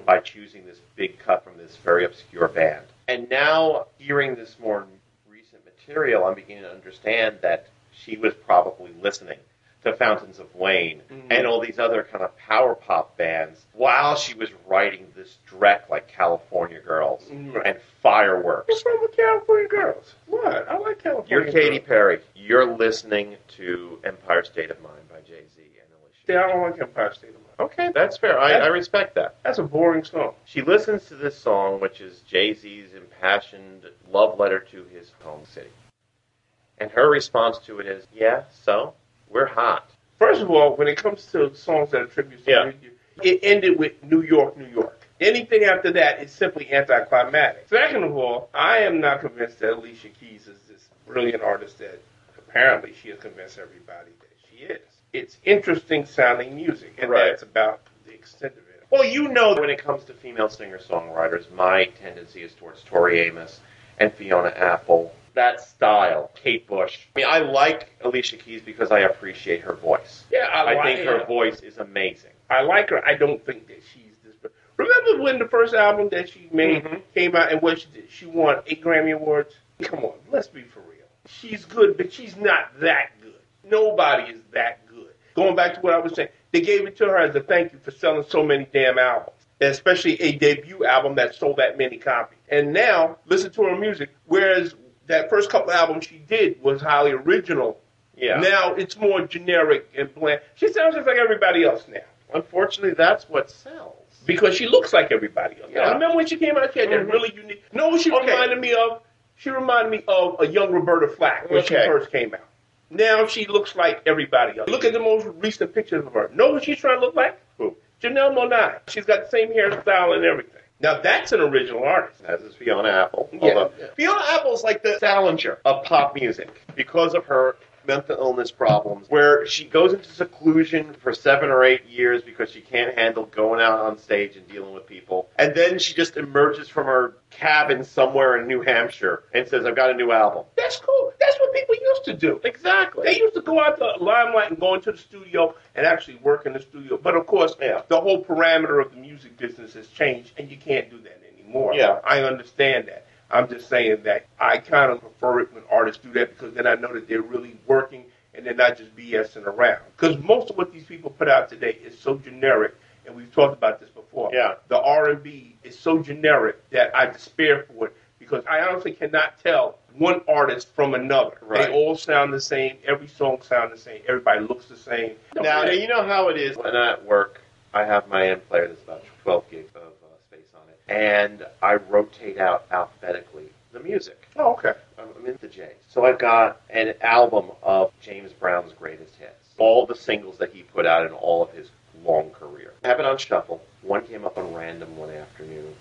Speaker 2: by choosing this big cut from this very obscure band. And now, hearing this more recent material, I'm beginning to understand that she was probably listening to Fountains of Wayne
Speaker 8: Mm-hmm.
Speaker 2: and all these other kind of power pop bands while she was writing this dreck like California Girls
Speaker 8: Right.
Speaker 2: and Fireworks.
Speaker 8: What's wrong with Mm-hmm. California girls? What? I like California.
Speaker 2: You're Katy
Speaker 8: Girls.
Speaker 2: Perry. You're listening to Empire State of Mind by Jay Z and Alicia.
Speaker 8: Yeah, I don't like Empire State of Mind.
Speaker 2: Okay, that's fair. I, I respect that.
Speaker 8: That's a boring song.
Speaker 2: She listens to this song, which is Jay Z's impassioned love letter to his home city. And her response to it is, Yeah, so? We're hot.
Speaker 8: First of all, when it comes to songs that are tributes to
Speaker 2: Yeah.
Speaker 8: New York, it ended with New York, New York. Anything after that is simply anticlimactic. Second of all, I am not convinced that Alicia Keys is this brilliant artist that apparently she has convinced everybody that she is. It's interesting sounding music, and
Speaker 2: Right.
Speaker 8: that's about the extent of it.
Speaker 2: Well, you know that when it comes to female singer songwriters, my tendency is towards Tori Amos and Fiona Apple. That style, Kate Bush. I mean, I like Alicia Keys because I appreciate her voice.
Speaker 8: Yeah, I,
Speaker 2: I
Speaker 8: like
Speaker 2: think her voice is amazing.
Speaker 8: I like her. I don't think that she's this. br- Remember when the first album that she made
Speaker 2: Mhm.
Speaker 8: came out and what she did? She won eight Grammy awards. Come on, let's be for real. She's good, but she's not that good. Nobody is that good. Going back to what I was saying, they gave it to her as a thank you for selling so many damn albums, especially a debut album that sold that many copies. And now listen to her music. Whereas that first couple albums she did was highly original.
Speaker 2: Yeah.
Speaker 8: Now it's more generic and bland. She sounds just like everybody else now
Speaker 2: Unfortunately, that's what sells.
Speaker 8: because she looks like everybody else.
Speaker 2: Yeah.
Speaker 8: Now, remember when she came out, she had
Speaker 2: Mhm.
Speaker 8: that really unique. No, she
Speaker 2: Okay.
Speaker 8: reminded me of. She reminded me of a young Roberta Flack when
Speaker 2: Okay.
Speaker 8: she first came out. Now she looks like everybody else. Look at the most recent pictures of her. Know what she's trying to look like? Who? Janelle Monáe. She's got the same hairstyle and everything. Now that's an original artist.
Speaker 2: as is Fiona Apple.
Speaker 8: Yeah.
Speaker 2: Although Fiona Apple's like the Salinger of pop music because of her mental illness problems, where she goes into seclusion for seven or eight years because she can't handle going out on stage and dealing with people. And then she just emerges from her cabin somewhere in New Hampshire and says, I've got a new album.
Speaker 8: That's cool. That's what people used to do.
Speaker 2: Exactly.
Speaker 8: They used to go out to limelight and go into the studio and actually work in the studio. But of course,
Speaker 2: Yeah.
Speaker 8: the whole parameter of the music business has changed, and you can't do that anymore.
Speaker 2: Yeah.
Speaker 8: I understand that. I'm just saying that I kind of prefer it when artists do that because then I know that they're really working and they're not just BSing around. Because most of what these people put out today is so generic, and we've talked about this before.
Speaker 2: Yeah.
Speaker 8: The R&B is so generic that I despair for it because I honestly cannot tell one artist from another.
Speaker 2: Right.
Speaker 8: They all sound the same. Every song sounds the same. Everybody looks the same.
Speaker 2: Now, now, you know how it is when I at work. I have my end player that's about 12 gigs of uh, space on it, and I rotate out alphabetically the music.
Speaker 8: oh, okay.
Speaker 2: I'm, I'm into Jay. So I've got an album of James Brown's greatest hits, all the singles that he put out in all of his long career. I have it on shuffle. One came up on random one afternoon,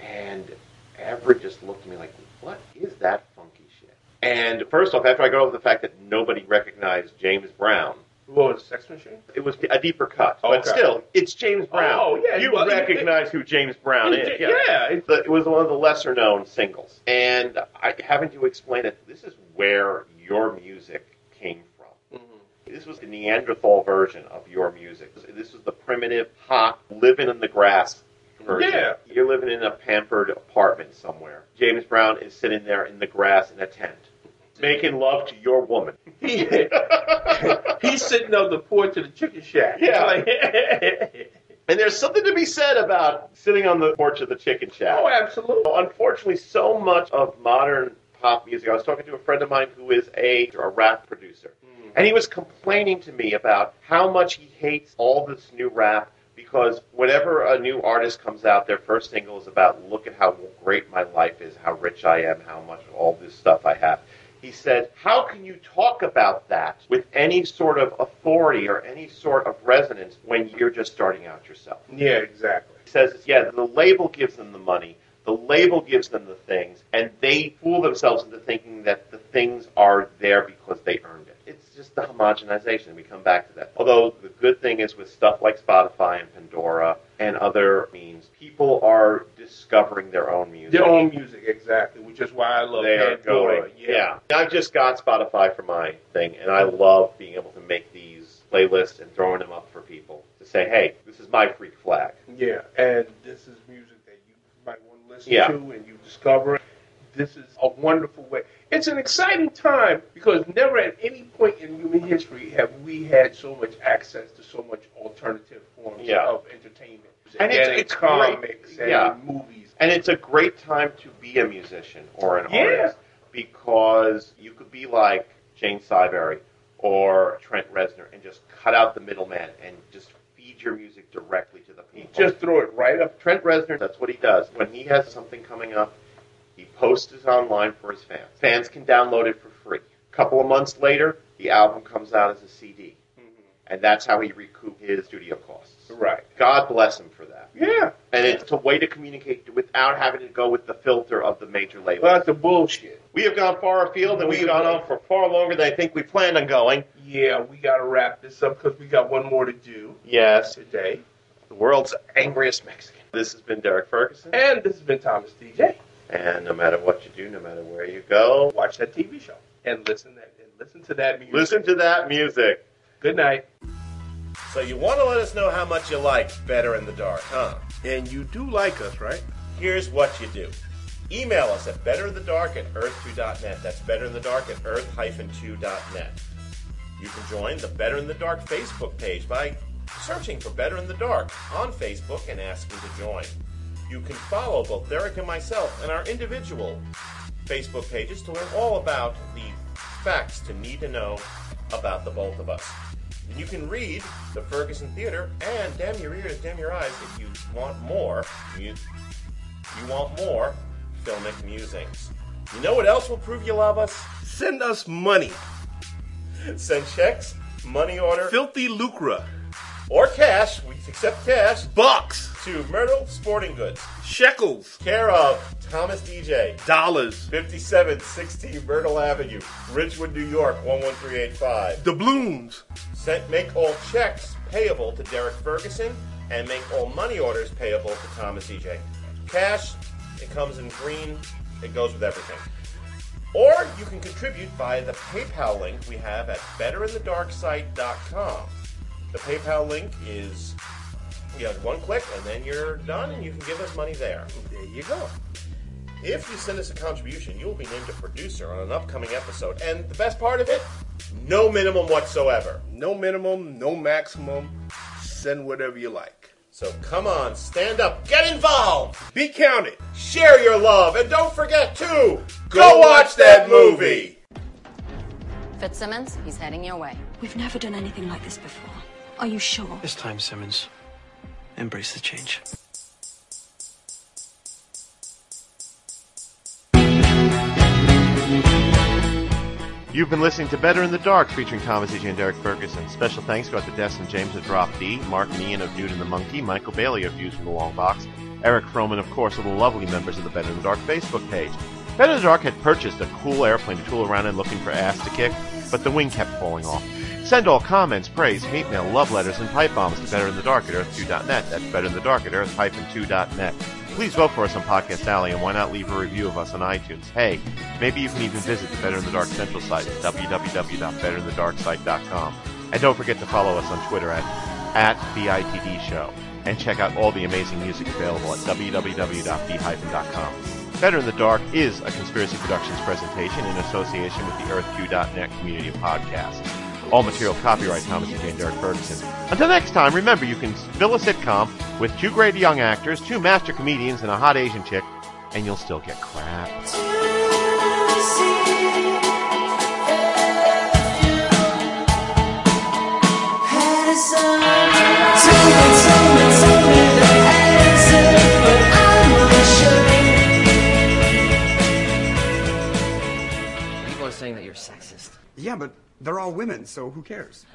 Speaker 2: and Everett just looked at me like, "What is that funky shit?" And first off, after I got over the fact that nobody recognized James Brown,
Speaker 8: What was it, Sex Machine?
Speaker 2: it was a deeper cut, but
Speaker 8: Okay.
Speaker 2: still, it's James Brown.
Speaker 8: Oh, yeah,
Speaker 2: you
Speaker 8: well, it-
Speaker 2: recognize who James Brown is?
Speaker 8: yeah. it-
Speaker 2: the- it was one of the lesser known singles. And I, having to explain it, this is where your music came from.
Speaker 8: Mm-hmm.
Speaker 2: This was the Neanderthal version of your music. This was the primitive, hot, living in the grass version.
Speaker 8: Yeah.
Speaker 2: You're living in a pampered apartment somewhere. James Brown is sitting there in the grass in a tent, making love to your woman.
Speaker 8: He, he's sitting on the porch of the chicken shack.
Speaker 2: Yeah.
Speaker 8: It's like-
Speaker 2: And there's something to be said about sitting on the porch of the chicken shack.
Speaker 8: oh, absolutely.
Speaker 2: Unfortunately, so much of modern pop music. I was talking to a friend of mine who is a, a rap producer, and he was complaining to me about how much he hates all this new rap because whenever a new artist comes out, their first single is about look at how great my life is, how rich I am, how much of all this stuff I have. He said, How can you talk about that with any sort of authority or any sort of resonance when you're just starting out yourself?
Speaker 8: Yeah, exactly.
Speaker 2: says, yeah, the label gives them the money, the label gives them the things, and they fool themselves into thinking that the things are there because they earned it. It's just the homogenization. We come back to that. Although the good thing is with stuff like Spotify and Pandora and other means, people are discovering their own music.
Speaker 8: Their own music, exactly, which is why I love
Speaker 2: They are
Speaker 8: Pandora.
Speaker 2: going. Yeah. I've just got Spotify for my thing, and I love being able to make these playlists and throwing them up for people to say, hey, this is my freak flag.
Speaker 8: Yeah, and this is music that you might want to listen
Speaker 2: Yeah.
Speaker 8: to and you discover. This is a wonderful way. It's an exciting time because never at any point in human history have we had so much access to so much alternative forms
Speaker 2: Yeah.
Speaker 8: of entertainment.
Speaker 2: And it's-
Speaker 8: in
Speaker 2: it's great.
Speaker 8: comics and
Speaker 2: Yeah.
Speaker 8: in movies.
Speaker 2: And it's a great time to be a musician or an
Speaker 8: Yeah.
Speaker 2: artist because you could be like Jane Syberry or Trent Reznor and just cut out the middleman and just feed your music directly to the
Speaker 8: You
Speaker 2: people.
Speaker 8: just throw it right up.
Speaker 2: Trent Reznor, that's what he does. When he has something coming up, he posts it online for his fans. Fans can download it for free. A couple of months later, the album comes out as a CD. And that's how he recouped his studio costs.
Speaker 8: Mm-hmm. Right.
Speaker 2: God bless him for that.
Speaker 8: Yeah.
Speaker 2: And it's a way to communicate without having to go with the filter of the major labels.
Speaker 8: Well, that's the bullshit.
Speaker 2: we have gone far afield and we've gone on for far longer than I think we planned on going.
Speaker 8: Yeah, we got to wrap this up because we got one more to do
Speaker 2: Yes.
Speaker 8: today.
Speaker 2: The world's angriest Mexican. This has been Derek Ferguson.
Speaker 8: And this has been Thomas DJ.
Speaker 2: And no matter what you do, no matter where you go,
Speaker 8: Watch that TV show and listen that and listen to that music.
Speaker 2: listen to that music.
Speaker 8: Good night.
Speaker 2: So you want to let us know how much you like Better in the Dark, huh?
Speaker 8: And you do like us, right?
Speaker 2: Here's what you do. Email us at betterinthedark at earth2.net. That's betterinthedark at earth-2.net. You can join the Better in the Dark Facebook page by searching for Better in the Dark on Facebook and asking to join. You can follow both Derek and myself and our individual Facebook pages to learn all about the facts to need to know about the both of us. And you can read the Ferguson Theater and Damn Your Ears, Damn Your Eyes if you want more. You, you want more filmic musings. You know what else will prove you love us?
Speaker 4: Send us money.
Speaker 2: Send checks, money order,
Speaker 4: Filthy Lucra.
Speaker 2: or cash. We accept cash
Speaker 4: Bucks.
Speaker 2: to Myrtle Sporting Goods,
Speaker 4: Shekels.
Speaker 2: care of Thomas DJ,
Speaker 4: Dollars.
Speaker 2: 5716 Myrtle Avenue, Ridgewood, New York 11385.
Speaker 4: Doubloons.
Speaker 2: Sent, make all checks payable to Derek Ferguson and make all money orders payable to Thomas DJ. Cash, it comes in green, it goes with everything. Or you can contribute via the PayPal link we have at betterinthedarksite.com. The PayPal link is you know, one click and then you're done and you can give us money there.
Speaker 8: There you go.
Speaker 2: If you send us a contribution, you will be named a producer on an upcoming episode. And the best part of it, no minimum whatsoever.
Speaker 4: No minimum, no maximum. Send whatever you like.
Speaker 2: So come on, stand up, get involved,
Speaker 4: Be counted.
Speaker 2: share your love, and don't forget to go,
Speaker 4: Go
Speaker 2: watch that movie.
Speaker 9: Fitzsimmons, he's heading your way.
Speaker 10: We've never done anything like this before. Are you sure?
Speaker 5: This time, Simmons, embrace the change.
Speaker 2: You've been listening to Better in the Dark featuring Thomas E. and Derek Ferguson. Special thanks go out to Destin James of Drop D, Mark and Ian of Dude and the Monkey, Michael Bailey of Views from the Long Box, Eric Froman, of course, are the lovely members of the Better in the Dark Facebook page. Better in the Dark had purchased a cool airplane to tool around in looking for ass to kick, but the wing kept falling off. Send all comments, praise, hate mail, love letters, and pipe bombs to Better in the Dark at earth2.net. That's Better in the Dark at earth-2.net. Please vote for us on Podcast Alley, and why not leave a review of us on iTunes? Hey, maybe you can even visit the Better in the Dark Central site at www.betterinthedarksite.com. And don't forget to follow us on Twitter at, at BITD Show. and check out all the amazing music available at www.b-com. Better in the Dark is a Conspiracy Productions presentation in association with the EarthQ.net community of podcasts. All material copyright Thomas and Jane Derek Ferguson. Until next time, remember you can fill a sitcom with two great young actors, two master comedians, and a hot Asian chick, and you'll still get crap.
Speaker 11: People are saying that you're sexist.
Speaker 12: Yeah, but they're all women, so who cares?